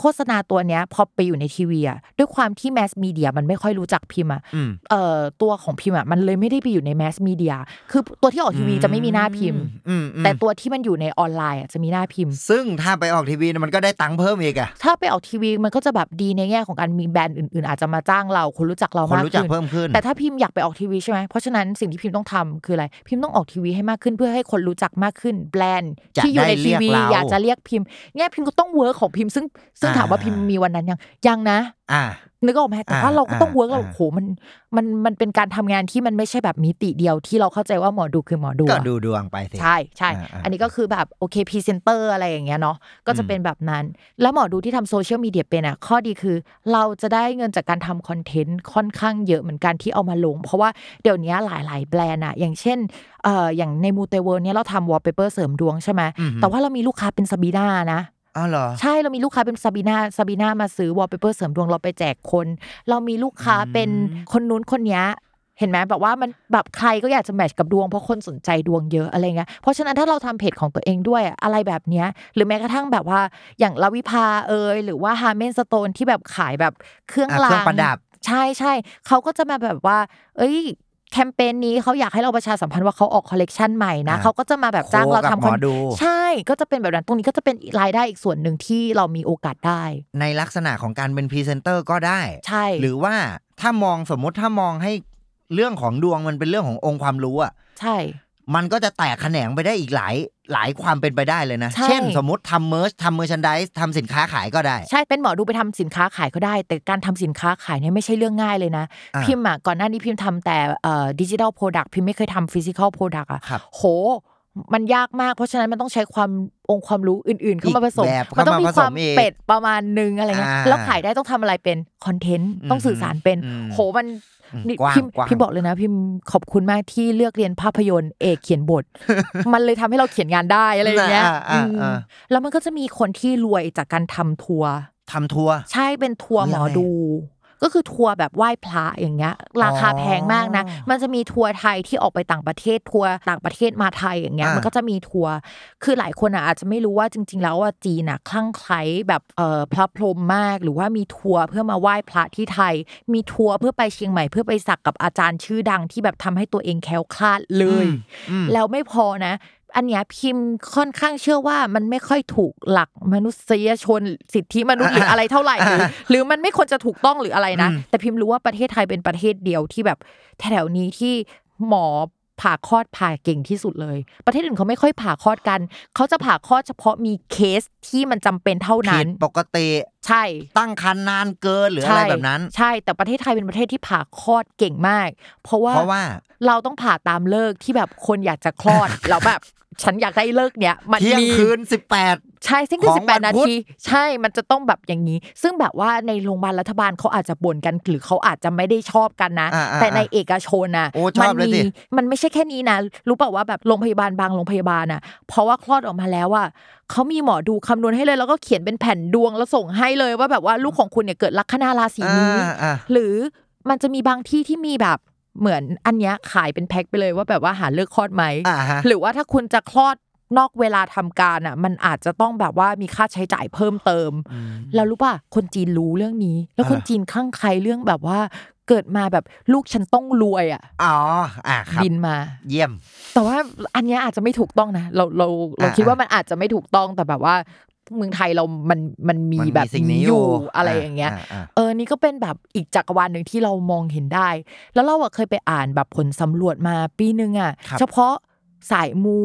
Speaker 3: โฆษณาตัวเนี้ยพอไปอยู่ในทีวีอะด้วยความที่แมสมีเดียมันไม่ค่อยรู้จักพิมพ์อะ
Speaker 2: อืม
Speaker 3: เอ่อตัวของพิมพ์อะมันเลยไม่ได้ไปอยู่ในแมสมีเดียคือตัวที่ออกทีวีจะไม่มีหน้าพิมพ์
Speaker 2: อืมอืม
Speaker 3: แต่ตัวที่มันอยู่ในออนไลน์อะจะมีหน้าพิมพ์
Speaker 2: ซึ่งถ้าไปออกทีวีเนี่ยมันก็ได้ตังค์เพิ่มอีกอะ
Speaker 3: ถ้าไปออกทีวีมันก็จะแบบดีในแง่ของการมีแบรนด์อื่นๆ อาจจะมาจ้างเราคนรู้จักเรา
Speaker 2: คน
Speaker 3: มาก
Speaker 2: รู้จัก
Speaker 3: ขึ้น
Speaker 2: เพิ่มขึ้น
Speaker 3: แต่ถ้าพิมพ์อยากไปออกทีวีใช่ไหมเพราะฉะนั้นสิ่งที่พิมพ์ต้องทำคืออะไร พิมพ์ต้องออกทีวีให้มากขึ้นเพื่อให้คนรู้จักมากขึ้น แบรนด์
Speaker 2: จะ
Speaker 3: ที่อยู่ใน
Speaker 2: ได้เรี
Speaker 3: ที
Speaker 2: ยก
Speaker 3: วี
Speaker 2: เรา
Speaker 3: อยากจะเรียกพิมพ์เนี่ยพิมพ์ก็ต้องเวิร์กของพิมพ์ซึ่งซึ่ง
Speaker 2: อ่า
Speaker 3: ถามว่าพิมพ์มีวันนั้นยังยังนะ
Speaker 2: อ่า
Speaker 3: นึกออกไหมแต่ว่า
Speaker 2: อ่า
Speaker 3: เราก็ต้อง
Speaker 2: อ่า
Speaker 3: เวิร์กเรา
Speaker 2: อ่า
Speaker 3: โหมันมันมันเป็นการทำงานที่มันไม่ใช่แบบมิติเดียวที่เราเข้าใจว่าหมอดูคือหมอดู
Speaker 2: ก็
Speaker 3: อะ
Speaker 2: ดูดวงไปสิ
Speaker 3: ใช่ใช่
Speaker 2: อ่าอ่า
Speaker 3: อันนี้ก็คือแบบโอเคพรีเซนเตอร์อะไรอย่างเงี้ยเนาะ ก็จะ
Speaker 2: อืม
Speaker 3: เป็นแบบนั้น แล้วหมอดูที่ทำโซเชียลมีเดียเป็นอ่ะ ข้อดีคือเราจะได้เงินจากการทำคอนเทนต์ค่อนข้างเยอะเหมือนกันที่เอามาลง เพราะว่าเดี๋ยวนี้หลาย ๆ แบรนด์อ่ะ อย่างเช่นเอ่ออย่างในมูเตเวิร์เนี่ยเราทำวอลเปเปอร์เสริมดวงใช่ไหม
Speaker 2: อืม
Speaker 3: แต่ว่าเรามีลูกค้าเป็นซาบีนานะ
Speaker 2: อ๋อเหรอ
Speaker 3: ใช่เรามีลูกค้าเป็นซาบีนาซาบีนามาซื้อวอลเปเปอร์เสริมดวงเราไปแจกคน เรามีลูกค้าเป็น
Speaker 2: อืม
Speaker 3: คนนู้นคนเนี้ยเห็นไหมแบบว่ามันแบบใครก็อยากจะแมทช์กับดวงเพราะคนสนใจดวงเยอะอะไรเงี้ยเพราะฉะนั้นถ้าเราทำเพจของตัวเองด้วยอะอะไรแบบเนี้ยหรือแม้กระทั่งแบบว่าอย่างลาวิภาเอยหรือว่าฮาเมนสโตนที่แบบขายแบบเครื่อง
Speaker 2: อ่ะ
Speaker 3: รา
Speaker 2: เครื่อง
Speaker 3: ง
Speaker 2: ประดับ
Speaker 3: ใช่ใช่เขาก็จะมาแบบว่า เอ้ย แคมเปญนี้เขาอยากให้เราประชาสัมพันธ์ว่าเขาออกคอลเลกชันใหม่นะ
Speaker 2: อ่ะ
Speaker 3: เขาก็จะมาแบบจ้างเรา
Speaker 2: โคกับ
Speaker 3: ทำคอน
Speaker 2: หมอดู
Speaker 3: ใช่ ก็จะเป็นแบบนั้นตรงนี้ก็จะเป็นรายได้อีกส่วนหนึ่งที่เรามีโอกาสได้
Speaker 2: ในลักษณะของการเป็นพรีเซนเตอร์ก็ได้
Speaker 3: ใช่
Speaker 2: หรือว่าถ้ามองสมมติถ้ามองให้เรื่องของดวงมันเป็นเรื่องขององค์ความรู้อะ
Speaker 3: ใช่
Speaker 2: มันก็จะแตกแขนงไปได้อีกหลายหลายความเป็นไปได้เลยนะ
Speaker 3: ใช่
Speaker 2: เช่น สมมติทำเมอร์ชทำเมอร์ชันดิสทำสินค้าขายก็ได้
Speaker 3: ใช่เป็นหมอดูไปทำสินค้าขายก็ได้ แต่การทำสินค้าขายเนี่ยไม่ใช่เรื่องง่ายเลยนะ
Speaker 2: อ่ะ
Speaker 3: พิมพ์อ่ะก่อนหน้านี้พิมพ์ทำแต่ดิจิทัลโปรดักต์พิมพ์ไม่เคยทำฟิสิกอลโปรดักต์อ่ะ
Speaker 2: ครับ
Speaker 3: โห มันยากมากเพราะฉะนั้นมันต้องใช้ความองค์ความรู้อื่นๆ เข้ามาผสม
Speaker 2: อีกแบบ
Speaker 3: มันต้องมี
Speaker 2: เข้ามาผส
Speaker 3: ความ ม
Speaker 2: อีก
Speaker 3: เป็ดประมาณนึงอะไรเงี้ย
Speaker 2: อ่า
Speaker 3: แล้วขายได้ต้องทำอะไรเป็นคอนเทนต์ต้องสื่อสารเป็น
Speaker 2: อืม
Speaker 3: โหมัน
Speaker 2: อืม
Speaker 3: นี่
Speaker 2: กว้าง
Speaker 3: พิมพ์
Speaker 2: กว้าง
Speaker 3: พิมพ์บอกเลยนะ พิมพ์ขอบคุณมากที่เลือกเรียนภาพยนตร์เอกเขียนบท มันเลยทำให้เราเขียนงานได้อะไรอย่างเงี้ย
Speaker 2: อ่ะอ่ะ
Speaker 3: อื
Speaker 2: อ่ะ
Speaker 3: มแล้วมันก็จะมีคนที่รวยจากการทำทัวร์
Speaker 2: ทำทัวร์
Speaker 3: ใช่เป็นทัวร์
Speaker 2: คือ
Speaker 3: หมอ
Speaker 2: อะไร
Speaker 3: ดู ก็คือทัวร์แบบไหว้พระอย่างเงี้ย ราคา
Speaker 2: อ๋อ
Speaker 3: แพงมากนะ มันจะมีทัวร์ไทยที่ออกไปต่างประเทศทัวร์ต่างประเทศมาไทยอย่างเงี้ย
Speaker 2: อ่ามั
Speaker 3: มันก็จะมีทัวร์คือหลายคนอะอาจจะไม่รู้ว่าจริง ๆ แล้วว่าจีนอะคลั่งไคล้แบบเอ่อพระพรหมมาก หรือว่ามีทัวร์เพื่อมาไหว้พระที่ไทย มีทัวร์เพื่อไปเชียงใหม่เพื่อไปสักกับอาจารย์ชื่อดังที่แบบทำให้ตัวเองแคล้วคลาดเลย
Speaker 2: อืม อืม
Speaker 3: แล้วไม่พอนะ อันเนี้ยพิมพ์ค่อนข้างเชื่อว่ามันไม่ค่อยถูกหลักมนุษยชนสิทธิมนุษย์หรืออะไรเท่าไหร่หรือหรือมันไม่ควรจะถูกต้องหรืออะไรนะ
Speaker 2: อืม
Speaker 3: แต่พิมพ์รู้ว่าประเทศไทยเป็นประเทศเดียวที่แบบแถวๆนี้ที่หมอผ่าคลอดผ่าเก่งที่สุดเลย ประเทศอื่นเขาไม่ค่อยผ่าคลอดกัน เขาจะผ่าคลอดเฉพาะมีเคสที่มันจำเป็นเท่า
Speaker 2: ผิ
Speaker 3: นั้
Speaker 2: ด
Speaker 3: น
Speaker 2: ปกติ
Speaker 3: ใช่
Speaker 2: ตั้งคันนานเกินหรืออะไร
Speaker 3: ใช่
Speaker 2: แบบนั้น
Speaker 3: ใช่ แต่ประเทศไทยเป็นประเทศที่ผ่าคลอดเก่งมาก เพราะว่า
Speaker 2: เพราะว่า
Speaker 3: เราต้องผ่าตามเลิกษ์ที่แบบคนอยากจะคลอ ด แล้วแบบฉันอยากได้เลิกษ์เนี้ยมัน
Speaker 2: เที่ยง
Speaker 3: มี
Speaker 2: คืนสิบแปด
Speaker 3: ใช่ซึ่ง
Speaker 2: ของ
Speaker 3: สิบแป
Speaker 2: วัน
Speaker 3: ดนา
Speaker 2: พุธ
Speaker 3: ทีใช่มันจะต้องแบบอย่างนี้ ซึ่งแบบว่าในโรงพยาบาลรัฐบาลเขาอาจจะบ่นกันหรือเขาอาจจะไม่ได้ชอบกันนะ
Speaker 2: อ่าๆ
Speaker 3: แต่ในเอกชนนะ
Speaker 2: โอ้ช
Speaker 3: มั
Speaker 2: อบเลย
Speaker 3: มี
Speaker 2: สิ
Speaker 3: มันไม่ใช่แค่นี้นะ รู้เปล่าว่าแบบโรงพยาบาลบางโรงพยาบาลนะเพราะว่าคลอดออกมาแล้วอ่ะเขามีหมอดูคำนวณให้เลย แล้วก็เขียนเป็นแผ่นดวงแล้วส่งให้เลยว่าแบบว่าลูกของคุณเนี่ยเกิดลัคนาราศีนี้
Speaker 2: อ่าอ่า
Speaker 3: หรือมันจะมีบางที่ที่มีแบบเหมือนอันเนี้ยขายเป็นแพ็คไปเลยว่าแบบว่าหาเลิกคลอดไหม
Speaker 2: อ่าฮะ
Speaker 3: หรือว่าถ้าคุณจะคลอดนอกเวลาทำการอ่ะ มันอาจจะต้องแบบว่ามีค่าใช้จ่ายเพิ่มเติม เรารู้ป่ะคนจีนรู้เรื่องนี้ แล้วคน
Speaker 2: อ่า
Speaker 3: จีนข้างใครเรื่องแบบว่า เกิดมาแบบลูกฉันต้องรวยอ่ะ
Speaker 2: อ๋ออ่าครับ
Speaker 3: บินมา
Speaker 2: เยี่ยม
Speaker 3: แต่ว่าอันเนี้ยอาจจะไม่ถูกต้องนะ เราเราเรา
Speaker 2: อ่า
Speaker 3: คิดว่ามันอาจจะไม่ถูกต้องแต่แบบว่าเมืองไทยเรามันมันมี
Speaker 2: มันมี
Speaker 3: แบบ
Speaker 2: สิ่งนี้
Speaker 3: นี้
Speaker 2: อ
Speaker 3: อยู่ ยู่อะไรอย่างเงี้ย
Speaker 2: อ่าอ่า
Speaker 3: เออนี่ก็เป็นแบบอีกจักรวาลหนึ่งที่เรามองเห็นได้ แล้วเราอะเคยไปอ่านแบบผลสำรวจมาปีนึงอะ
Speaker 2: ครับ
Speaker 3: เฉพาะสายมู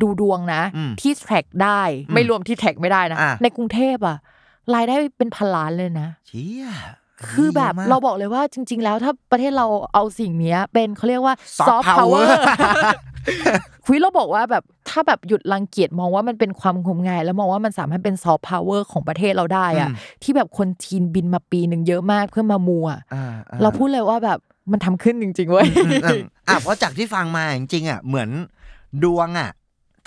Speaker 3: ดูดวงนะ
Speaker 2: อืม
Speaker 3: ที่แทร็กได้
Speaker 2: อืม
Speaker 3: ไม่รวมที่แทร็กไม่ได้นะ
Speaker 2: อ่า
Speaker 3: ในกรุงเทพอะรายได้เป็นพันล้านเลยนะ
Speaker 2: เชี่ย
Speaker 3: คือแบบ
Speaker 2: ยมมก
Speaker 3: เราบอกเลยว่าจริง ๆ แล้วถ้าประเทศเราเอาสิ่งเนี้ยเป็นเขาเรียกว่า
Speaker 2: Soft
Speaker 3: soft
Speaker 2: power
Speaker 3: power คุยเราบอกว่าแบบถ้าแบบหยุดรังเกียจมองว่ามันเป็นความงมงาย แล้วมองว่ามันสามารถเป็น soft power ของประเทศเราได้อะ
Speaker 2: อืม
Speaker 3: ที่แบบคนจีนบินมาปีหนึ่งเยอะมากเพื่อมามัว
Speaker 2: อ่าอ่
Speaker 3: เราพูดเลยว่าแบบมันทำขึ้นจริง ๆ เว้ย
Speaker 2: อืมอืมอ่ะเพราะจากที่ฟังมาจริงๆอ่ะเหมือนดวงอ่ะ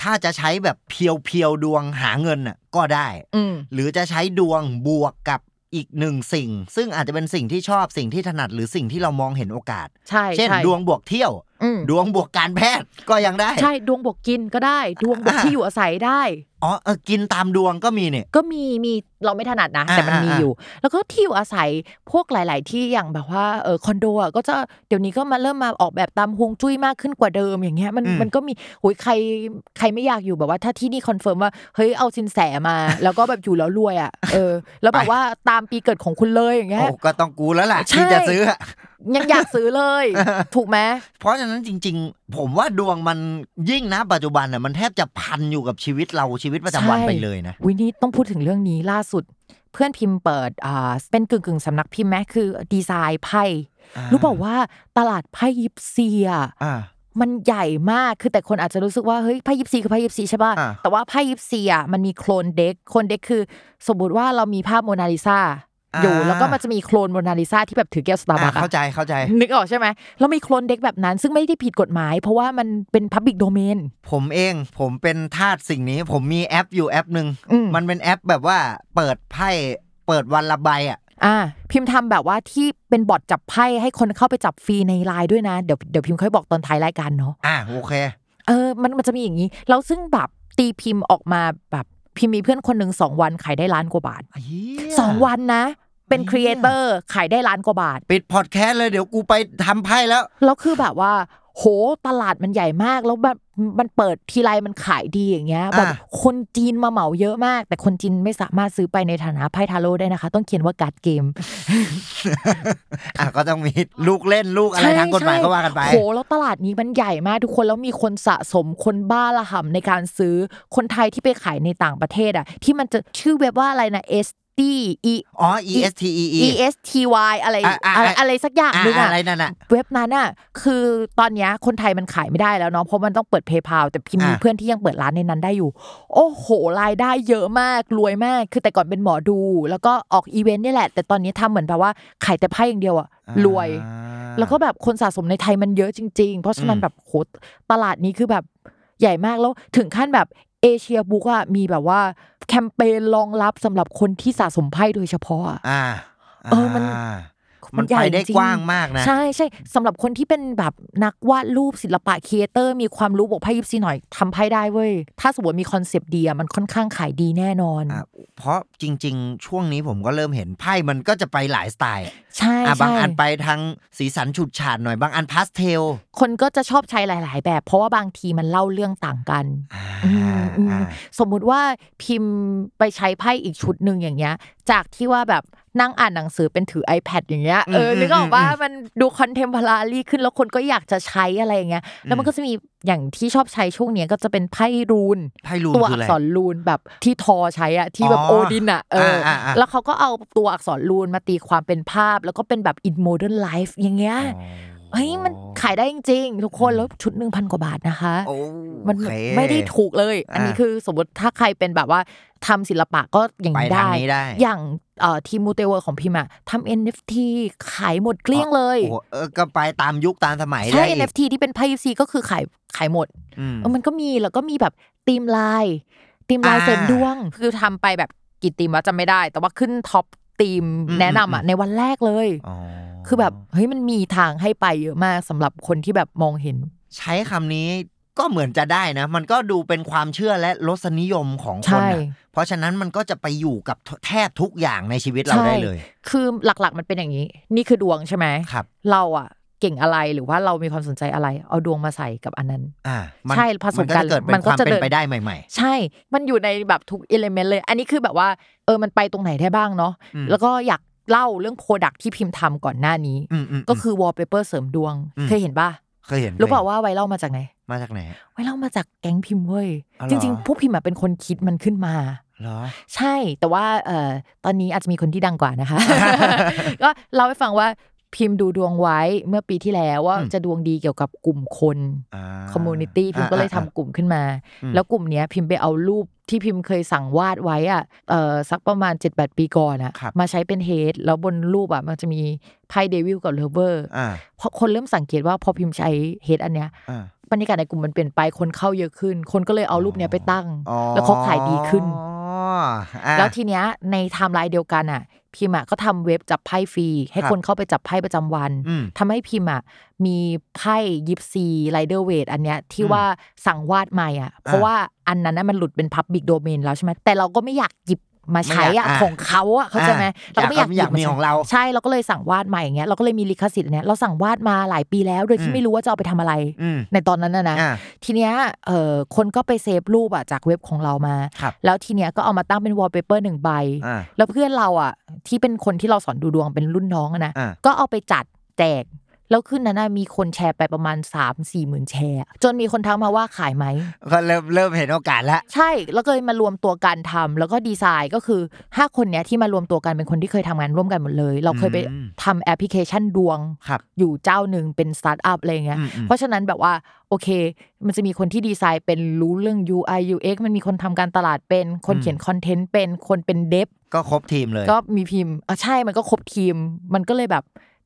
Speaker 2: ถ้าจะใช้แบบเพียวๆดวงหาเงินอ่ะก็ได้
Speaker 3: อืม
Speaker 2: หรือจะใช้ดวงบวกกับ อีกหนึ่งสิ่ง ซึ่งอาจจะเป็นสิ่งที่ชอบสิ่งที่ถนัดหรือสิ่งที่เรามองเห็นโอกาส
Speaker 3: ใช่
Speaker 2: เช่น
Speaker 3: ใช่
Speaker 2: ดวงบวกเที่ยว
Speaker 3: อืม
Speaker 2: ดวงบวกการแพทย์ก็ยังได้
Speaker 3: ใช่ดวงบวกกินก็ได้ ดวงบวก
Speaker 2: อ่า
Speaker 3: ที่อยู่อาศัยได้
Speaker 2: อ๋อเออกินตามดวงก็มีเนี่ย
Speaker 3: ก็มีมีเราไม่ถนัดนะ
Speaker 2: อ่า
Speaker 3: แต่มันมี
Speaker 2: อ่า
Speaker 3: อยู่ แล้วก็ที่อยู่อาศัยพวกหลาย ๆ ที่อย่างแบบว่าเออคอนโดอ่ะก็จะเดี๋ยวนี้ก็มาเริ่มมาออกแบบตามฮวงจุ้ยมากขึ้นกว่าเดิมอย่างเงี้ยมัน
Speaker 2: อืม
Speaker 3: มันก็มีโอ้ยใครใครไม่อยากอยู่แบบว่า ถ้าที่นี่คอนเฟิร์มว่าเฮ้ยเอาสินแสมา แล้วก็แบบอยู่แล้วรวยอ่ะเออ แล้วแบบว่าตามปีเกิดของคุณเลยอย่างเงี้ย
Speaker 2: โอ้ก็ต้องกูแล้วล่ะ
Speaker 3: ใช่
Speaker 2: ที่จะซื้ออะ
Speaker 3: ยังอยากซื้อเลย ถูกไหม
Speaker 2: เพราะฉะนั้นจริง ๆ ผมว่าดวงมันยิ่งนะปัจจุบันน่ะมันแทบจะพันอยู่กับชีวิตเราชีวิตประจำวัน
Speaker 3: ใช่
Speaker 2: ไปเลยนะ
Speaker 3: วินี่ต้องพูดถึงเรื่องนี้ล่าสุด เพื่อนพิมพ์เปิดอ่าเป็นกึ่งกึ่งๆสำนักพิมพ์แม้คือดีไซน์ไพ่ รู้เปล่าว่าตลาดไพ่ยิปซีอ่ะ
Speaker 2: อ่า
Speaker 3: มันใหญ่มากคือแต่คนอาจจะรู้สึกว่าเฮ้ยไพ่ยิปซีคือไพ่ยิปซีใช่ป่ะ
Speaker 2: อ่า
Speaker 3: แต่ว่าไพ่ยิปซีอ่ะมันมีโคลนเด็กโคลนเด็กคือ สมมติว่าเรามีภาพโมนาลิซาอยู่แล้วก็มันจะมีโคลนโมนาลิซาที่แบบถือแก้วสตาร์บั
Speaker 2: อ่า
Speaker 3: ค
Speaker 2: เข้าใจเข้าใจ
Speaker 3: นึกออกใช่ไหมแล้วมีโคลนเด็กแบบนั้น ซึ่งไม่ได้ผิดกฎหมาย เพราะว่ามันเป็นพับบิ c โดเมน
Speaker 2: ผมเองผมเป็นทาสสิ่งนี้ ผมมีแอปอยู่แอปหนึ่ง
Speaker 3: อืม
Speaker 2: มันเป็นแอปแบบว่าเปิดไพ่เปิดวันละใบอ่ะ
Speaker 3: อ่าพิมพ์ทำแบบว่าที่เป็นบอทจับไพ่ให้คนเข้าไปจับฟรีในไลน์ด้วยนะเดี๋ยวเดี๋ยวพิมพ์ค่อยบอกตอนท้ายรายการเนาะ
Speaker 2: อ่าโอเค
Speaker 3: เออ มันมันจะมีอย่างนี้ แล้วซึ่งแบบตีพิมพ์ออกมาแบบพิมพ์มีเพื่อนคนหนึ่งสองวันขายได้ล้านกว่าบาทสองวันนะ เป็น
Speaker 2: เหี้ย
Speaker 3: ครีเอเตอร์ขายได้ล้านกว่าบาท
Speaker 2: ปิดพอดแคสต์เลยเดี๋ยวกูไปทำไพ่แล้ว
Speaker 3: แล้วคือแบบว่า โหตลาดมันใหญ่มากแล้วแบบมันเปิดทีไรมันขายดีอย่างเงี้ยแบบ
Speaker 2: อ่า
Speaker 3: คนจีนมาเหมาเยอะมาก แต่คนจีนไม่สามารถซื้อไปในฐานะไพ่ทาโร่ได้นะคะ ต้องเขียนว่าการ์ดเกม
Speaker 2: อ่ะก็ต้องมีลูกเล่นลูกอะไร
Speaker 3: ใช่
Speaker 2: ทางกฎหมาย
Speaker 3: ใช่
Speaker 2: ก็ว่ากันไป
Speaker 3: โหแล้วตลาดนี้มันใหญ่มากทุกคนแล้วมีคนสะสมคนบ้าระห่ำในการซื้อคนไทยที่ไปขายในต่างประเทศอ่ะ ที่มันจะชื่อเว็บว่าอะไรนะ S T E
Speaker 2: อ๋อ E S T E E
Speaker 3: E S T Y อะไร
Speaker 2: อ่ะอ่ะ
Speaker 3: อะไร
Speaker 2: อ่ะ
Speaker 3: อะไรสักอย่าง
Speaker 2: อ่า
Speaker 3: หนึง
Speaker 2: อะ
Speaker 3: อ่ะ
Speaker 2: ไรนั่นอ่ะ
Speaker 3: เว็บนั้นอ่ะคือตอนเนี้ยคนไทยมันขายไม่ได้แล้วเนาะเพราะมันต้องเปิดเพย์พาแต่พิมพ์มี
Speaker 2: อ่ะ
Speaker 3: เพื่อนที่ยังเปิดร้านในนั้นได้อยู่ โอ้โหรายได้เยอะมากรวยมาก คือแต่ก่อนเป็นหมอดู แล้วก็ออกอีเวนต์เนี่ยแหละ แต่ตอนนี้ทำเหมือนแบบว่าขายแต่ไพ่อย่างเดียวอ่ะรวย
Speaker 2: อ่า
Speaker 3: แล้วก็แบบคนสะสมในไทยมันเยอะจริง ๆ เพราะฉะนั้น
Speaker 2: อืม
Speaker 3: แบบโหตลาดนี้คือแบบใหญ่มากแล้วถึงขั้นแบบเอเชียบุ๊กอะมีแบบว่าแคมเปญรองรับสำหรับคนที่สะสมไพ่โดยเฉพาะอะ
Speaker 2: อ่า
Speaker 3: เออมัน
Speaker 2: ามัน
Speaker 3: ให
Speaker 2: ไป
Speaker 3: ญ่
Speaker 2: ได้
Speaker 3: จริ
Speaker 2: กว้างมากนะ
Speaker 3: ใช่ใช่สำหรับคนที่เป็นแบบนักวาดรูปศิลปะครีเอเตอร์ มีความรู้บอกไพ่ยิปซีหน่อยทำไพ่ได้เว้ย ถ้าสมมติมีคอนเซปต์ดีอะมันค่อนข้างขายดีแน่นอน
Speaker 2: อ่ะ เพราะจริง ๆ ช่วงนี้ผมก็เริ่มเห็นไพ่มันก็จะไปหลายสไตล์อ่ะ
Speaker 3: ใช่
Speaker 2: อ่ะบาง
Speaker 3: ใช่
Speaker 2: อันไปทางสีสันฉูดฉาดหน่อยบางอันพาสเทล
Speaker 3: คนก็จะชอบใช้หลาย ๆ แบบ เพราะว่าบางทีมันเล่าเรื่องต่างกัน
Speaker 2: อ่า
Speaker 3: อืมอืม
Speaker 2: อ่า
Speaker 3: สมมุติว่าพิมพ์ไปใช้ไพ่อีกชุดหนึ่งอย่างเงี้ย จากที่ว่าแบบนั่งอ่านหนังสือเป็นถือ iPad อย่างเงี้ยเออ
Speaker 2: อืม
Speaker 3: นึกออกว่า
Speaker 2: อืมอืม
Speaker 3: มันดูคอนเทมพ o รารีขึ้นแล้วคนก็อยากจะใช้อะไรอย่างเงี้ยแล้วมัน
Speaker 2: อืม
Speaker 3: ก็จะมีอย่างที่ชอบใช้ช่วงเนี้ยก็จะเป็นไพ่รูน
Speaker 2: ไพ่รูน
Speaker 3: ตัว
Speaker 2: คือ
Speaker 3: อั
Speaker 2: อะ
Speaker 3: ก
Speaker 2: ไร
Speaker 3: ษรรูนแบบที่ทอใช้อะที่แบบ
Speaker 2: อ๋อ
Speaker 3: โอดินอะเอออา
Speaker 2: อ่า
Speaker 3: แล้วเขาก็เอาตัวอักษรรูนมาตีความเป็นภาพ แล้วก็เป็นแบบ in modern life อย่างเงี้ย
Speaker 2: อ๋อ
Speaker 3: เฮ้ยมันขายได้จริงๆทุกคนแล้วชุดหนึ่งพันกว่าบาทนะคะ
Speaker 2: โอ้
Speaker 3: มัน
Speaker 2: โอเค
Speaker 3: ไม่ได้ถูกเลย อันนี้
Speaker 2: อ่า
Speaker 3: คือสมมติถ้าใครเป็นแบบว่าทำศิลปะก็อย่าง
Speaker 2: ไป
Speaker 3: นี้
Speaker 2: ทาง
Speaker 3: ได้
Speaker 2: นี้ได้
Speaker 3: อย่างเอ่อทีมมูเตเวอร์ของพิมพ์อะทำ NFT ขายหมดเกลี้ยงเลย
Speaker 2: โอ้โหเออก็ไปตามยุคตามสมัย
Speaker 3: ใช่
Speaker 2: ได้อีก
Speaker 3: NFT ที่เป็นไพ่ซีก็คือขายขายหมด
Speaker 2: อืม
Speaker 3: เออมันก็มีแล้วก็มีแบบทีมลายทีมลาย
Speaker 2: อ่า
Speaker 3: เสริมดวง คือทำไปแบบกี่ทีมวะจำไม่ได้ แต่ว่าขึ้นท็อปทีม
Speaker 2: อืม
Speaker 3: แนะนำอะ
Speaker 2: อืม
Speaker 3: ในวันแรกเลย
Speaker 2: อ๋อ
Speaker 3: คือแบบเฮ้ยมันมีทางให้ไปเยอะมากสำหรับคนที่แบบมองเห็น
Speaker 2: ใช้คำนี้ก็เหมือนจะได้นะ มันก็ดูเป็นความเชื่อและรสนิยมของคน
Speaker 3: ใช่
Speaker 2: น่ะเพราะฉะนั้นมันก็จะไปอยู่กับแทบทุกอย่างในชีวิตเราได้เลย
Speaker 3: คือหลักๆ มันเป็นอย่างนี้ นี่คือดวงใช่ไหม
Speaker 2: ครับ
Speaker 3: เราอะเก่งอะไรหรือว่าเรามีความสนใจอะไร เอาดวงมาใส่กับอันนั้น
Speaker 2: อ่ามัน
Speaker 3: ใช่ผสมกัน
Speaker 2: จะเกิดเป็
Speaker 3: มัน
Speaker 2: น
Speaker 3: ก็
Speaker 2: ความ
Speaker 3: จะ
Speaker 2: เป็
Speaker 3: เดิ
Speaker 2: น
Speaker 3: น
Speaker 2: ไปได้ใหม่
Speaker 3: ใช่ มันอยู่ในแบบทุกอิเลเมนต์เลย อันนี้คือแบบว่าเออมันไปตรงไหนได้บ้างเนาะ
Speaker 2: อืม
Speaker 3: แล้วก็อยากเล่าเรื่องโปรดักที่พิมพ์ทำก่อนหน้านี้
Speaker 2: ๆ อืมๆๆ
Speaker 3: ก็คือวอลเปเปอร์เสริมดวง
Speaker 2: อืม
Speaker 3: เคยเห็นป่ะ
Speaker 2: เคยเห็น
Speaker 3: รู้เปล่า
Speaker 2: ว้ย
Speaker 3: ว่าไวรัลมาจากไหน
Speaker 2: มาจากไหน
Speaker 3: ไวรัลมาจากแก๊งพิมพ์เว้ย
Speaker 2: อ๋อเหร
Speaker 3: จ
Speaker 2: อ
Speaker 3: ริง ๆ พวกพิมพ์อะเป็นคนคิดมันขึ้นมา
Speaker 2: เหรอ
Speaker 3: ใช่แต่ว่าเอ่อตอนนี้อาจจะมีคนที่ดังกว่านะคะ ก็เล่าให้ฟังว่าพิมพ์ดูดวงไว้เมื่อปีที่แล้วว่า
Speaker 2: อืม
Speaker 3: จะดวงดีเกี่ยวกับกลุ่มคน
Speaker 2: อ่า
Speaker 3: คอมมูนิตี้พิมพ์ก็เลยทำ
Speaker 2: อ่า
Speaker 3: กลุ่มขึ้นมา
Speaker 2: อืม
Speaker 3: แล้วกลุ่มเนี้ยพิมพ์ไปเอารูปที่พิมพ์เคยสั่งวาดไว้อ่ะเอ่อสักประมาณ 7-8 ปีก่อนอ่ะ
Speaker 2: ครับ
Speaker 3: มาใช้เป็นเฮดแล้วบนรูปอ่ะมันจะมีไพ่เดวิลกับเลเวอร์
Speaker 2: อ่า
Speaker 3: เพราะคนเริ่มสังเกตว่าพอพิมพ์ใช้เฮดอันเนี้ย
Speaker 2: อ่า
Speaker 3: บรรยากาศในกลุ่มมันเปลี่ยนไปคนเข้าเยอะขึ้น คนก็เลยเอารูปเนี้ยไปตั้ง
Speaker 2: อ๋อ
Speaker 3: แล้วเขาขายดีขึ้น
Speaker 2: อ๋ออ่า
Speaker 3: แล้วทีเนี้ยในไทม์ไลน์เดียวกันอ่ะ พ พิมพ์อะก็ทำเว็บจับไพ่ฟรี ให้
Speaker 2: ครับ
Speaker 3: คนเข้าไปจับไพ่ประจำวัน
Speaker 2: อืม
Speaker 3: ทำให้พิมพ์อะมีไพ่ยิปซีไรเดอร์เวทอันเนี้ยที่
Speaker 2: อืม
Speaker 3: ว่าสั่งวาดใหม่อะเพราะ
Speaker 2: อ่า
Speaker 3: ว่าอันนั้นน่ะมันหลุดเป็นพับบิกโดเมนแล้วใช่ไหมแต่เราก็ไม่อยากหยิบมาใช้
Speaker 2: ไม่อยา
Speaker 3: อะ
Speaker 2: กอ่า
Speaker 3: ของเขาอะเข้าใจไหม
Speaker 2: อ่า
Speaker 3: เราก็ไม่อยากห
Speaker 2: อยาก
Speaker 3: ยิบ
Speaker 2: มีของเรา
Speaker 3: ใช่เราก็เลยสั่งวาดใหม่อย่างเงี้ยเราก็เลยมีลิขสิทธิ์อันเนี้ยเราสั่งวาดมาหลายปีแล้ว โดย
Speaker 2: อื
Speaker 3: ที่
Speaker 2: ม
Speaker 3: ไม่รู้ว่าจะเอาไปทำอะไร
Speaker 2: อืม
Speaker 3: ในตอนนั้นนะนะ
Speaker 2: อ่า
Speaker 3: ทีเนี้ยเอ่อคนก็ไปเซฟรูปอ่ะจากเว็บของเรามา
Speaker 2: ครับ
Speaker 3: แล้วทีเนี้ยก็เอามาตั้งเป็นวอลเปเปอร์หนึ่งใบ
Speaker 2: อ่า
Speaker 3: แล้วเพื่อนเราอ่ะที่เป็นคนที่เราสอนดูดวงเป็นรุ่นน้องอะนะ
Speaker 2: อ่า
Speaker 3: ก็เอาไปจัดแจก แล้วขึ้นนั้นนะมีคนแชร์ไปประมาณ 3 4มสี่หมื่นแชร์ จนมีคนทักมาว่าขายไหม
Speaker 2: ก็เริ่มเริ่มเห็นโอกาสละ
Speaker 3: ใช่แล้วก็เลยมารวมตัวกันทำแล้วก็ดีไซน์ก็คือ 5 คนเนี้ยที่มารวมตัวกันเป็นคนที่เคยทำงานร่วมกันหมดเลย เราเคยไป
Speaker 2: อืม
Speaker 3: ทำแอปพลิเคชันดวง
Speaker 2: ครับ
Speaker 3: อยู่เจ้าหนึ่งเป็นสตาร์ทอัพอะไรเงี้ย
Speaker 2: อืมอืม
Speaker 3: เพราะฉะนั้นแบบว่าโอเค มันจะมีคนที่ดีไซน์เป็นรู้เรื่อง UI UX มันมีคนทำการตลาดเป็นคน
Speaker 2: อืม
Speaker 3: เขียนคอนเทนต์เป็นคนเป็นเดฟ
Speaker 2: ก็ครบทีมเลย
Speaker 3: ก็มีพิมพ์อ่ะใช่มันก็ครบทีม มันก็เลยแบบ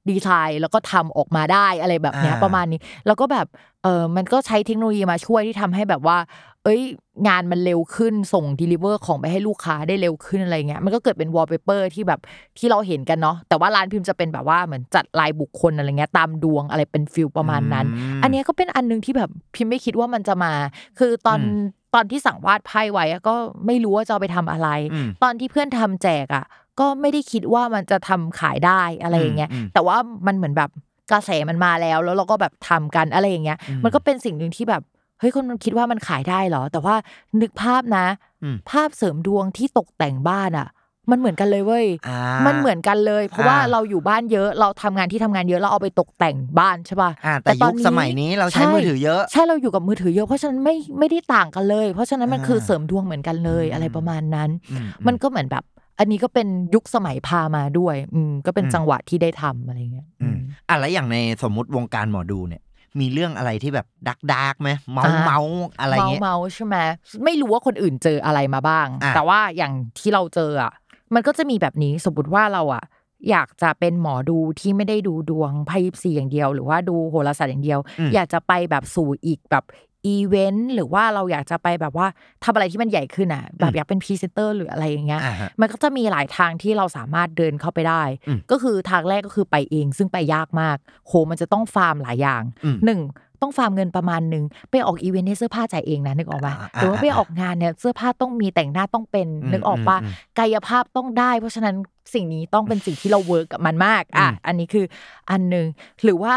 Speaker 3: ดีไซน์แล้วก็ทำออกมาได้อะไรแบบเนี้ย
Speaker 2: อ่า
Speaker 3: ประมาณนี้ แล้วก็แบบเออมันก็ใช้เทคโนโลยีมาช่วยที่ทำให้แบบว่า เอ้ย งานมันเร็วขึ้นส่ง deliver ของไปให้ลูกค้าได้เร็วขึ้นอะไรเงี้ยมันก็เกิดเป็น wallpaper ที่แบบที่เราเห็นกันเนาะแต่ว่าร้านพิมพ์จะเป็นแบบว่าเหมือนจัดลายบุคคลอะไรเงี้ยตามดวงอะไรเป็นฟิลประมาณนั้น
Speaker 2: ม
Speaker 3: อันเนี้ยก็เป็นอันหนึงที่แบบพิมพ์ไม่คิดว่ามันจะมา คือตอน
Speaker 2: อืม
Speaker 3: ตอนที่สั่งวาดไพ่ไว้อะก็ไม่รู้ว่าจะเอาไปทำอะไร
Speaker 2: อืม
Speaker 3: ตอนที่เพื่อนทำแจกอ่ะ ก็ไม่ได้คิดว่ามันจะทำขายได้อะไรอย่างเงี้ย
Speaker 2: อืมอืม
Speaker 3: แต่ว่ามันเหมือนแบบกระแสมันมาแล้ว แล้วเราก็แบบทำกันอะไรอย่างเงี้ย
Speaker 2: อืม
Speaker 3: มันก็เป็นสิ่งหนึ่งที่แบบเฮ้ยคนมันคิดว่ามันขายได้เหรอ แต่ว่านึกภาพนะ
Speaker 2: อืม
Speaker 3: ภาพเสริมดวงที่ตกแต่งบ้านอ่ะ มันเหมือนกันเลยเว้ย
Speaker 2: อ่า
Speaker 3: มันเหมือนกันเลย เพราะว่า
Speaker 2: อ่า
Speaker 3: เราอยู่บ้านเยอะ เราทำงานที่ทำงานเยอะเราเอาไปตกแต่งบ้านใช่ป่ะ
Speaker 2: อ่า แต่
Speaker 3: แต่ตอ
Speaker 2: ยุ
Speaker 3: น
Speaker 2: คสมัยนี้เราใช้
Speaker 3: ใช่
Speaker 2: มือถือเยอะ
Speaker 3: ใช่เราอยู่กับมือถือเยอะเพราะฉะนั้นไม่ไม่ได้ต่างกันเลย เพราะฉะนั้นมัน
Speaker 2: อ่า
Speaker 3: คือเสริมดวงเหมือนกันเลยอะไร
Speaker 2: อืม
Speaker 3: ประมาณนั้น
Speaker 2: อือื
Speaker 3: มันก็เหมือนแบบ อันนี้ก็เป็นยุคสมัยพามาด้วย อืมก็เป็น
Speaker 2: อืม
Speaker 3: จังหวะที่ได้ทำอะไรเงี้ย
Speaker 2: อืม
Speaker 3: อืม
Speaker 2: อ่ะแล้วอย่างในสมมุติวงการหมอดูเนี่ย มีเรื่องอะไรที่แบบดักดักๆไหมเมา
Speaker 3: อ่า
Speaker 2: เมาอะไรเงี้ย
Speaker 3: เมาๆใช่ไหมไม่รู้ว่าคนอื่นเจออะไรมาบ้าง
Speaker 2: อ่ะ
Speaker 3: แต่ว่าอย่างที่เราเจออ่ะมันก็จะมีแบบนี้สมมติว่าเราอ่ะ อยากจะเป็นหมอดูที่ไม่ได้ดูดวงไพ่ยิปซีอย่างเดียว หรือว่าดูโหราศาสตร์อย่างเดียว
Speaker 2: อืม
Speaker 3: อยากจะไปแบบสู่อีกแบบอีเวนต์หรือว่าเราอยากจะไปแบบว่าทำอะไรที่มันใหญ่ขึ้นอ่ะ แบบ
Speaker 2: อืม
Speaker 3: อยากเป็นพรีเซนเตอร์หรืออะไรอย่างเงี้ย
Speaker 2: อ่าฮะ
Speaker 3: มันก็จะมีหลายทางที่เราสามารถเดินเข้าไปได้
Speaker 2: อืม
Speaker 3: ก็คือทางแรกก็คือไปเองซึ่งไปยากมาก โหมันจะต้องฟาร์มหลายอย่าง
Speaker 2: อืม
Speaker 3: หนึ่งต้องฟาร์มเงินประมาณหนึ่งไปออกอีเวนต์ให้เสื้อผ้าจ่ายเองนะนึกออกปะ
Speaker 2: อ่าอ่า
Speaker 3: หรือว่าไปออกงานเนี่ยเสื้อผ้าต้องมีแต่งหน้าต้องเป็น
Speaker 2: อืม
Speaker 3: นึกออกปะ
Speaker 2: อืมอืม
Speaker 3: กายภาพต้องได้ เพราะฉะนั้นสิ่งนี้ต้องเป็นสิ่งที่เราเวิร์กกับมันมากอ่ะ
Speaker 2: อืม
Speaker 3: อันนี้คืออันหนึ่งหรือว่า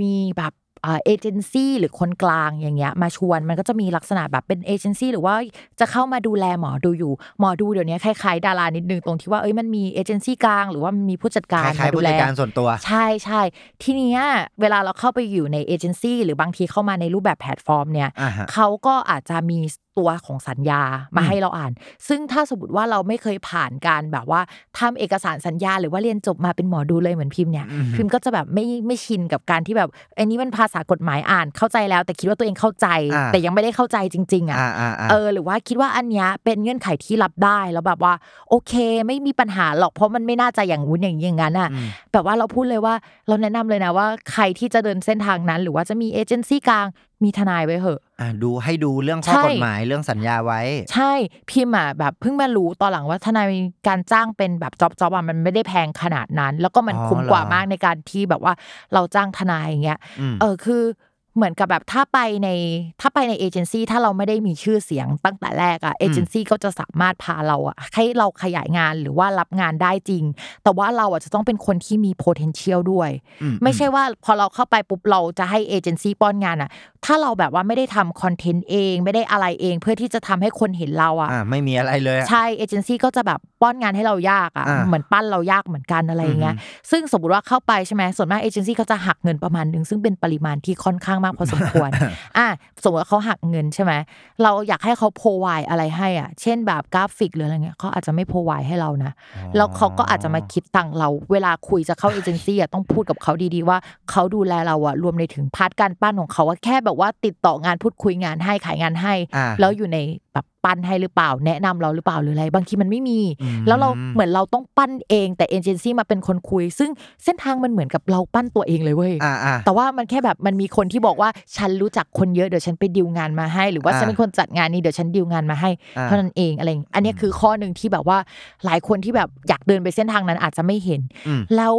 Speaker 3: มีแบบเอ่อเจนซี่หรือคนกลางอย่างเงี้ยมาชวนมันก็จะมีลักษณะแบบเป็นเอเจนซี่หรือว่าจะเข้ามาดูแลหมอดูอยู่หมอดูเดี๋ยวนี้คล้ายๆดารานิดนึงตรงที่ว่าเอ้ยมันมีเอเจนซี่กลางหรือว่ามันมีผู้จัดการ
Speaker 2: คล้าย
Speaker 3: มา
Speaker 2: ๆ
Speaker 3: ดู
Speaker 2: ผู้
Speaker 3: แล
Speaker 2: จัดการส่วนตัว
Speaker 3: ใช่ใช่ทีเนี้ยเวลาเราเข้าไปอยู่ในเอเจนซี่หรือบางทีเข้ามาในรูปแบบแพลตฟอร์มเนี่ย
Speaker 2: อ่าฮะ
Speaker 3: เขาก็อาจจะมีตัวของสัญญามา
Speaker 2: อืม
Speaker 3: ให้เราอ่าน ซึ่งถ้าสมมติว่าเราไม่เคยผ่านการแบบว่าทำเอกสารสัญญา หรือว่าเรียนจบมาเป็นหมอดูเลยเหมือนพิมพ์เนี่ย
Speaker 2: อืม
Speaker 3: พิมพ์ก็จะแบบไม่ไม่ชินกับการที่แบบอันนี้มันภาษากฎหมายอ่านเข้าใจแล้ว แต่คิดว่าตัวเองเข้าใจ
Speaker 2: อ่า
Speaker 3: แต่ยังไม่ได้เข้าใจจริง ๆอ่ะ
Speaker 2: อ่าอ่าอ่า
Speaker 3: เออหรือว่าคิดว่าอันเนี้ยเป็นเงื่อนไขที่รับได้แล้วแบบว่า โอเค ไม่มีปัญหาหรอกเพราะมันไม่น่าจะอย่างวุ้นอย่างนี้อย่างนั้นอ่ะ
Speaker 2: อืม
Speaker 3: แบบว่าเราพูดเลยว่าเราแนะนำเลยนะว่าใครที่จะเดินเส้นทางนั้น หรือว่าจะมีเอเจนซี่กลางมีทนายไว้เหอะ
Speaker 2: อ่าดูให้ดูเรื่องข้อ
Speaker 3: ใช่
Speaker 2: กฎหมายเรื่องสัญญาไว้
Speaker 3: ใช่พิมพ์อ่ะแบบเพิ่งมารู้ตอนหลังว่าทนายการจ้างเป็นแบบจ็อบจ็อบอ่ะมันไม่ได้แพงขนาดนั้น แล้วก็มัน
Speaker 2: อ๋อ
Speaker 3: คุ้ม
Speaker 2: เหรอ
Speaker 3: กว่ามากในการที่แบบว่าเราจ้างทนายอย่างเงี้ย
Speaker 2: อืม
Speaker 3: เออคือเหมือนกับแบบถ้าไปในถ้าไปในเอเจนซี่ถ้าเราไม่ได้มีชื่อเสียงตั้งแต่แรกอะเอเจนซี่ก็จะสามารถพาเราอะให้เราขยายงานหรือว่ารับงานได้จริง แต่ว่าเราอะจะต้องเป็นคนที่มี potential ด้วย
Speaker 2: อืม
Speaker 3: ไม่ใช่ว่าพอเราเข้าไปปุ๊บเราจะให้เอเจนซี่ป้อนงานอะถ้าเราแบบว่าไม่ได้ทำคอนเทนต์เองไม่ได้อะไรเองเพื่อที่จะทำให้คนเห็นเราอะ
Speaker 2: อ่าไม่มีอะไรเลยอะ
Speaker 3: ใช่เอเจนซี่ก็จะแบบป้อนงานให้เรายากอ่ะ
Speaker 2: อ่า
Speaker 3: เหมือนปั้นเรายากเหมือนกันอะไรอย่างเงี้ยซึ่งสมมติว่าเข้าไปใช่ไหมส่วนมากเอเจนซี่เขาจะหักเงินประมาณหนึ่งซึ่งเป็นปริมาณที่ค่อนข้างมากพอสมควร อ่ะสมมติว่าเขาหักเงินใช่ไหมเราอยากให้เขา provide อะไรให้อ่ะเช่นแบบกราฟิกหรืออะไรเงี้ยเขาอาจจะไม่ provide ให้เรานะแล้วเขาก็อาจจะมาคิดตังค์เรา เวลาคุยจะเข้าเอเจนซี่อ่ะต้องพูดกับเขาดีๆว่าเขาดูแลเราอ่ะรวมในถึงพาร์ทการปั้นของเขาว่าแค่แบบว่าติดต่องานพูดคุยงานให้ขายงานให้
Speaker 2: อ่า
Speaker 3: แล้วอยู่ในแบบ ปั้นให้หรือเปล่า แนะนำเราหรือเปล่าหรืออะไร บางทีมันไม่มี แล้วเราเหมือนเราต้องปั้นเอง แต่เอเจนซี่มาเป็นคนคุย ซึ่งเส้นทางมันเหมือนกับเราปั้นตัวเองเลยเว้ย
Speaker 2: อ่าอ่า
Speaker 3: แต่ว่ามันแค่แบบมันมีคนที่บอกว่าฉันรู้จักคนเยอะเดี๋ยวฉันไปดีลงานมาให้ หรือว่า
Speaker 2: อ่า
Speaker 3: ฉันเป็นคนจัดงานนี้เดี๋ยวฉันดีลงานมาให้ เท่านั้นเองอะไรอย่างอันเนี้ยคือข้อหนึ่งที่แบบว่าหลายคนที่แบบอยากเดินไปเส้นทางนั้นอาจจะไม่เห็น
Speaker 2: อืม
Speaker 3: แล้ว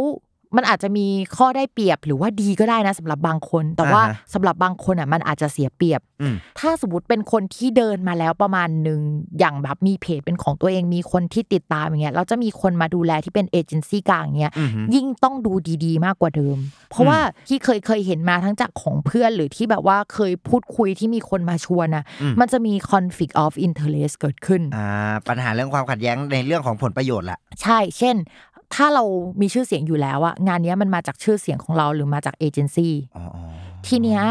Speaker 3: มันอาจจะมีข้อได้เปรียบหรือว่าดีก็ได้นะสำหรับบางคน แต่ว่า
Speaker 2: อ่าฮะ
Speaker 3: สำหรับบางคนอ่ะมันอาจจะเสียเปรียบ
Speaker 2: อืม
Speaker 3: ถ้าสมมติเป็นคนที่เดินมาแล้วประมาณหนึ่งอย่างแบบมีเพจเป็นของตัวเองมีคนที่ติดตามอย่างเงี้ยแล้วจะมีคนมาดูแลที่เป็นเอเจนซี่กลางอย่างเงี้ย
Speaker 2: อืม
Speaker 3: ยิ่งต้องดูดีๆ มากกว่าเดิม เพราะว่าที่เคยเคยเห็นมาทั้งจากของเพื่อนหรือที่แบบว่าเคยพูดคุยที่มีคนมาชวนนะ
Speaker 2: อืม
Speaker 3: มันจะมี conflict of interest เกิดขึ้น
Speaker 2: อ่าปัญหาเรื่องความขัดแย้งในเรื่องของผลประโยชน์ละ
Speaker 3: ใช่ เช่น ถ้าเรามีชื่อเสียงอยู่แล้วอะงานเนี้ยมันมาจากชื่อเสียงของเราหรือมาจากเอเจนซี่
Speaker 2: อ๋ออ๋อ
Speaker 3: ทีเนี้ย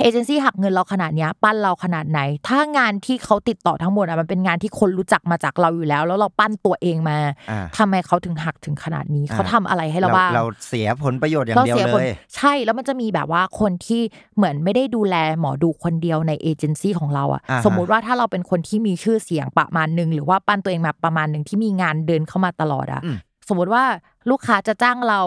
Speaker 3: เอเจนซี่หักเงินเราขนาดเนี้ยปั้นเราขนาดไหน ถ้างานที่เขาติดต่อทั้งหมดอะมันเป็นงานที่คนรู้จักมาจากเราอยู่แล้ว แล้วเราปั้นตัวเองมา
Speaker 2: อ่า
Speaker 3: ทำไมเขาถึงหักถึงขนาดนี้
Speaker 2: อ่า
Speaker 3: เขาทำอะไรให้เราบ้าง
Speaker 2: เราเสียผลประโยชน์อย่างเดียว
Speaker 3: สี
Speaker 2: เล
Speaker 3: ผล
Speaker 2: ย
Speaker 3: ใช่แล้วมันจะมีแบบว่าคนที่เหมือนไม่ได้ดูแลหมอดูคนเดียวในเอเจนซี่ของเราอะ
Speaker 2: อ่าฮะ
Speaker 3: สมมุติว่าถ้าเราเป็นคนที่มีชื่อเสียงประมาณหนึ่งหรือว่าปั้นตัวเองมาประมาณหนึ่งที่มีงานเดินเข้ามาตลอดอะ
Speaker 2: อืม
Speaker 3: สมมติว่าลูกค้าจะจ้างเรา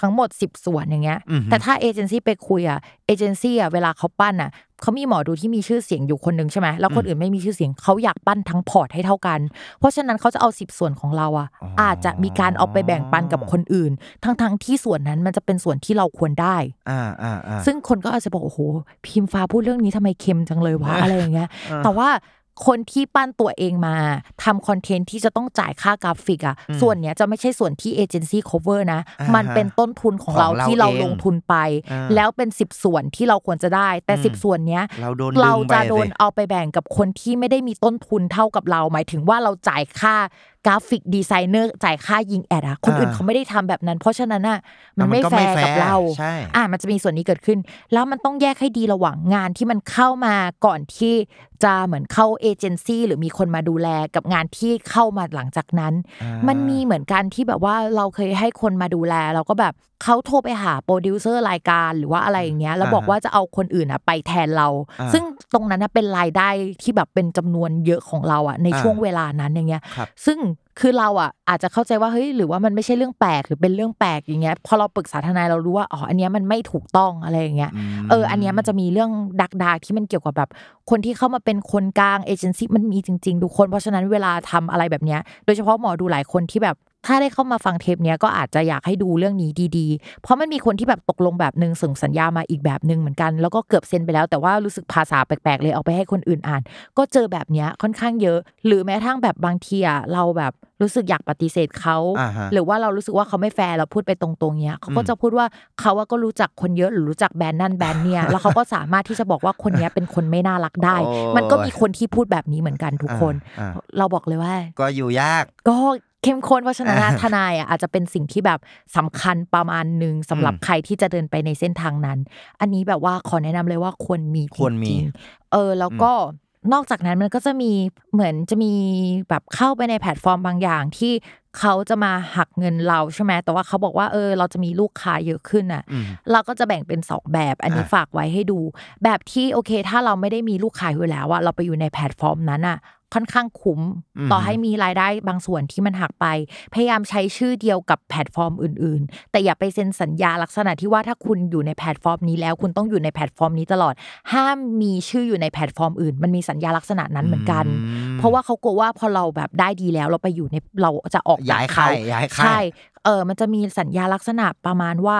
Speaker 3: ทั้งหมด 10 ส่วนอย่างเงี้ย
Speaker 2: อือฮึ
Speaker 3: แต่ถ้าเอเจนซี่ไปคุยอะเอเจนซี่อะเวลาเขาปั้นอะเขามีหมอดูที่มีชื่อเสียงอยู่คนหนึ่งใช่ไหมแล้วคนอื่นไม่มีชื่อเสียงเขาอยากปั้นทั้งพอร์ตให้เท่ากัน เพราะฉะนั้นเขาจะเอา 10 ส่วนของเราอะ
Speaker 2: อ๋ออ
Speaker 3: อาจจะมีการเอาไปแบ่งปันกับคนอื่น ทั้งๆที่ส่วนนั้นมันจะเป็นส่วนที่เราควรได้
Speaker 2: อ่าอ่าอ่า
Speaker 3: ซึ่งคนก็อาจจะบอกโอ้โหพิมฟ้าพูดเรื่องนี้ทำไมเค็มจังเลยวะ อะไรอย่างเงี้ย
Speaker 2: อ่า
Speaker 3: แต่ว่าคนที่ปั้นตัวเองมาทำคอนเทนต์ที่จะต้องจ่ายค่ากราฟิกอะ
Speaker 2: อืม
Speaker 3: ส่วนเนี้ยจะไม่ใช่ส่วนที่เอเจนซี่ cover นะ
Speaker 2: อ่ามั
Speaker 3: มันเป็นต้นทุนของ
Speaker 2: ของ
Speaker 3: เรา
Speaker 2: เรา
Speaker 3: ที่เรา
Speaker 2: เอง
Speaker 3: ลงทุนไป
Speaker 2: อ่า
Speaker 3: แล้วเป็น 10 ส่วนที่เราควรจะได้ แต่
Speaker 2: อืม
Speaker 3: 10 ส่วนเนี้ย
Speaker 2: เราโดน
Speaker 3: เรา
Speaker 2: งไป
Speaker 3: จะโดน
Speaker 2: สิ
Speaker 3: เอาไปแบ่งกับคนที่ไม่ได้มีต้นทุนเท่ากับเรา หมายถึงว่าเราจ่ายค่ากราฟิกดีไซเนอร์จ่ายค่ายิงแอดอะคนอื่น
Speaker 2: อ่า
Speaker 3: เขาไม่ได้ทำแบบนั้น เพราะฉะนั้นอะมั
Speaker 2: อ่ะ
Speaker 3: นไม่
Speaker 2: ก็
Speaker 3: แฟร์กับเรา
Speaker 2: ใช่
Speaker 3: อ่ะมันจะมีส่วนนี้เกิดขึ้น แล้วมันต้องแยกให้ดีระหว่างงานที่มันเข้ามาก่อนที่จะเหมือนเข้าเอเจนซี่หรือมีคนมาดูแลกับงานที่เข้ามาหลังจากนั้น
Speaker 2: อ่ามั
Speaker 3: มันมีเหมือนกันที่แบบว่าเราเคยให้คนมาดูแล เราก็แบบเขาโทรไปหาโปรดิวเซอร์รายการหรือว่าอะไรอย่างเงี้ยแล้วบอก
Speaker 2: อ่าฮะ
Speaker 3: ว่าจะเอาคนอื่นอ่ะไปแทนเรา
Speaker 2: อ่า
Speaker 3: ซึ่งตรงนั้นน่ะเป็นรายได้ที่แบบเป็นจำนวนเยอะของเราอ่ะใน
Speaker 2: อ่า
Speaker 3: ช่วงเวลานั้นอย่างเงี้ย
Speaker 2: ครับ
Speaker 3: ซึ่งคือเราอ่ะอาจจะเข้าใจว่าเฮ้ยหรือว่ามันไม่ใช่เรื่องแปลกหรือเป็นเรื่องแปลกอย่างเงี้ยพอเราปรึกษาทนายเรารู้ว่าอ๋ออันเนี้ยมันไม่ถูกต้องอะไรอย่างเงี้ย
Speaker 2: ม
Speaker 3: เอออันเนี้ยมันจะมีเรื่องดักดาที่มันเกี่ยวกับแบบ คนที่เข้ามาเป็นคนกลางเอเจนซี่มันมีจริงๆทุกคนเพราะฉะนั้นเวลาทำอะไรแบบเนี้ยโดยเฉพาะหมอดูหลายคนที่แบบ ถ้าได้เข้ามาฟังเทปเนี้ยก็อาจจะอยากให้ดูเรื่องนี้ดีๆ เพราะมันมีคนที่แบบตกลงแบบหนึ่งส่งสัญญามาอีกแบบหนึ่งเหมือนกัน แล้วก็เกือบเซ็นไปแล้วแต่ว่ารู้สึกภาษาแปลกๆเลยเอาไปให้คนอื่นอ่าน ก็เจอแบบเนี้ยค่อนข้างเยอะ หรือแม้กระทั่งแบบบางทีอะเราแบบรู้สึกอยากปฏิเสธเขา
Speaker 2: อ่าฮะ
Speaker 3: หรือว่าเรารู้สึกว่าเขาไม่แฟร์เราพูดไปตรงๆเนี้ยเขาก็
Speaker 2: อืม
Speaker 3: จะพูดว่าเขาอะก็รู้จักคนเยอะหรือรู้จักแบรนด์นั่นแบรน ด์เนี่ยแล้วเขาก็สามารถที่จะบอกว่าคนเนี้ยเป็นคนไม่น่ารักได้
Speaker 2: โอ้ย
Speaker 3: มันก็มีคนที่พูดแบบนี้เหมือนกันทุกคน
Speaker 2: อ่าอ่า
Speaker 3: เราบอกเลยว่า
Speaker 2: ก็อยู่ยาก
Speaker 3: ก็เข้มข้นเพราะฉะนั้นนะ
Speaker 2: อ่า
Speaker 3: ทนายอ่ะอาจจะเป็นสิ่งที่แบบสำคัญประมาณหนึ่งสำหรับ
Speaker 2: อืม
Speaker 3: ใครที่จะเดินไปในเส้นทางนั้น อันนี้แบบว่าขอแนะนำเลยว่าควรมีจ
Speaker 2: ควรมี
Speaker 3: งๆเออแล้วก็นอกจากนั้นมันก็จะมีเหมือนจะมีแบบเข้าไปในแพลตฟอร์มบางอย่างที่เขาจะมาหักเงินเราใช่ไหมแต่ว่าเขาบอกว่าเออเราจะมีลูกค้าเยอะขึ้นอ่ะ
Speaker 2: อืม
Speaker 3: เราก็จะแบ่งเป็นสองแบบอันนี้
Speaker 2: อ่ะ
Speaker 3: ฝากไว้ให้ดู แบบที่โอเค ถ้าเราไม่ได้มีลูกค้าอยู่แล้วอะเราไปอยู่ในแพลตฟอร์มนั้นอะค่อนข้างคุ้ม
Speaker 2: อืม
Speaker 3: ต่อให้มีรายได้บางส่วนที่มันหักไป พยายามใช้ชื่อเดียวกับแพลตฟอร์มอื่น ๆ แต่อย่าไปเซ็นสัญญาลักษณะที่ว่าถ้าคุณอยู่ในแพลตฟอร์มนี้แล้ว คุณต้องอยู่ในแพลตฟอร์มนี้ตลอด ห้ามมีชื่ออยู่ในแพลตฟอร์มอื่น มันมีสัญญาลักษณะนั้นเหมือนกัน
Speaker 2: ม
Speaker 3: เพราะว่าเขากลัวว่าพอเราแบบได้ดีแล้วเราไปอยู่ในเราจะออกจก
Speaker 2: ย้าย
Speaker 3: เข
Speaker 2: ค่ายย้ายค่าย
Speaker 3: ใช่เออมันจะมีสัญญาลักษณะประมาณว่า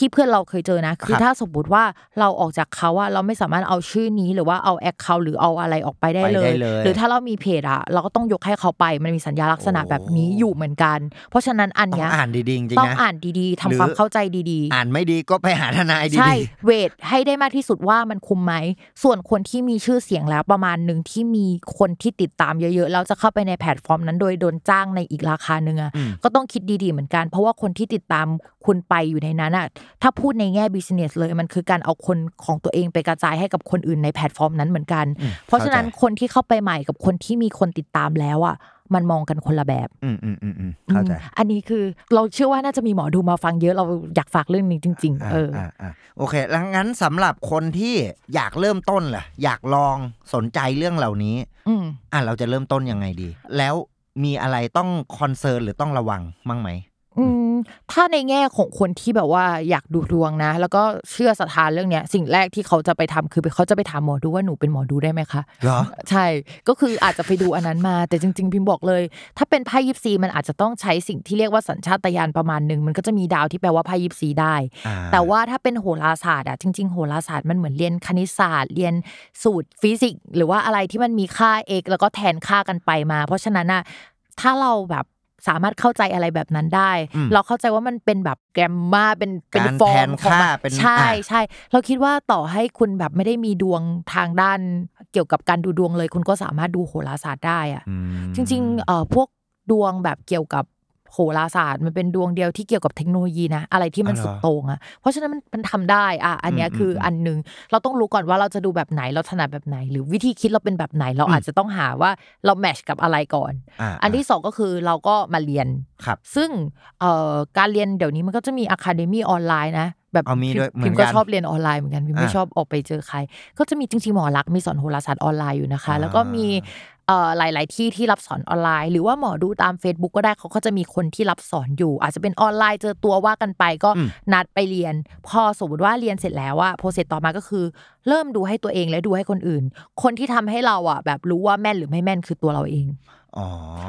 Speaker 3: ที่เพื่อนเราเคยเจอนะ คื
Speaker 2: ค
Speaker 3: อ
Speaker 2: รับ
Speaker 3: ถ้าสมมติว่าเราออกจากเขาอะเราไม่สามารถเอาชื่อนี้หรือว่าเอาแอคเคาท์หรือเอาอะไรออกไปได้
Speaker 2: ไป
Speaker 3: เล
Speaker 2: ได้
Speaker 3: ย
Speaker 2: เลย
Speaker 3: หรือถ้าเรามีเพจอะเราก็ต้องยกให้เขาไปมันมีสัญญาลักษณะแบบนี้
Speaker 2: โอ้
Speaker 3: อยู่เหมือนกัน เพราะฉะนั้นอัน
Speaker 2: ต้อง
Speaker 3: เนี้ย
Speaker 2: อ่านดีๆจริงๆนะ
Speaker 3: ต้องอ่านดีๆทำความเข้าใจดีๆ
Speaker 2: อ่านไม่ดีก็ไปหาทนายดีๆ
Speaker 3: ใช่เวทให้ได้มากที่สุดว่ามันคุ้มไหม ส่วนคนที่มีชื่อเสียงแล้วประมาณหนึ่งที่มีคนที่ติดตามเยอะๆแล้วจะเข้าไปในแพลตฟอร์มนั้นโดยโดนจ้างในอีกราคาหนึ่งอะ
Speaker 2: อืม
Speaker 3: ก็ต้องคิดดีๆเหมือนกัน เพราะว่าคนที่ติดตามคุณไปอยู่ในนั้นอะถ้าพูดในแง่บิสเนสเลยมันคือการเอาคนของตัวเองไปกระจายให้กับคนอื่นในแพลตฟอร์มนั้นเหมือนกัน
Speaker 2: อืม
Speaker 3: เพราะฉะนั้น
Speaker 2: ข้ใจ
Speaker 3: คนที่เข้าไปใหม่กับคนที่มีคนติดตามแล้วอะมันมองกันคนละแบบ
Speaker 2: อืมอืมอืมอืมเข้าใจ
Speaker 3: อืมอันนี้คือเราเชื่อว่าน่าจะมีหมอดูมาฟังเยอะเราอยากฝากเรื่องนี้จริง ๆ เอออ
Speaker 2: าาโอเค แล้วงั้นสำหรับคนที่อยากเริ่มต้นล่ะ อยากลองสนใจเรื่องเหล่านี้
Speaker 3: อืม
Speaker 2: อ่ะเราจะเริ่มต้นยังไงดี แล้วมีอะไรต้องคอนเซิร์นหรือต้องระวังมั้งไหม
Speaker 3: อืมถ้าในแง่ของคนที่แบบว่าอยากดูดวงนะ แล้วก็เชื่อศรัทธาเรื่องเนี้ย สิ่งแรกที่เขาจะไปทำคือเขาจะไปถามหมอดูว่าหนูเป็นหมอดูได้ไหมคะ
Speaker 2: เหรอ
Speaker 3: ใช่ก็คืออาจจะไปดูอันนั้นมา แต่จริง ๆ พิมพ์บอกเลย ถ้าเป็นไพ่ยิปซีมันอาจจะต้องใช้สิ่งที่เรียกว่าสัญชาตญาณประมาณหนึ่งมันก็จะมีดาวที่แปลว่าไพ่ยิปซีได้
Speaker 2: อ่
Speaker 3: แต่ว่าถ้าเป็นโหราศาสตร์อ่ะจริง ๆ โหราศาสตร์มันเหมือนเรียนคณิตศาสตร์ เรียนสูตรฟิสิกส์หรือว่าอะไรที่มันมีค่า x แล้วก็แทนค่ากันไปมา เพราะฉะนั้นอ่ะถ้าเราแบบสามารถเข้าใจอะไรแบบนั้นได้
Speaker 2: อืม
Speaker 3: เราเข้าใจว่ามันเป็นแบบแกรมมาเป็นเป็น
Speaker 2: การ
Speaker 3: ฟอ
Speaker 2: แท
Speaker 3: ร์
Speaker 2: น
Speaker 3: มของ
Speaker 2: ค่า
Speaker 3: มัน
Speaker 2: เป็น
Speaker 3: ใช่
Speaker 2: อ่ะ
Speaker 3: ใช่ เราคิดว่าต่อให้คุณแบบไม่ได้มีดวงทางด้านเกี่ยวกับการดูดวงเลย คุณก็สามารถดูโหราศาสตร์ได้อ่ะ
Speaker 2: อืม
Speaker 3: จริงๆเอ่อพวกดวงแบบเกี่ยวกับโหราศาสตร์ มันเป็นดวงเดียวที่เกี่ยวกับเทคโนโลยีนะ อะไรที่มัน
Speaker 2: อ๋อเหรอ
Speaker 3: สุดโต่งอะเพราะฉะนั้นมันมันทำได้อ่ะอันเนี้ย
Speaker 2: อืม
Speaker 3: คือ
Speaker 2: ม
Speaker 3: อันหนึง เราต้องรู้ก่อนว่าเราจะดูแบบไหนเราถนัดแบบไหน หรือวิธีคิดเราเป็นแบบไหนเรา
Speaker 2: อืม
Speaker 3: อาจจะต้องหาว่าเราแมทชกับอะไรก่อน
Speaker 2: อ่ะ
Speaker 3: อันที่สองก็คือเราก็มาเรียน
Speaker 2: ครับ
Speaker 3: ซึ่งเอ่อการเรียนเดี๋ยวนี้มันก็จะมีอะคาเดมี่ออนไลน์นะ แบบ
Speaker 2: เอามีด้วย
Speaker 3: พิม
Speaker 2: เหมือน
Speaker 3: ก็
Speaker 2: กัน
Speaker 3: ชอบเรียนออนไลน์เหมือนกันพิมไม่
Speaker 2: อ่า
Speaker 3: ชอบออกไปเจอใคร ก็จะมีจริงๆหมอรักษณ์มีสอนโหราศาสตร์ออนไลน์อยู่นะคะ
Speaker 2: อ่า
Speaker 3: แล้วก็มีเอ่อหลาย ๆ ที่ที่รับสอนออนไลน์ หรือว่าหมอดูตาม Facebook ก็ได้เขาก็จะมีคนที่รับสอนอยู่ อาจจะเป็นออนไลน์เจอตัวว่ากันไปก็
Speaker 2: อืม
Speaker 3: นัดไปเรียน พอสมมติว่าเรียนเสร็จแล้วว่าโปรเซสต่อมาก็คือ เริ่มดูให้ตัวเองและดูให้คนอื่น คนที่ทำให้เราอ่ะแบบรู้ว่าแม่นหรือไม่แม่นคือตัวเราเอง
Speaker 2: อ๋อ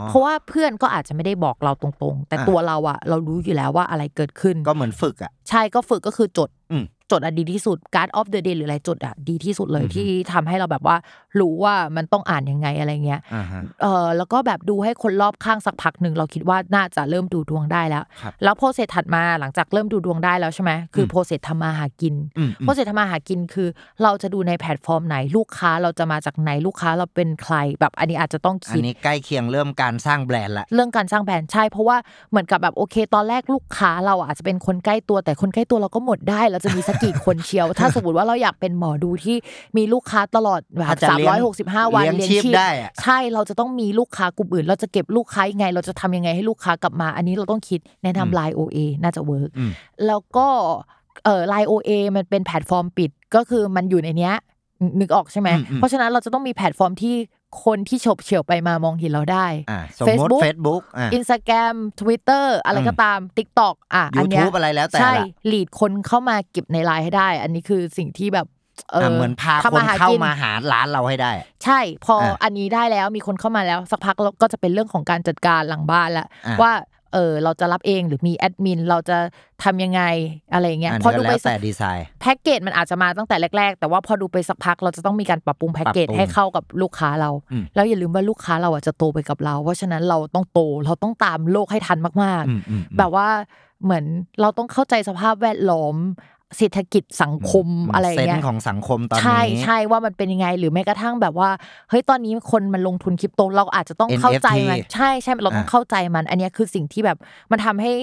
Speaker 3: เพราะว่าเพื่อนก็อาจจะไม่ได้บอกเราตรงๆ แต่
Speaker 2: อ่ะ
Speaker 3: ตัวเราอะเรารู้อยู่แล้วว่าอะไรเกิดขึ้น
Speaker 2: ก็เหมือนฝึกอ่ะ
Speaker 3: ใช่ก็ฝึกก็คือจด
Speaker 2: อืม
Speaker 3: จดอะดีที่สุดการ์ดออฟเดอะเดย์หรืออะไรจดอะดีที่สุดเลย
Speaker 2: อือฮึ
Speaker 3: ที่ทำให้เราแบบว่ารู้ว่ามันต้องอ่านยังไงอะไรเงี้ย
Speaker 2: อ่าฮะ
Speaker 3: เออแล้วก็แบบดูให้คนรอบข้างสักพักหนึ่งเราคิดว่าน่าจะเริ่มดูดวงได้แล้ว
Speaker 2: ครับ
Speaker 3: แล้วโปรเซสถัดมาหลังจากเริ่มดูดวงได้แล้วใช่ไหมคือ
Speaker 2: ม
Speaker 3: อโปรเซสทำมาหากิน
Speaker 2: อืม
Speaker 3: โปรเซสทำมาหากินคือ เราจะดูในแพลตฟอร์มไหนลูกค้าเราจะมาจากไหนลูกค้าเราเป็นใครแบบอันนี้อาจจะต้อง
Speaker 2: อั
Speaker 3: คิ
Speaker 2: น
Speaker 3: ด
Speaker 2: นี้ใกล้เคียงเริ่มการสร้างแบรนด์ละ
Speaker 3: เรื่องการสร้างแบรนด์ใช่เพราะว่าเหมือนกับแบบโอเค ตอนแรกลูกค้าเราอาจจะเป็นคนใกล้ตัวแต่คนใกล้ตัวเราก็หมดได้ เราจะมีสักกี่คนเชียว ถ้าสมมติว่าเราอยากเป็นหมอดูที่มีลูกค้าตลอดแบ
Speaker 2: ถ้า
Speaker 3: บ
Speaker 2: จะ
Speaker 3: สาม
Speaker 2: เลี้
Speaker 3: ร้อย ยหกสิบห้าวัน
Speaker 2: เลี้ยงชีพได้อะ
Speaker 3: ใช่เราจะต้องมีลูกค้ากลุ่มอื่น เราจะเก็บลูกค้ายังไง เราจะทำยังไงให้ลูกค้ากลับมา อันนี้เราต้องคิดแนะนำไลน์โอเอน่าจะเวิร์ก
Speaker 2: อืม
Speaker 3: แล้วก็เออไลน์โอเอมันเป็นแพลตฟอร์มปิดก็คือมันอยู่ในเนี้ยนึกออกใช่ไหม
Speaker 2: อืมอืม
Speaker 3: เพราะฉะนั้นเราจะต้องมีแพลตฟอร์มที่คนที่ฉบเฉี่ยวไปมามองเห็นเราได้
Speaker 2: อ่าสมมติ
Speaker 3: Facebook
Speaker 2: Facebook อ่า
Speaker 3: อินสตาแกรมทวิตเตอร์อะไร
Speaker 2: อืม
Speaker 3: ก็ตาม t ิ k t o k อ่ะอันเนี้ย
Speaker 2: YouTube อะไรแล้วแต่
Speaker 3: ใช่
Speaker 2: ละ
Speaker 3: หลีดคนเข้ามาเก็บในไลน์ให้ได้ อันนี้คือสิ่งที่แบบเออ
Speaker 2: อ่ะ
Speaker 3: อ
Speaker 2: เหมือนพา
Speaker 3: ทำ
Speaker 2: คน
Speaker 3: อห
Speaker 2: เข้า
Speaker 3: กิน
Speaker 2: มาหาร้านเราให้ได้
Speaker 3: ใช่ พออะ อันนี้ได้แล้วมีคนเข้ามาแล้วสักพักเราก็จะเป็นเรื่องของการจัดการหลังบ้านละ
Speaker 2: อ่ะ
Speaker 3: ว่าเออเราจะรับเองหรือมีแอดมินเราจะทำยังไงอะไรอย่างเงี้ย
Speaker 2: ะ
Speaker 3: พอดู
Speaker 2: แล้
Speaker 3: ไป
Speaker 2: ว
Speaker 3: สั
Speaker 2: แต่
Speaker 3: ก
Speaker 2: ดีไซน์
Speaker 3: แพ็กเกจมันอาจจะมาตั้งแต่แรก ๆ แต่ว่าพอดูไปสักพักเราจะต้องมีการปรับปรุงแพ็กเกจ
Speaker 2: ปรับปรุง
Speaker 3: ให้เข้ากับลูกค้าเรา
Speaker 2: อืม
Speaker 3: แล้วอย่าลืมว่าลูกค้าเราอ่ะจะโตไปกับเรา เพราะฉะนั้นเราต้องโตเราต้องตามโลกให้ทันมากๆ
Speaker 2: อืมอืมอืม
Speaker 3: แบบว่าเหมือนเราต้องเข้าใจสภาพแวดล้อม เศรษฐกิจสังคม
Speaker 2: อื
Speaker 3: อะไรอย่าง
Speaker 2: เซ
Speaker 3: เงี้
Speaker 2: น
Speaker 3: ย
Speaker 2: ส์ของสังคมตอนนี้
Speaker 3: ใช่ใช่ว่ามันเป็นยังไงหรือแม้กระทั่งแบบว่าเฮ้ยตอนนี้คนมันลงทุนคริปโตเราอาจจะต้องเข้าใจมัน
Speaker 2: NFT
Speaker 3: ใช่ใช่เราต้อง
Speaker 2: อ่ะ
Speaker 3: เข้าใจมัน อันเนี้ยคือสิ่งที่แบบมันทำให้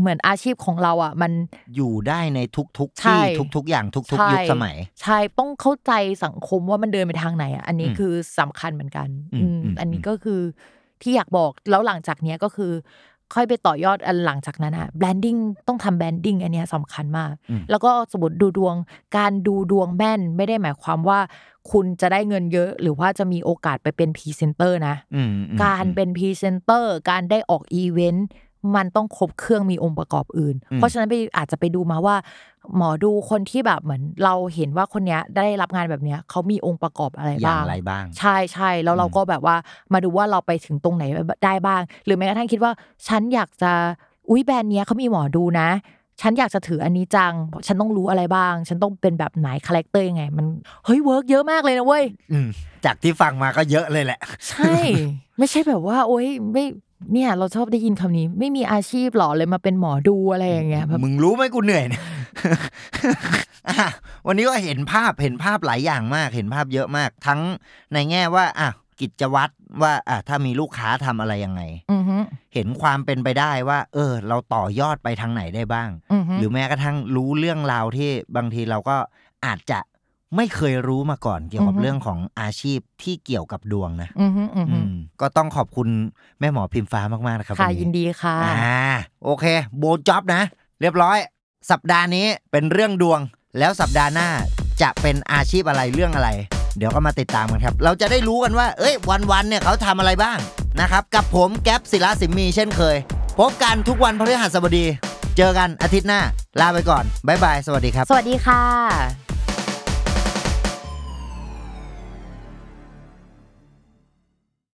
Speaker 3: เหมือนอาชีพของเราอ่ะมัน
Speaker 2: อยู่ได้ในทุกๆ
Speaker 3: ใช่
Speaker 2: ที่ทุกๆ อย่างทุก ๆ ยุคสมัย
Speaker 3: ใช่ต้องเข้าใจสังคมว่ามันเดินไปทางไหนอ่ะอันนี้
Speaker 2: อืม
Speaker 3: คือสำคัญเหมือนกัน
Speaker 2: อืม
Speaker 3: อืม
Speaker 2: อืม
Speaker 3: อันนี้ก็คือที่อยากบอกแล้วหลังจากเนี้ยก็คือ ค่อยไปต่อยอดอันหลังจากนั้นอะแบรนดิ้งต้องทำแบรนดิ้งอันเนี้ยสำคัญมาก
Speaker 2: อืม
Speaker 3: แล้วก็สมมติดูดวงการดูดวงแม่นไม่ได้หมายความว่า คุณจะได้เงินเยอะ หรือว่าจะมีโอกาสไปเป็นพรีเซนเตอร์นะ
Speaker 2: อืมอืม
Speaker 3: การเป็นพรีเซนเตอร์การได้ออกอีเวนต์มันต้องครบเครื่องมีองค์ประกอบอื่น เพราะฉะนั้นไปอาจจะไปดูมาว่า หมอดูคนที่แบบเหมือนเราเห็นว่าคนเนี้ยได้รับงานแบบเนี้ยเขามีองค์ประกอบอะไร
Speaker 2: อย่า
Speaker 3: บ้าง ง
Speaker 2: ไรบ้าง
Speaker 3: ใช่ใช่แล้วเรา
Speaker 2: อืม
Speaker 3: ก็แบบว่ามาดูว่าเราไปถึงตรงไหนได้บ้าง หรือแม้กระทั่งคิดว่า ฉันอยากจะอุ้ยแบรนด์เนี้ยเขามีหมอดูนะ ฉันอยากจะถืออันนี้จัง ฉันต้องรู้อะไรบ้าง ฉันต้องเป็นแบบไหนคาแรคเตอร์ยังไง มันเฮ้ยเวิร์กเยอะมากเลยนะเว้ย
Speaker 2: อืมจากที่ฟังมาก็เยอะเลยแหละ
Speaker 3: ใช่ ไม่ใช่แบบว่า โอ๊ยไม่เนี่ยเราชอบได้ยินคำนี้ ไม่มีอาชีพหรอเลยมาเป็นหมอดูอะไรอย่างเงี้ยแบบ
Speaker 2: มึงรู้ไหมกูเหนื่อย เนี่ย อ่ะวันนี้ก็เห็นภาพเห็นภาพหลายอย่างมาก เห็นภาพเยอะมาก ทั้งในแง่ว่าอ่ะกิจวัตรว่าอ่ะถ้ามีลูกค้าทำอะไรยังไง
Speaker 3: อือฮึ
Speaker 2: เห็นความเป็นไปได้ว่า เออ เราต่อยอดไปทางไหนได้บ้าง
Speaker 3: อือฮึ
Speaker 2: หรือแม้กระทั่งรู้เรื่องราวที่บางทีเราก็อาจจะไม่เคยรู้มาก่อน เกี่ยวกับเรื่องของอาชีพที่เกี่ยวกับดวงนะ
Speaker 3: อือฮึอือฮึ
Speaker 2: อืมก็ต้องขอบคุณแม่หมอพิมฟ้ามากๆนะครับ
Speaker 3: ค่ะ
Speaker 2: วั
Speaker 3: ยินดีค่ะ
Speaker 2: อ่าโอเค โบจ็อบนะ เรียบร้อย สัปดาห์นี้เป็นเรื่องดวง แล้วสัปดาห์หน้าจะเป็นอาชีพอะไรเรื่องอะไร เดี๋ยวก็มาติดตามกันครับ เราจะได้รู้กันว่า เอ้ย วันๆเนี่ยเขาทำอะไรบ้างนะครับ กับผมแก๊ปศิลาสิมมีเช่นเคย พบกันทุกวันพฤหัสบดี เจอกันอาทิตย์หน้า ลาไปก่อน บ๊ายบาย สวัสดีครับ
Speaker 3: สวัสดีค่ะ